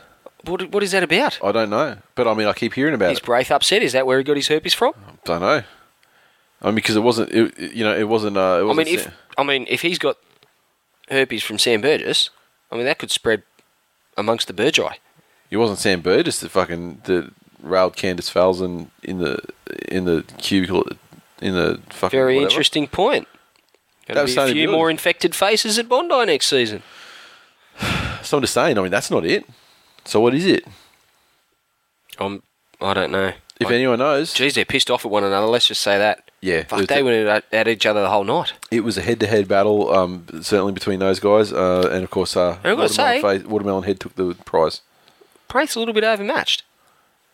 [SPEAKER 2] What, what is that about?
[SPEAKER 1] I don't know. But I mean, I keep hearing about
[SPEAKER 2] Is
[SPEAKER 1] it.
[SPEAKER 2] Braith upset? Is that where he got his herpes from?
[SPEAKER 1] don't know. I mean, because it wasn't. It, it- you know, it wasn't. Uh, it
[SPEAKER 2] I
[SPEAKER 1] wasn't
[SPEAKER 2] mean, if I mean if he's got herpes from Sam Burgess, I mean that could spread amongst the Burgeye.
[SPEAKER 1] He wasn't Sam Burgess, the fucking the railed Candace Falzon in the in the cubicle in the fucking
[SPEAKER 2] Very
[SPEAKER 1] whatever.
[SPEAKER 2] interesting point.
[SPEAKER 1] That
[SPEAKER 2] Going
[SPEAKER 1] was
[SPEAKER 2] to be a
[SPEAKER 1] Tony
[SPEAKER 2] few
[SPEAKER 1] Billings.
[SPEAKER 2] more infected faces at Bondi next season.
[SPEAKER 1] So I'm just saying. I mean, that's not it. So what is it?
[SPEAKER 2] I'm, I don't know.
[SPEAKER 1] Um, If
[SPEAKER 2] Like,
[SPEAKER 1] anyone knows,
[SPEAKER 2] geez, they're pissed off at one another. Let's just say that.
[SPEAKER 1] Yeah, it
[SPEAKER 2] Fuck,
[SPEAKER 1] was
[SPEAKER 2] they
[SPEAKER 1] a-
[SPEAKER 2] went at, at each other the whole night.
[SPEAKER 1] it was a head-to-head battle, um, certainly between those guys, uh, and of course, uh,
[SPEAKER 2] And I've got to
[SPEAKER 1] watermelon,
[SPEAKER 2] say-
[SPEAKER 1] Fa- watermelon Head took the prize.
[SPEAKER 2] Braith's a little bit overmatched.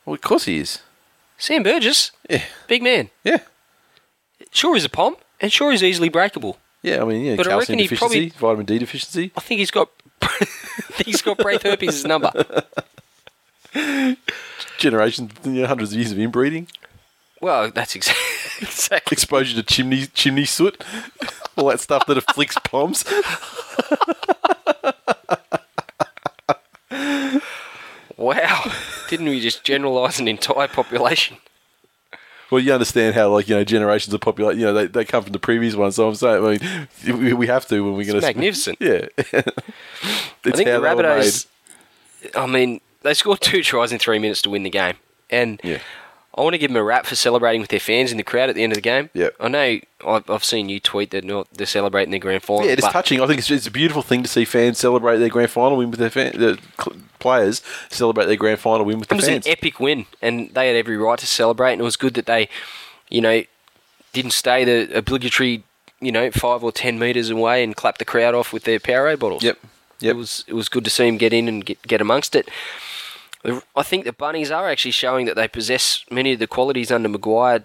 [SPEAKER 1] Well, of course he is.
[SPEAKER 2] Sam Burgess,
[SPEAKER 1] Yeah,
[SPEAKER 2] big man.
[SPEAKER 1] yeah,
[SPEAKER 2] Sure he's a pom, and sure he's easily breakable.
[SPEAKER 1] yeah. I mean, yeah,
[SPEAKER 2] But I
[SPEAKER 1] calcium
[SPEAKER 2] reckon he
[SPEAKER 1] deficiency,
[SPEAKER 2] probably-
[SPEAKER 1] vitamin D deficiency.
[SPEAKER 2] I think he's got. <laughs> I think he's got Braith herpes' number.
[SPEAKER 1] generations, you know, hundreds of years of inbreeding,
[SPEAKER 2] Well, that's exa- <laughs> exactly.
[SPEAKER 1] exposure to chimney chimney soot, <laughs> all that stuff that
[SPEAKER 2] <laughs>
[SPEAKER 1] afflicts palms.
[SPEAKER 2] Wow, didn't we just generalise an entire population?
[SPEAKER 1] Well, you understand how like you know generations of population, you know, they, they come from the previous one. So I'm saying, I mean, we, we have to when we're going to
[SPEAKER 2] magnificent.
[SPEAKER 1] Yeah,
[SPEAKER 2] I think the
[SPEAKER 1] how they were
[SPEAKER 2] Rabbitohs. I mean, they scored two tries in three minutes to win the game, and
[SPEAKER 1] made. Yeah,
[SPEAKER 2] I want to give them a rap for celebrating with their fans in the crowd at the end of the game.
[SPEAKER 1] Yep.
[SPEAKER 2] I know I've, I've seen you tweet that not they're celebrating their grand final.
[SPEAKER 1] yeah, it's
[SPEAKER 2] but
[SPEAKER 1] touching. I think it's, it's a beautiful thing to see fans celebrate their grand final win with their fan, the cl- players celebrate their grand final win with
[SPEAKER 2] It
[SPEAKER 1] the
[SPEAKER 2] was
[SPEAKER 1] fans.
[SPEAKER 2] an epic win, and they had every right to celebrate. And it was good that they, you know, didn't stay the obligatory, you know, five or ten meters away and clap the crowd off with their Powerade bottles.
[SPEAKER 1] Yep. Yep.
[SPEAKER 2] It was it was good to see him get in and get, get amongst it. I think the Bunnies are actually showing that they possess many of the qualities under Maguire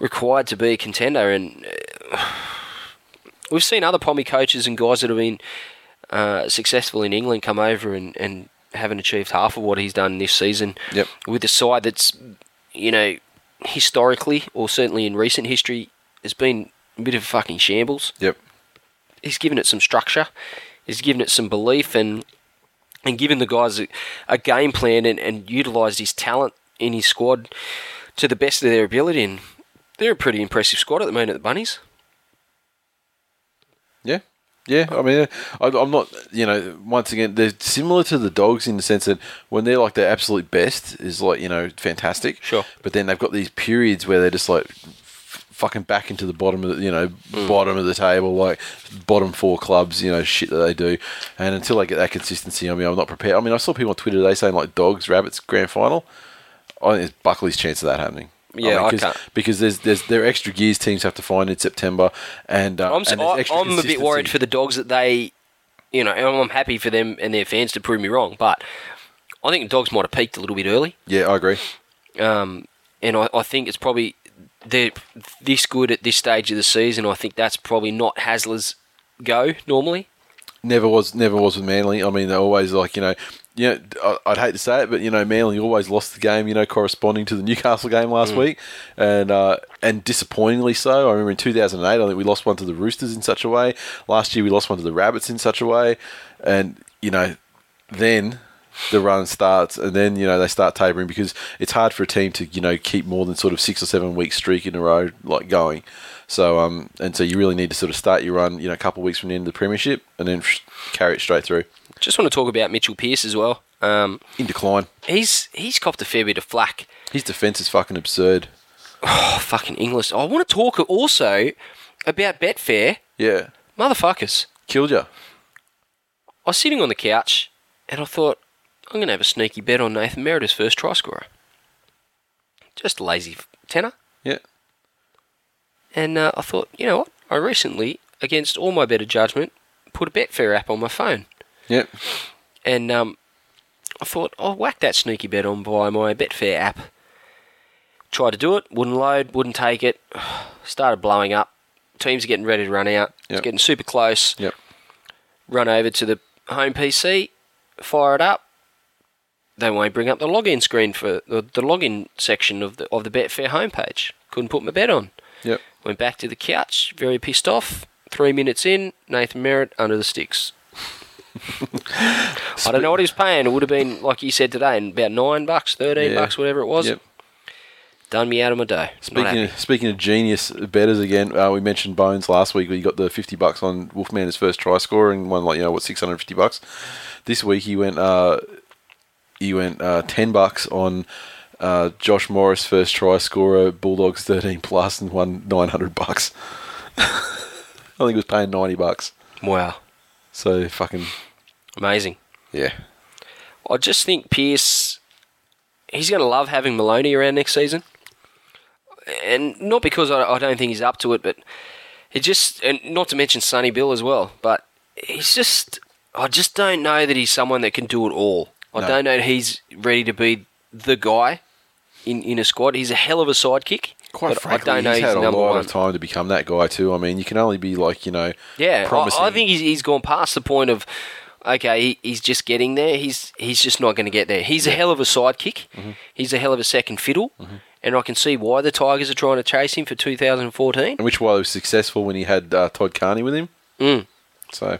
[SPEAKER 2] required to be a contender, and uh, we've seen other Pommy coaches and guys that have been uh, successful in England come over and, and haven't achieved half of what he's done this season
[SPEAKER 1] Yep.
[SPEAKER 2] with a side that's, you know, historically or certainly in recent history has been a bit of a fucking shambles
[SPEAKER 1] yep.
[SPEAKER 2] he's given it some structure, he's given it some belief, and and given the guys a, a game plan and, and utilised his talent in his squad to the best of their ability. And they're a pretty impressive squad at the moment at the Bunnies.
[SPEAKER 1] Yeah, yeah. I mean, I, I'm not. You know, once again, they're similar to the dogs in the sense that when they're like their absolute best is like you know fantastic.
[SPEAKER 2] Sure.
[SPEAKER 1] But then they've got these periods where they're just like f- fucking back into the bottom of the, you know
[SPEAKER 2] Mm.
[SPEAKER 1] bottom of the table, like bottom four clubs. You know shit that they do, and until they get that consistency, I mean, I'm not prepared. I mean, I saw people on Twitter today saying like dogs, rabbits, grand final. I think it's Buckley's chance of that happening.
[SPEAKER 2] Yeah, I
[SPEAKER 1] 'cause-
[SPEAKER 2] can't-
[SPEAKER 1] because there's there's there are extra gears teams have to find in September, and um,
[SPEAKER 2] I'm s-
[SPEAKER 1] and there's
[SPEAKER 2] I,
[SPEAKER 1] extra
[SPEAKER 2] I'm a bit worried
[SPEAKER 1] consistency.
[SPEAKER 2] for the dogs that they, you know, and I'm happy for them and their fans to prove me wrong, but I think the dogs might have peaked a little bit early.
[SPEAKER 1] Yeah, I agree.
[SPEAKER 2] Um, and I, I think it's probably they're this good at this stage of the season. I think that's probably not Hasler's go normally.
[SPEAKER 1] Never was, never was with Manly. I mean, they're always like you know, you know, I- I'd hate to say it, but you know, Manly always lost the game. You know, corresponding to the <laughs> Newcastle game last
[SPEAKER 2] Hmm.
[SPEAKER 1] week, and uh, and disappointingly so. I remember in 2008, I think we lost one to the Roosters in such a way. Last year, we lost one to the Rabbits in such a way, and you know, then the run starts and then you know they start tapering because it's hard for a team to you know keep more than sort of six or seven week streak in a row like going so um and so you really need to sort of start your run you know a couple of weeks from the end of the premiership and then carry it straight through
[SPEAKER 2] Just want to talk about Mitchell Pearce as well. Um,
[SPEAKER 1] in decline
[SPEAKER 2] he's he's copped a fair bit of flack.
[SPEAKER 1] his defense is fucking absurd
[SPEAKER 2] Oh, fucking English. I want to talk also about Betfair.
[SPEAKER 1] yeah
[SPEAKER 2] Motherfuckers.
[SPEAKER 1] killed you
[SPEAKER 2] I was sitting on the couch and I thought, I'm going to have a sneaky bet on Nathan Meredith's first try scorer. Just a lazy f- tenner.
[SPEAKER 1] yeah
[SPEAKER 2] And uh, I thought, you know what? I recently, against all my better judgment, put a Betfair app on my phone.
[SPEAKER 1] yeah
[SPEAKER 2] And um, I thought, I'll whack that sneaky bet on via my Betfair app. Tried to do it, wouldn't load, wouldn't take it. <sighs> Started blowing up. Teams are getting ready to run out. It's
[SPEAKER 1] Yep.
[SPEAKER 2] getting super close.
[SPEAKER 1] yep
[SPEAKER 2] Run over to the home PC, fire it up. They won't bring up the login screen for the, the login section of the of the Betfair homepage. Couldn't put my bet on.
[SPEAKER 1] yep
[SPEAKER 2] Went back to the couch, very pissed off. Three minutes in, Nathan Merritt under
[SPEAKER 1] <laughs>
[SPEAKER 2] the sticks. I don't know what he was paying. It would have been, like you said today, about nine bucks, thirteen
[SPEAKER 1] Yeah.
[SPEAKER 2] bucks, whatever it was.
[SPEAKER 1] Yep.
[SPEAKER 2] Done me out of my dough. Not
[SPEAKER 1] Speaking
[SPEAKER 2] happy.
[SPEAKER 1] of, speaking of genius betters again, uh, we mentioned Bones last week. He got the fifty bucks on Wolfman his first try score and won like you know what six hundred fifty bucks. This week he went uh, he went uh, ten bucks on uh, Josh Morris first try scorer Bulldogs thirteen plus and won nine hundred bucks. <laughs> I think he was paying ninety bucks.
[SPEAKER 2] wow,
[SPEAKER 1] So fucking
[SPEAKER 2] amazing.
[SPEAKER 1] yeah.
[SPEAKER 2] I just think Pierce, he's going to love having Maloney around next season. And not because I, I don't think he's up to it, but it just, and not to mention Sonny Bill as well, but he's just, I just don't know that he's someone that can do it all. I
[SPEAKER 1] No.
[SPEAKER 2] don't know that he's ready to be the guy in, in a squad. He's a hell of a sidekick.
[SPEAKER 1] Quite
[SPEAKER 2] but
[SPEAKER 1] frankly,
[SPEAKER 2] I don't know
[SPEAKER 1] he's
[SPEAKER 2] he's
[SPEAKER 1] had a
[SPEAKER 2] number
[SPEAKER 1] lot
[SPEAKER 2] one.
[SPEAKER 1] of time to become that guy too. I mean, you can only be like you know,
[SPEAKER 2] Yeah,
[SPEAKER 1] promising.
[SPEAKER 2] I, I think he's, he's gone past the point of okay, he, he's just getting there. He's he's just not going to get there. He's a hell of a sidekick. He's a hell of a second fiddle, and I can see why the Tigers are trying to chase him for 2014
[SPEAKER 1] and which why he was successful when he had uh, Todd Carney with him. Mm. So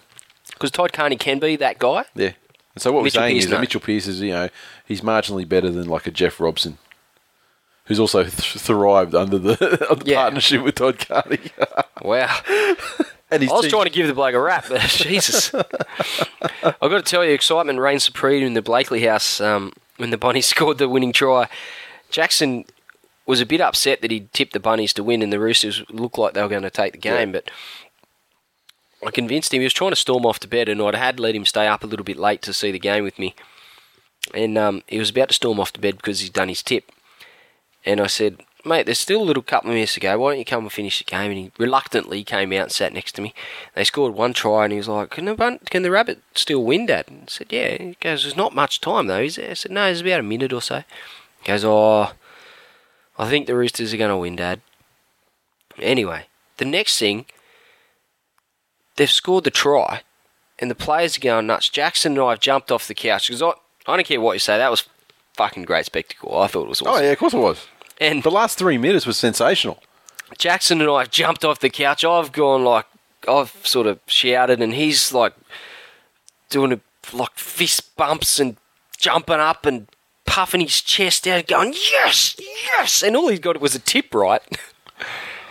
[SPEAKER 2] because Todd Carney can be that guy.
[SPEAKER 1] yeah. And so what
[SPEAKER 2] Mitchell
[SPEAKER 1] we're saying
[SPEAKER 2] Pearce,
[SPEAKER 1] is that
[SPEAKER 2] no.
[SPEAKER 1] Mitchell Pearce is you know he's marginally better than like a Jeff Robson, who's also th- thrived under the, <laughs> under
[SPEAKER 2] Yeah.
[SPEAKER 1] partnership with Todd Carney.
[SPEAKER 2] Wow, I
[SPEAKER 1] <laughs> and he's
[SPEAKER 2] was trying to give the bloke a rap, but <laughs> Jesus, I've got to tell you, excitement reigned supreme in the Blakely house um, when the Bunnies <laughs> scored the winning try. Jackson was a bit upset that he tipped the Bunnies to win, and the Roosters looked like they were going to take the game, but. I convinced him. He was trying to storm off to bed, and I'd had let him stay up a little bit late to see the game with me. And um, he was about to storm off to bed because he'd done his tip. And I said, "Mate, there's still a little couple of minutes to go. Why don't you come and finish the game?" And he reluctantly came out and sat next to me. They scored one try, and he was like, "Can the bun- can the rabbit still win, Dad?" And I said, "Yeah." He goes, "There's not much time though." Is there? I said, "No, there's about a minute or so." He goes, "Oh, I think the Roosters are going to win, Dad." Anyway, the next thing they've scored the try, and the players are going nuts. Jackson and I have jumped off the couch because I, I don't care what you say. That was fucking great spectacle. I thought it was awesome.
[SPEAKER 1] Oh yeah, of course it was.
[SPEAKER 2] And
[SPEAKER 1] The last three minutes was sensational.
[SPEAKER 2] Jackson and I have jumped off the couch. I've gone like I've sort of shouted, and he's like doing a, like fist bumps and jumping up and puffing his chest out, going yes, yes, and all he got was a tip right. <laughs>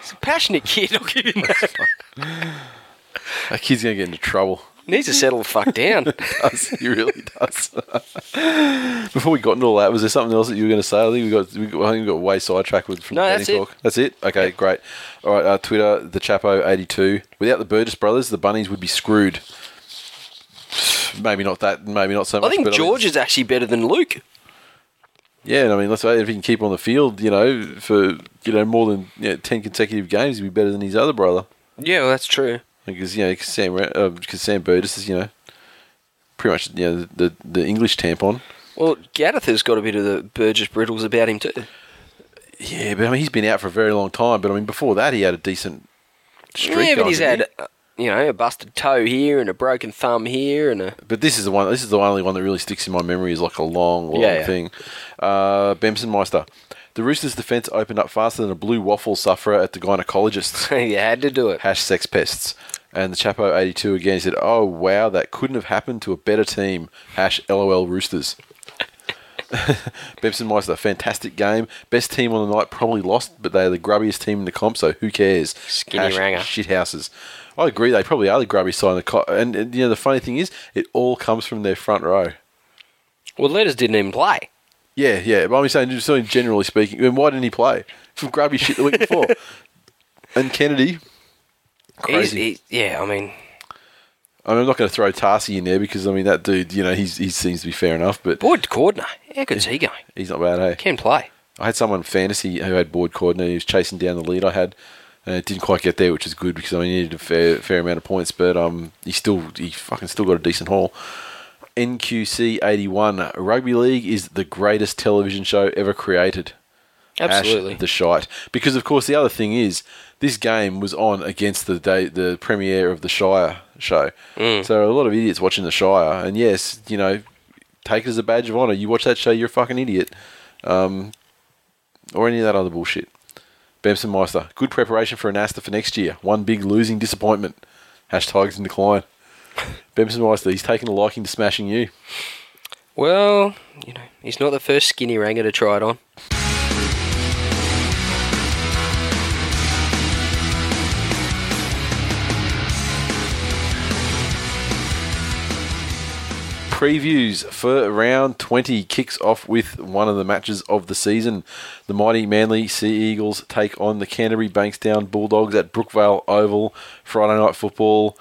[SPEAKER 2] He's a passionate kid. I'll give him that. <laughs>
[SPEAKER 1] That kid's gonna get into trouble.
[SPEAKER 2] Needs to settle the fuck down.
[SPEAKER 1] does. He really does. <laughs> Before we got into all that, was there something else that you were going to say? I think we got we got, I think we got way sidetracked with from
[SPEAKER 2] No,
[SPEAKER 1] the
[SPEAKER 2] that's
[SPEAKER 1] betting
[SPEAKER 2] it.
[SPEAKER 1] talk. That's it. Okay, great. All right, uh, Twitter the Chapo eighty two. Without the Burgess brothers, the bunnies would be screwed. <sighs> Maybe not that. Maybe not so much.
[SPEAKER 2] I think
[SPEAKER 1] but
[SPEAKER 2] George is actually better than Luke.
[SPEAKER 1] yeah, and I mean, let's say if he can keep on the field, you know, for you know more than you know, ten consecutive games, he'd be better than his other brother.
[SPEAKER 2] Yeah, well, that's true.
[SPEAKER 1] Because you know, 'cause Sam Ra- uh, 'cause Sam Burgess is you know pretty much you know the the, the English tampon.
[SPEAKER 2] Well, Gaddeth has got a bit of the Burgess Brittles about him too.
[SPEAKER 1] Yeah, but I mean, he's been out for a very long time. But I mean, before that, he had a decent streak.
[SPEAKER 2] yeah, but
[SPEAKER 1] going,
[SPEAKER 2] he's
[SPEAKER 1] didn't
[SPEAKER 2] had uh, you know a busted toe here and a broken thumb here and a
[SPEAKER 1] he? But this is the one. This is the only one that really sticks in my memory is like a long, long
[SPEAKER 2] Yeah, yeah.
[SPEAKER 1] thing. Uh, Benson Meister. The Roosters' defence opened up faster than a blue waffle sufferer at the gynaecologists.
[SPEAKER 2] <laughs> you had to do it.
[SPEAKER 1] Hash sex pests. And the Chapo eighty two again said, "Oh wow, that couldn't have happened to a better team." Hash LOL Roosters. <laughs> Benson Meister, fantastic game. Best team on the night, probably lost, but they're the grubbiest team in the comp, so who cares?
[SPEAKER 2] Skinny ranger.
[SPEAKER 1] Shit houses. I agree, they probably are the grubby side of the co- and, and, you know, the funny thing is, it all comes from their front row.
[SPEAKER 2] Well, Letters didn't even play.
[SPEAKER 1] Yeah, yeah. But I'm saying, just saying generally speaking, then why didn't he play? From grubby shit the week
[SPEAKER 2] <laughs>
[SPEAKER 1] before. and Kennedy.
[SPEAKER 2] He's-
[SPEAKER 1] Crazy.
[SPEAKER 2] he- yeah, I mean,
[SPEAKER 1] I mean, I'm not going to throw Tarsi in there because I mean that dude, you know, he's he seems to be fair enough, but
[SPEAKER 2] Boyd Cordner, how good's he going?
[SPEAKER 1] he's not bad. Hey,
[SPEAKER 2] Can play.
[SPEAKER 1] I had someone fantasy who had board coordinator. He was chasing down the lead I had, and it didn't quite get there, which is good because I mean, he needed a fair fair amount of points, but um, he still he fucking still got a decent haul. NQC eighty one rugby league is the greatest television show ever created. Ash
[SPEAKER 2] Absolutely.
[SPEAKER 1] the shite. Because of course the other thing is this game was on against the day the premiere of the Shire show. So a lot of idiots watching the Shire. And yes, you know, take it as a badge of honor. You watch that show, you're a fucking idiot. Um, or any of that other bullshit. Benson Meister, good preparation for an Asta for next year. One big losing disappointment. Hashtags in decline. <laughs> Benson Meister, he's taken a liking to smashing you.
[SPEAKER 2] well, you know, he's not the first skinny ranger to try it on.
[SPEAKER 1] previews for round 20 kicks off with one of the matches of the season. The mighty Manly Sea Eagles take on the Canterbury Bankstown Bulldogs at Brookvale Oval Friday night football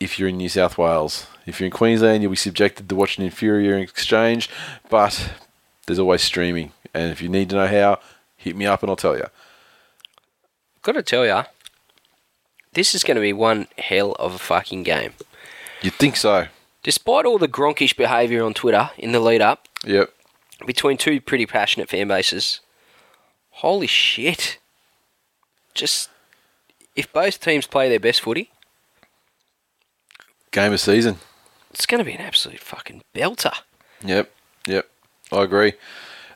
[SPEAKER 1] if you're in New South Wales. If you're in Queensland, you'll be subjected to watching inferior exchange, but there's always streaming. And if you need to know how, hit me up and I'll tell you.
[SPEAKER 2] Got to tell ya, this is going to be one hell of a fucking game.
[SPEAKER 1] You'd think so.
[SPEAKER 2] Despite all the gronkish behaviour on Twitter in the lead up
[SPEAKER 1] Yep.
[SPEAKER 2] between two pretty passionate fan bases, holy shit! Just if both teams play their best footy,
[SPEAKER 1] Game of season.
[SPEAKER 2] it's going to be an absolute fucking belter.
[SPEAKER 1] Yep, yep, I agree.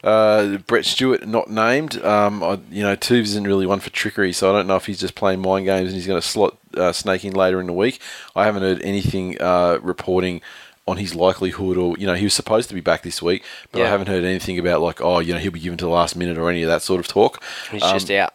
[SPEAKER 1] Uh, Brett Stewart not named. Um, I, you know, Tubes isn't really one for trickery, so I don't know if he's just playing mind games and he's going to slot uh, Snake in later in the week. I haven't heard anything uh, reporting on his likelihood, or you know, he was supposed to be back this week, but I
[SPEAKER 2] Yeah.
[SPEAKER 1] haven't heard anything about like, oh, you know, he'll be given to the last minute or any of that sort of talk.
[SPEAKER 2] He's
[SPEAKER 1] Um,
[SPEAKER 2] just out.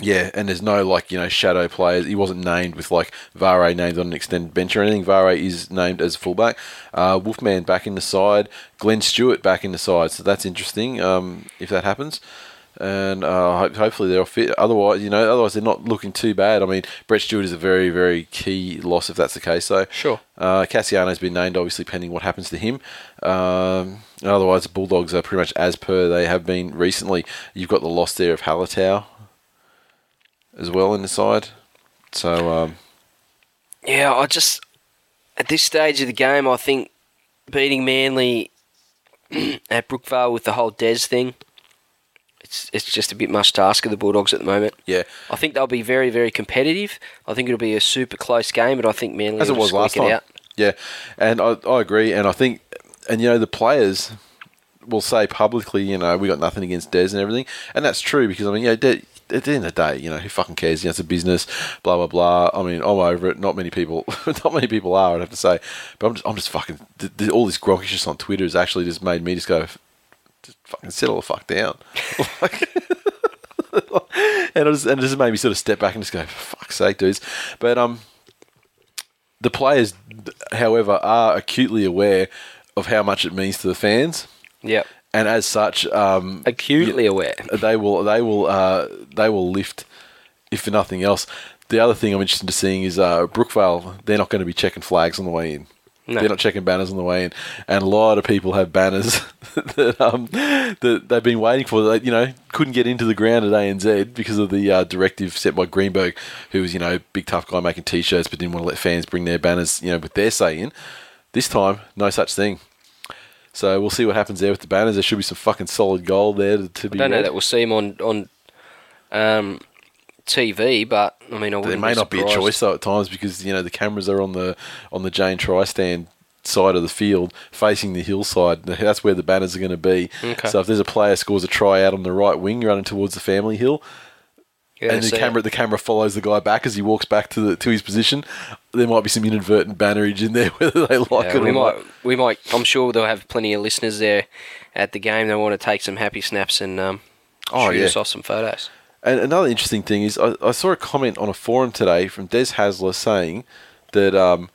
[SPEAKER 1] yeah, and there's no like you know shadow players. He wasn't named with like Vare named on an extended bench or anything. Vare is named as fullback. Uh, Wolfman back in the side. Glenn Stewart back in the side. So that's interesting. Um, if that happens, and uh, ho- hopefully they're all fit. Otherwise, you know, otherwise they're not looking too bad. I mean, Brett Stewart is a very very key loss if that's the case. So
[SPEAKER 2] Sure.
[SPEAKER 1] uh, Cassiano's been named, obviously, pending what happens to him. Um, and otherwise, the Bulldogs are pretty much as per they have been recently. You've got the loss there of Hallertau as well in the side. So, um,
[SPEAKER 2] Yeah, I just at this stage of the game, I think beating Manly <clears throat> at Brookvale with the whole Des thing, it's it's just a bit much to ask of the Bulldogs at the moment.
[SPEAKER 1] yeah.
[SPEAKER 2] I think they'll be very very competitive. I think it'll be a super close game, but I think Manly
[SPEAKER 1] as it
[SPEAKER 2] will
[SPEAKER 1] was
[SPEAKER 2] squeak
[SPEAKER 1] last time.
[SPEAKER 2] Out.
[SPEAKER 1] Yeah, and I, I agree, and I think, and you know, the players will say publicly, you know, we got nothing against Des and everything, and that's true because I mean, you know, Des, at the end of the day, you know, who fucking cares? You know, it's a business, blah blah blah. I mean, I'm over it. Not many people, <laughs> not many people are. I'd have to say, but I'm just, I'm just fucking. Th- th- all this gronkishness on Twitter has actually just made me just go, just fucking settle the fuck down. <laughs> Like- and it just, and it just made me sort of step back and just go, for fuck's sake, dudes. But um, the players, however, are acutely aware of how much it means to the fans,
[SPEAKER 2] Yep.
[SPEAKER 1] and as such, um,
[SPEAKER 2] Acutely aware.
[SPEAKER 1] <laughs> they will they will uh, they will lift if for nothing else. The other thing I'm interested to seeing is uh, Brookvale. They're not going to be checking flags on the way in.
[SPEAKER 2] No.
[SPEAKER 1] They're not checking banners on the way in, and a lot of people have banners <laughs> that, um, that they've been waiting for. That you know couldn't get into the ground at ANZ because of the uh, directive set by Greenberg, who was you know big tough guy making t-shirts, but didn't want to let fans bring their banners you know with their say in. This time, no such thing. So we'll see what happens there with the banners. There should be some fucking solid gold there to, to
[SPEAKER 2] I
[SPEAKER 1] be.
[SPEAKER 2] don't know
[SPEAKER 1] read.
[SPEAKER 2] that we'll see him on on um, TV, but I mean, I wouldn't
[SPEAKER 1] There may not be a
[SPEAKER 2] surprised.
[SPEAKER 1] choice though at times because you know the cameras are on the on the Jane Try stand side of the field facing the hillside. <laughs> That's where the banners are going to be.
[SPEAKER 2] Okay.
[SPEAKER 1] So if there's a player scores a try out on the right wing running towards the family hill,
[SPEAKER 2] You're
[SPEAKER 1] and
[SPEAKER 2] gonna
[SPEAKER 1] the
[SPEAKER 2] see
[SPEAKER 1] camera
[SPEAKER 2] it.
[SPEAKER 1] the camera follows the guy back as he walks back to the to his position, there might be some inadvertent bannerage in there <laughs> whether they like it
[SPEAKER 2] Yeah, Uh, we
[SPEAKER 1] or
[SPEAKER 2] might,
[SPEAKER 1] not.
[SPEAKER 2] we might. I'm sure they'll have plenty of listeners there at the game. They want to take some happy snaps and um,
[SPEAKER 1] Oh,
[SPEAKER 2] shoot
[SPEAKER 1] yeah.
[SPEAKER 2] us off some photos.
[SPEAKER 1] And another interesting thing is, I, I saw a comment on a forum today from Des Hasler saying that, um,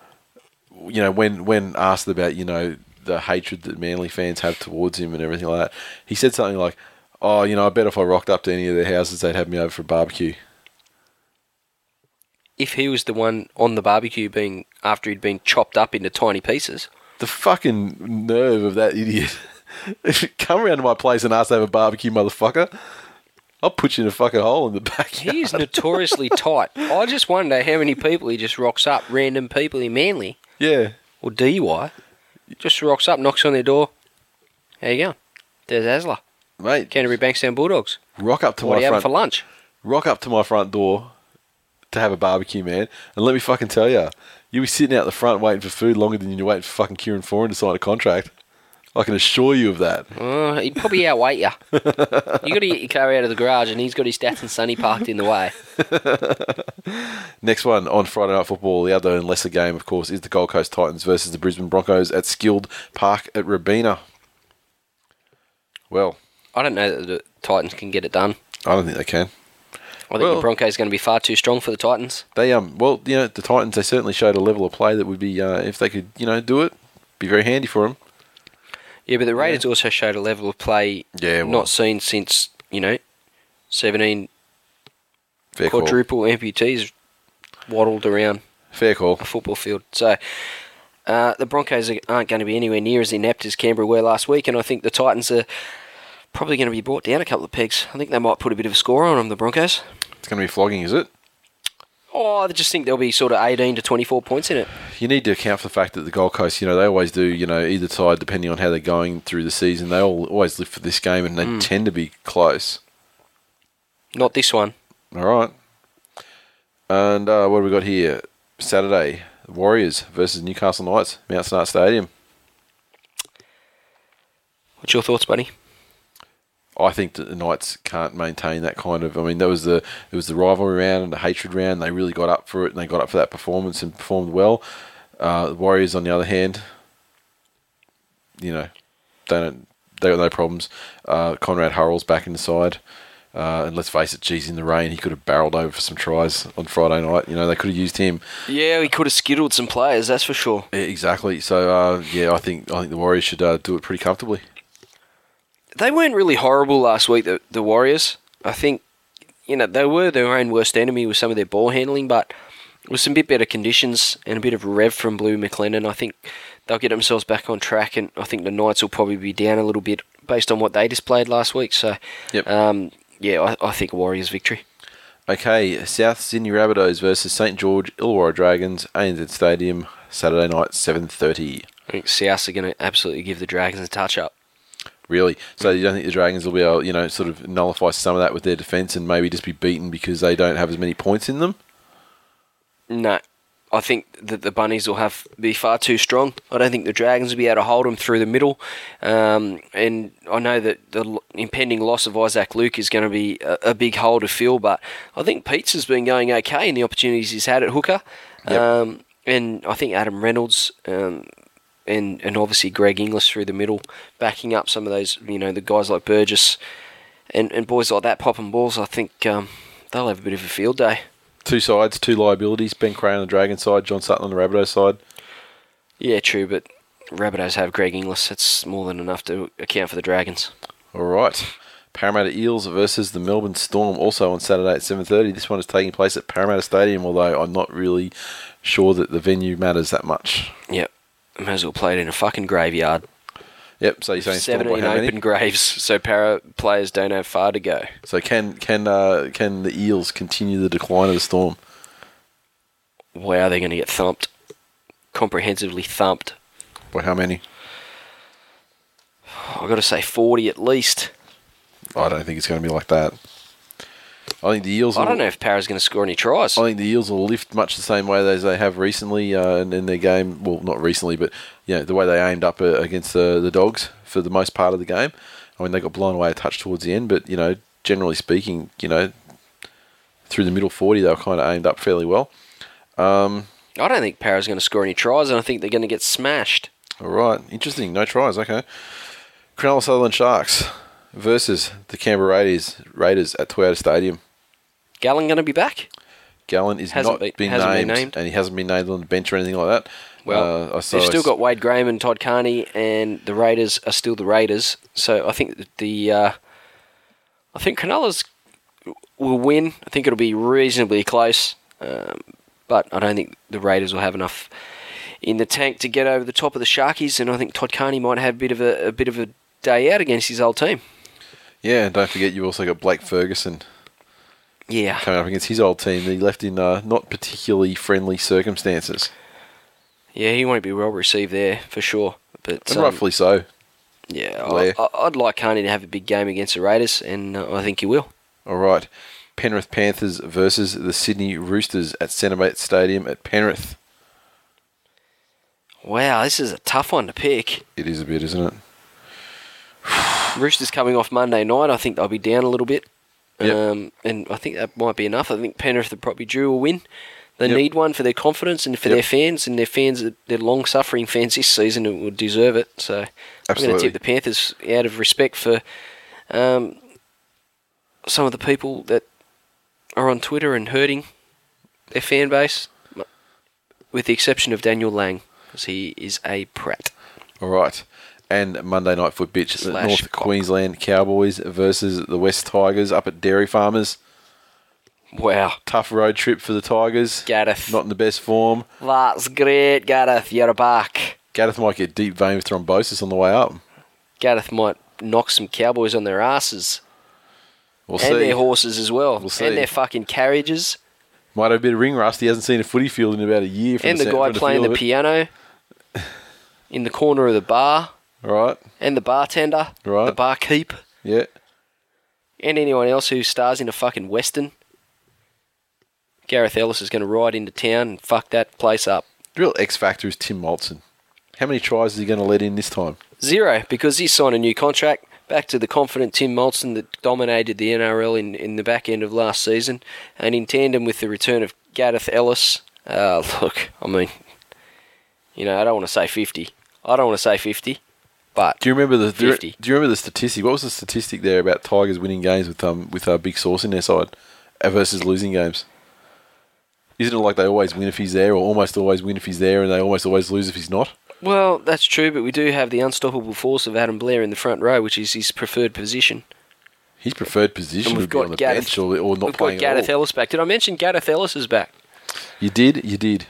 [SPEAKER 1] you know, when when asked about, you know, the hatred that Manly fans have towards him and everything like that, he said something like, "Oh, you know, I bet if I rocked up to any of their houses, they'd have me over for a barbecue."
[SPEAKER 2] If he was the one on the barbecue being after he'd been chopped up into
[SPEAKER 1] <laughs>
[SPEAKER 2] tiny pieces,
[SPEAKER 1] The fucking nerve of that idiot! <laughs> if you come around to my place and ask to have a barbecue, motherfucker, I'll put you in a fucking hole in the <laughs> backyard.
[SPEAKER 2] he is notoriously tight. I just wonder how many people he just rocks up, random people in Manly
[SPEAKER 1] yeah.
[SPEAKER 2] or DUI, just rocks up, knocks on their door. How you going? There's Asla,
[SPEAKER 1] Mate,
[SPEAKER 2] Canterbury Bankstown Bulldogs.
[SPEAKER 1] rock up to
[SPEAKER 2] What are
[SPEAKER 1] my
[SPEAKER 2] you having
[SPEAKER 1] front
[SPEAKER 2] for lunch?
[SPEAKER 1] rock up to my front door to have a barbecue, man. And let me fucking tell you, you be sitting out the front waiting for food longer than you wait for fucking Kieran Foran to sign a contract. I can assure you of that.
[SPEAKER 2] Uh,
[SPEAKER 1] <laughs>
[SPEAKER 2] he'd probably outweigh you. you got to get your car out of the garage, and he's got his Stats and Sunny parked in the way.
[SPEAKER 1] Next one on Friday Night Football, the other and lesser game, of course, is the Gold Coast Titans versus the Brisbane Broncos at Skilled Park at Rabina. Well,
[SPEAKER 2] I don't know that the Titans can get it done.
[SPEAKER 1] I don't think they can.
[SPEAKER 2] I think
[SPEAKER 1] Well-
[SPEAKER 2] the Broncos going to be far too strong for the Titans.
[SPEAKER 1] They um well, you know, the Titans they certainly showed a level of play that would be uh, if they could, you know, do it, Be very handy for him.
[SPEAKER 2] Yeah, but the Raiders also showed a level of play
[SPEAKER 1] Yeah, well-
[SPEAKER 2] not seen since, you know, 17
[SPEAKER 1] Fair call.
[SPEAKER 2] quadruple amputees waddled around
[SPEAKER 1] Fair call.
[SPEAKER 2] a football field. So uh, the Broncos are- aren't going to be anywhere near as inept as Canberra were last week, and I think the Titans are probably going to be brought down a couple of pegs. I think they might put a bit of a score on them, the Broncos.
[SPEAKER 1] It's going to be flogging, is it?
[SPEAKER 2] Oh, I just think there'll be sort of 18 to 24 points in it.
[SPEAKER 1] you need to account for the fact that the Gold Coast, you know, they always do, you know, either side, depending on how they're going through the season, they all always live for this game and they tend to be close.
[SPEAKER 2] Not this one.
[SPEAKER 1] All right. And uh, what have we got here? Saturday, Warriors versus Newcastle Knights, Mount Smart Stadium.
[SPEAKER 2] What's your thoughts, buddy?
[SPEAKER 1] I think that the Knights can't maintain that kind of. I mean, there was the there was the rivalry round and the hatred round. They really got up for it and they got up for that performance and performed well. Uh, the Warriors, on the other hand, you know, they don't they got no problems. Uh, Conrad Hurrell's back inside, uh, and let's face it, geez, in the rain, he could have barreled over for some tries on Friday night. You know, they could have used him.
[SPEAKER 2] Yeah, we could have skittled some players, that's for sure.
[SPEAKER 1] Yeah, Exactly. So uh, yeah, I think I think the Warriors should uh, do it pretty comfortably.
[SPEAKER 2] they weren't really horrible last week. The, the Warriors, I think, you know, they were their own worst enemy with some of their ball handling, but with some bit better conditions and a bit of rev from Blue McLennan, I think they'll get themselves back on track. And I think the Knights will probably be down a little bit based on what they displayed last week. So,
[SPEAKER 1] Yep.
[SPEAKER 2] um, yeah, I, I think Warriors victory.
[SPEAKER 1] Okay, South Sydney Rabbitohs versus St George Illawarra Dragons, ANZ Stadium, Saturday night, 7.30.
[SPEAKER 2] I think South are going to absolutely give the Dragons a touch up.
[SPEAKER 1] Really? So you don't think the Dragons will be able, you know, sort of nullify some of that with their defence and maybe just be beaten because they don't have as many points in them?
[SPEAKER 2] No. I think that the bunnies will have be far too strong. I don't think the dragons will be able to hold them through the middle. Um, and I know that the l- impending loss of Isaac Luke is going to be a, a big hole to fill. But I think Pete's has been going okay in the opportunities he's had at hooker.
[SPEAKER 1] Yep.
[SPEAKER 2] Um, and I think Adam Reynolds um, and and obviously Greg Inglis through the middle, backing up some of those you know the guys like Burgess and and boys like that popping balls. I think um, they'll have a bit of a field day.
[SPEAKER 1] Two sides, two liabilities, Ben Cray on the Dragon side, John Sutton on the Rabbitohs side.
[SPEAKER 2] Yeah, true, but Rabbitohs have Greg Inglis. That's more than enough to account for the Dragons.
[SPEAKER 1] All right. Parramatta Eels versus the Melbourne Storm, also on Saturday at 7.30. This one is taking place at Parramatta Stadium, although I'm not really sure that the venue matters that much.
[SPEAKER 2] Yep. May as well play it in a fucking graveyard.
[SPEAKER 1] Yep, so you're saying Storm by
[SPEAKER 2] 17
[SPEAKER 1] how many?
[SPEAKER 2] open graves, <laughs> so para players don't have far to go.
[SPEAKER 1] So can can uh, can the Eels continue the decline of the Storm?
[SPEAKER 2] Wow, they're going to get thumped. Comprehensively thumped.
[SPEAKER 1] By how many?
[SPEAKER 2] I've got to say 40 at least.
[SPEAKER 1] I don't think it's going to be like that. I think the Eels.
[SPEAKER 2] I
[SPEAKER 1] will-
[SPEAKER 2] don't know if Para's going to score any tries.
[SPEAKER 1] I think the Eels will lift much the same way as they have recently, uh, and in their game. Well, not recently, but you know the way they aimed up uh, against the the Dogs for the most part of the game. I mean, they got blown away a touch towards the end, but you know, generally speaking, you know, through the middle forty, they were kind of aimed up fairly well.
[SPEAKER 2] I don't think Para's going to score any tries, and I think they're going to get smashed.
[SPEAKER 1] All right, interesting. No tries. Okay. Cronulla Sutherland Sharks versus the Canberra Raiders, Raiders at Toyota Stadium.
[SPEAKER 2] Gallon going to be back?
[SPEAKER 1] Gallen is
[SPEAKER 2] Hasn't
[SPEAKER 1] not
[SPEAKER 2] been-
[SPEAKER 1] been,
[SPEAKER 2] hasn't been
[SPEAKER 1] named,
[SPEAKER 2] named.
[SPEAKER 1] and he hasn't been named on the bench or anything like that.
[SPEAKER 2] Well,
[SPEAKER 1] Uh, I saw-
[SPEAKER 2] they've still got Wade Graham and Todd Carney, and the Raiders are still the Raiders. So I think that the uh, I think Cronulla's will win. I think it'll be reasonably close, um, but I don't think the Raiders will have enough in the tank to get over the top of the Sharkies. And I think Todd Carney might have a bit of a, a bit of a day out against his old team.
[SPEAKER 1] Yeah, and don't forget you also got Blake Ferguson
[SPEAKER 2] Yeah,
[SPEAKER 1] coming up against his old team that he left in uh, not particularly friendly circumstances,
[SPEAKER 2] yeah, he won't be well received there for sure. But
[SPEAKER 1] and
[SPEAKER 2] um,
[SPEAKER 1] rightfully so.
[SPEAKER 2] yeah,
[SPEAKER 1] Blair.
[SPEAKER 2] I, I- I'd like Carney to have a big game against the Raiders, and uh, I think he will.
[SPEAKER 1] All right, Penrith Panthers versus the Sydney Roosters at Centrebet Stadium at Penrith.
[SPEAKER 2] Wow, this is a tough one to pick.
[SPEAKER 1] It is a bit, isn't it?
[SPEAKER 2] Roosters coming off Monday night. I think they'll be down a little bit.
[SPEAKER 1] Yep.
[SPEAKER 2] Um, and I think that might be enough. I think Penrith and probably Drew will win. They
[SPEAKER 1] Yep.
[SPEAKER 2] need one for their confidence and for
[SPEAKER 1] Yep.
[SPEAKER 2] their fans and their fans, their long suffering fans this season who would deserve it. So I'm going
[SPEAKER 1] Absolutely.
[SPEAKER 2] to tip the Panthers out of respect for um, some of the people that are on Twitter and hurting their fan base, with the exception of Daniel Lang, because he is a prat.
[SPEAKER 1] All right. And Monday Night Foot Bitch, the
[SPEAKER 2] Slash
[SPEAKER 1] North
[SPEAKER 2] cock.
[SPEAKER 1] Queensland Cowboys versus the West Tigers up at Dairy Farmers.
[SPEAKER 2] Wow.
[SPEAKER 1] Tough road trip for the Tigers.
[SPEAKER 2] Gareth.
[SPEAKER 1] Not in the best form.
[SPEAKER 2] That's great, Gareth. You're back.
[SPEAKER 1] Gareth might get deep vein thrombosis on the way up.
[SPEAKER 2] Gareth might knock some cowboys on their asses
[SPEAKER 1] We'll
[SPEAKER 2] and
[SPEAKER 1] see.
[SPEAKER 2] their horses as well,
[SPEAKER 1] We'll see.
[SPEAKER 2] and their fucking carriages,
[SPEAKER 1] Might have a bit of ring rust. He hasn't seen a footy field in about a year. From
[SPEAKER 2] and the
[SPEAKER 1] sa-
[SPEAKER 2] guy
[SPEAKER 1] from
[SPEAKER 2] playing
[SPEAKER 1] feel
[SPEAKER 2] the
[SPEAKER 1] of it.
[SPEAKER 2] piano in the corner of the bar,
[SPEAKER 1] All right.
[SPEAKER 2] and the bartender,
[SPEAKER 1] Right.
[SPEAKER 2] the barkeep,
[SPEAKER 1] Yeah.
[SPEAKER 2] and anyone else who stars in a fucking western. Gareth Ellis is going to ride into town and fuck that place up.
[SPEAKER 1] The real X factor is Tim Maltson. How many tries is he going to let in this time?
[SPEAKER 2] Zero, because he signed a new contract. Back to the confident Tim Moulton that dominated the NRL in, in the back end of last season, and in tandem with the return of Gareth Ellis. Uh, <laughs> look, I mean, you know, I don't want to say 50. I don't want to say 50, but
[SPEAKER 1] Do you remember the
[SPEAKER 2] 50.
[SPEAKER 1] Do you remember the statistic? What was the statistic there about Tigers winning games with um with uh, big sauce in their side uh, versus losing games? Isn't it like they always win if he's there, or almost always win if he's there, and they almost always lose if he's not?
[SPEAKER 2] well, that's true. But we do have the unstoppable force of Adam Blair in the front row, which is his preferred position.
[SPEAKER 1] His preferred position
[SPEAKER 2] And
[SPEAKER 1] would
[SPEAKER 2] we've
[SPEAKER 1] be on
[SPEAKER 2] got
[SPEAKER 1] the
[SPEAKER 2] Gareth,
[SPEAKER 1] bench or, or not
[SPEAKER 2] we've
[SPEAKER 1] playing
[SPEAKER 2] got Gareth
[SPEAKER 1] at all.
[SPEAKER 2] Ellis back. Did I mention Gareth Ellis is back?
[SPEAKER 1] You did, you did.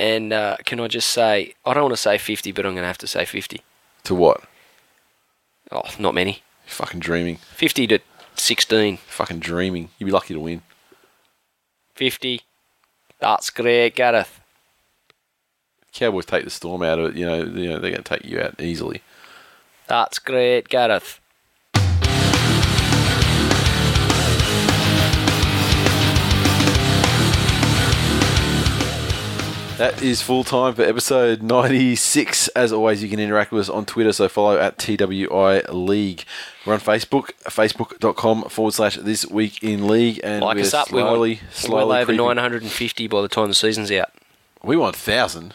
[SPEAKER 2] And uh, can I just say, I don't want to say 50, but I'm going to have to say 50.
[SPEAKER 1] To what? You're
[SPEAKER 2] Oh, not many.
[SPEAKER 1] fucking dreaming.
[SPEAKER 2] 50 to 16.
[SPEAKER 1] You're fucking dreaming. You'd be lucky to win.
[SPEAKER 2] 50. That's great, Gareth.
[SPEAKER 1] Cowboys take the storm out of it. You know, you know they're going to take you out easily.
[SPEAKER 2] That's great, Gareth.
[SPEAKER 1] That is full time for episode 96. As always, you can interact with us on Twitter, so follow at TWI League. We're on Facebook, facebook.com forward slash this week in league. And
[SPEAKER 2] Like
[SPEAKER 1] we're
[SPEAKER 2] us up. we
[SPEAKER 1] slowly,
[SPEAKER 2] want
[SPEAKER 1] slowly
[SPEAKER 2] well over
[SPEAKER 1] creeping-
[SPEAKER 2] 950 by the time the season's out.
[SPEAKER 1] We want 1,000.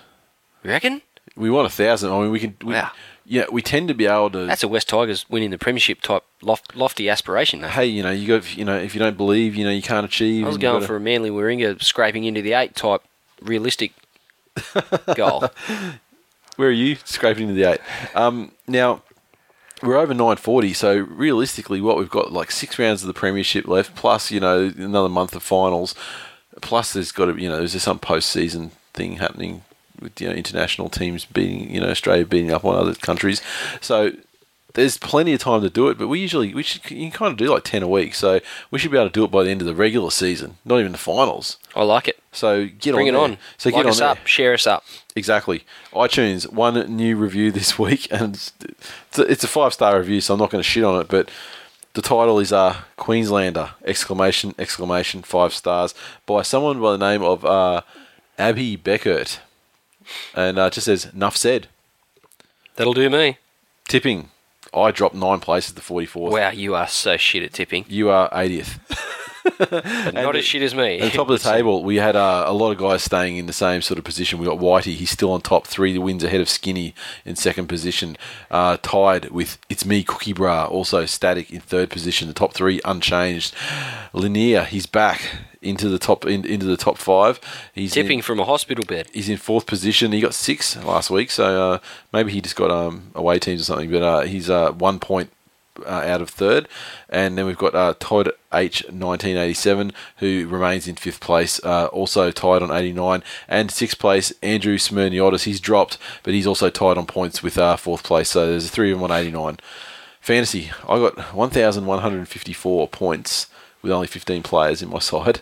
[SPEAKER 2] You reckon?
[SPEAKER 1] We want 1,000. I mean, we can. We,
[SPEAKER 2] Wow.
[SPEAKER 1] Yeah, we tend to be able to.
[SPEAKER 2] That's a West Tigers winning the premiership type loft, lofty aspiration, though.
[SPEAKER 1] hey, you know, you got, you know, if you don't believe, you know, you can't achieve.
[SPEAKER 2] I was
[SPEAKER 1] and you
[SPEAKER 2] going
[SPEAKER 1] gotta-
[SPEAKER 2] for a Manly Warringah scraping into the eight type realistic <laughs> goal.
[SPEAKER 1] Where are you scraping into the eight? Um, now we're over nine forty, so realistically, what we've got like six rounds of the premiership left, plus you know another month of finals, plus there's got to you know is there some postseason thing happening with you know international teams beating you know Australia beating up on other countries, so. There's plenty of time to do it, but we usually we should, you can kind of do like ten a week, so we should be able to do it by the end of the regular season, not even the finals.
[SPEAKER 2] I like it.
[SPEAKER 1] So get
[SPEAKER 2] Bring
[SPEAKER 1] on,
[SPEAKER 2] it
[SPEAKER 1] there.
[SPEAKER 2] on.
[SPEAKER 1] So
[SPEAKER 2] like
[SPEAKER 1] get on
[SPEAKER 2] us
[SPEAKER 1] there.
[SPEAKER 2] up. Share us up.
[SPEAKER 1] Exactly. iTunes, one new review this <laughs> week, and it's- it's a, it's a five star review, so I'm not going to shit on it. But the title is uh, Queenslander! Exclamation! Exclamation! Five stars by someone by the name of uh, Abby Beckert, and uh, it just says "Nuff said."
[SPEAKER 2] That'll do me.
[SPEAKER 1] Tipping, I dropped nine places to 44th.
[SPEAKER 2] Wow, you are so shit at tipping.
[SPEAKER 1] You are 80th.
[SPEAKER 2] But not as shit as me.
[SPEAKER 1] At the
[SPEAKER 2] <laughs>
[SPEAKER 1] top of the table, we had uh, a lot of guys staying in the same sort of position. We got Whitey; he's still on top, three wins ahead of Skinny in second position, uh, tied with it's me, Cookie Bra, also static in third position. The top three unchanged. Lanier, he's back into the top in, into the top five. He's in-
[SPEAKER 2] Tipping from a hospital bed.
[SPEAKER 1] he's in fourth position. He got six last week, so uh, maybe he just got um, away teams or something. But uh, he's uh, one point uh, out of third, and then we've got uh, Todd H nineteen eighty seven, who remains in fifth place, uh, also tied on eighty nine, and sixth place Andrew Smyrniotis. He's dropped, but he's also tied on points with uh, fourth place. So there's three of them on eighty nine. Fantasy, I got one thousand one hundred fifty four points with only fifteen players in my <laughs> side.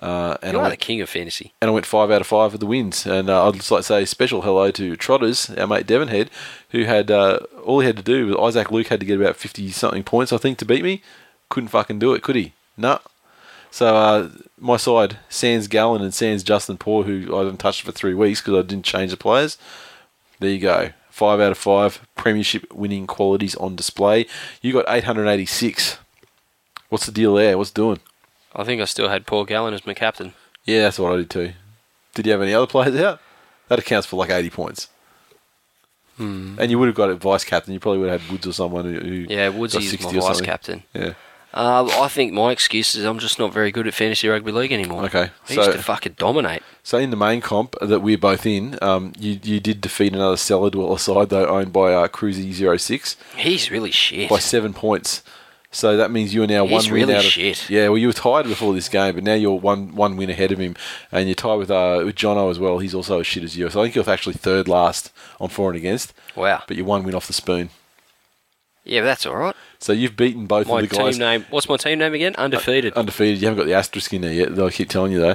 [SPEAKER 1] Uh, and
[SPEAKER 2] You
[SPEAKER 1] I
[SPEAKER 2] are
[SPEAKER 1] went-
[SPEAKER 2] the king of fantasy.
[SPEAKER 1] and I went five out of five with the wins. And uh, I'd just like to say a special hello to Trotters, our mate Devonhead, who had uh, all he had to do was Isaac Luke had to get about fifty something points, I think, to beat me. Couldn't fucking do it, could he? Nah. So uh, my side, Sans Gallen and Sans Justin Poor, who I haven't touched for three weeks because I didn't change the players. There you go. Five out of five premiership winning qualities on display. You got 886. What's the deal there? What's doing?
[SPEAKER 2] I think I still had Paul Gallen as my captain.
[SPEAKER 1] Yeah, that's what I did too. Did you have any other players out? That accounts for like 80 points. And you would have got a vice captain. You probably would have had Woods or someone who. who
[SPEAKER 2] Hmm. Yeah, Woodsy
[SPEAKER 1] got
[SPEAKER 2] is my
[SPEAKER 1] 60 or
[SPEAKER 2] vice
[SPEAKER 1] something.
[SPEAKER 2] captain.
[SPEAKER 1] Yeah.
[SPEAKER 2] Uh, I think my excuse is I'm just not very good at fantasy rugby league anymore.
[SPEAKER 1] Okay,
[SPEAKER 2] I used
[SPEAKER 1] so-
[SPEAKER 2] to fucking dominate.
[SPEAKER 1] So in the main comp that we're both in, um, you you did defeat another cellar dweller side though owned by uh, Cruzy06
[SPEAKER 2] He's really shit.
[SPEAKER 1] by seven points. So that means you are now
[SPEAKER 2] He's
[SPEAKER 1] one
[SPEAKER 2] really
[SPEAKER 1] win out of
[SPEAKER 2] shit.
[SPEAKER 1] yeah. Well, you were tied before this game, but now you're one one win ahead of him, and you're tied with uh with Jono as well. He's also as shit as you. So I think you're actually third last on for and against.
[SPEAKER 2] Wow.
[SPEAKER 1] But you're one win off the spoon.
[SPEAKER 2] Yeah, but that's all right.
[SPEAKER 1] So you've beaten both
[SPEAKER 2] My
[SPEAKER 1] of the
[SPEAKER 2] team
[SPEAKER 1] guys
[SPEAKER 2] name. What's my team name again? Undefeated.
[SPEAKER 1] undefeated. You haven't got the asterisk in there yet. Though I keep telling you though.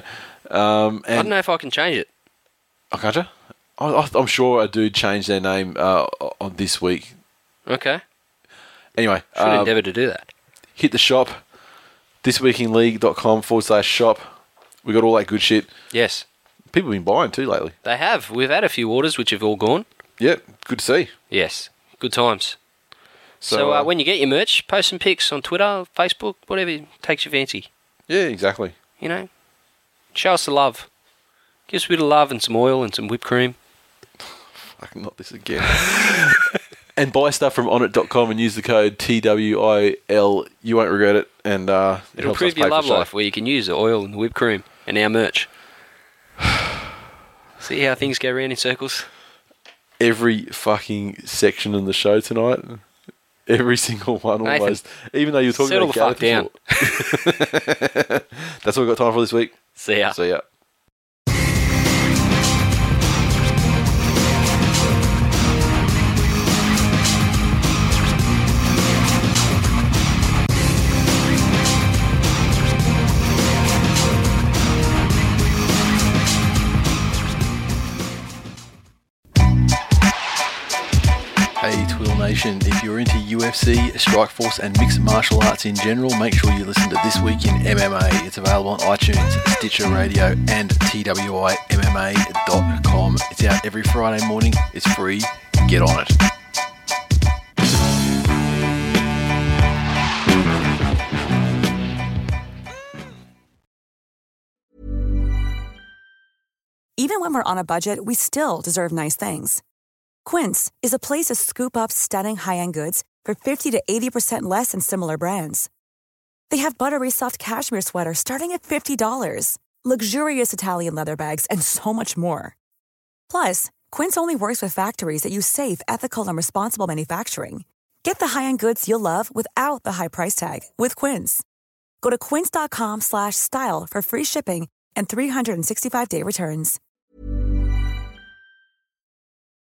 [SPEAKER 1] Um,
[SPEAKER 2] I
[SPEAKER 1] and
[SPEAKER 2] don't know if I can change it.
[SPEAKER 1] Oh, can't you? I, I, I'm sure a dude changed their name uh, on this week.
[SPEAKER 2] Okay.
[SPEAKER 1] Anyway,
[SPEAKER 2] Should
[SPEAKER 1] um,
[SPEAKER 2] endeavour to do that.
[SPEAKER 1] hit the shop, thisweekinleague.com forward slash shop. We got all that good shit.
[SPEAKER 2] Yes,
[SPEAKER 1] People have been buying too lately.
[SPEAKER 2] they have. We've had a few orders which have all gone.
[SPEAKER 1] Yeah, good to see.
[SPEAKER 2] Yes, good times. So, uh, when you get your merch, post some pics on Twitter, Facebook, whatever takes your fancy.
[SPEAKER 1] yeah, exactly.
[SPEAKER 2] You know, show us the love. Give us a bit of love and some oil and some whipped cream.
[SPEAKER 1] Fuck, not this
[SPEAKER 2] <laughs>
[SPEAKER 1] again. and buy stuff from onit.com and use the code TWIL. You won't regret it. And uh, it
[SPEAKER 2] It'll
[SPEAKER 1] helps us
[SPEAKER 2] improve your
[SPEAKER 1] pay for
[SPEAKER 2] love
[SPEAKER 1] the show.
[SPEAKER 2] life where you can use the oil and the whipped cream and our merch. <sighs> See how things go round in circles?
[SPEAKER 1] Every fucking section in the show tonight. Every single one,
[SPEAKER 2] Nathan,
[SPEAKER 1] almost. Even though you were talking
[SPEAKER 2] settle
[SPEAKER 1] about
[SPEAKER 2] the fuck
[SPEAKER 1] Gallagher
[SPEAKER 2] down.
[SPEAKER 1] before. <laughs> That's all we've got time for this week.
[SPEAKER 2] See ya.
[SPEAKER 1] See ya. Hey Twill Nation, if you're into UFC, Strikeforce, and mixed martial arts in general, make sure you listen to This Week in MMA. It's available on iTunes, Stitcher Radio, and TWIMMA.com. It's out every Friday morning. It's free. Get on it.
[SPEAKER 3] Even when we're on a budget, we still deserve nice things. Quince is a place to scoop up stunning high end goods for 50 to 80% less than similar brands. They have buttery soft cashmere sweaters starting at $50, luxurious Italian leather bags, and so much more. Plus, Quince only works with factories that use safe, ethical, and responsible manufacturing. Get the high-end goods you'll love without the high price tag with Quince. Go to quince.com/style for free shipping and 365-day returns.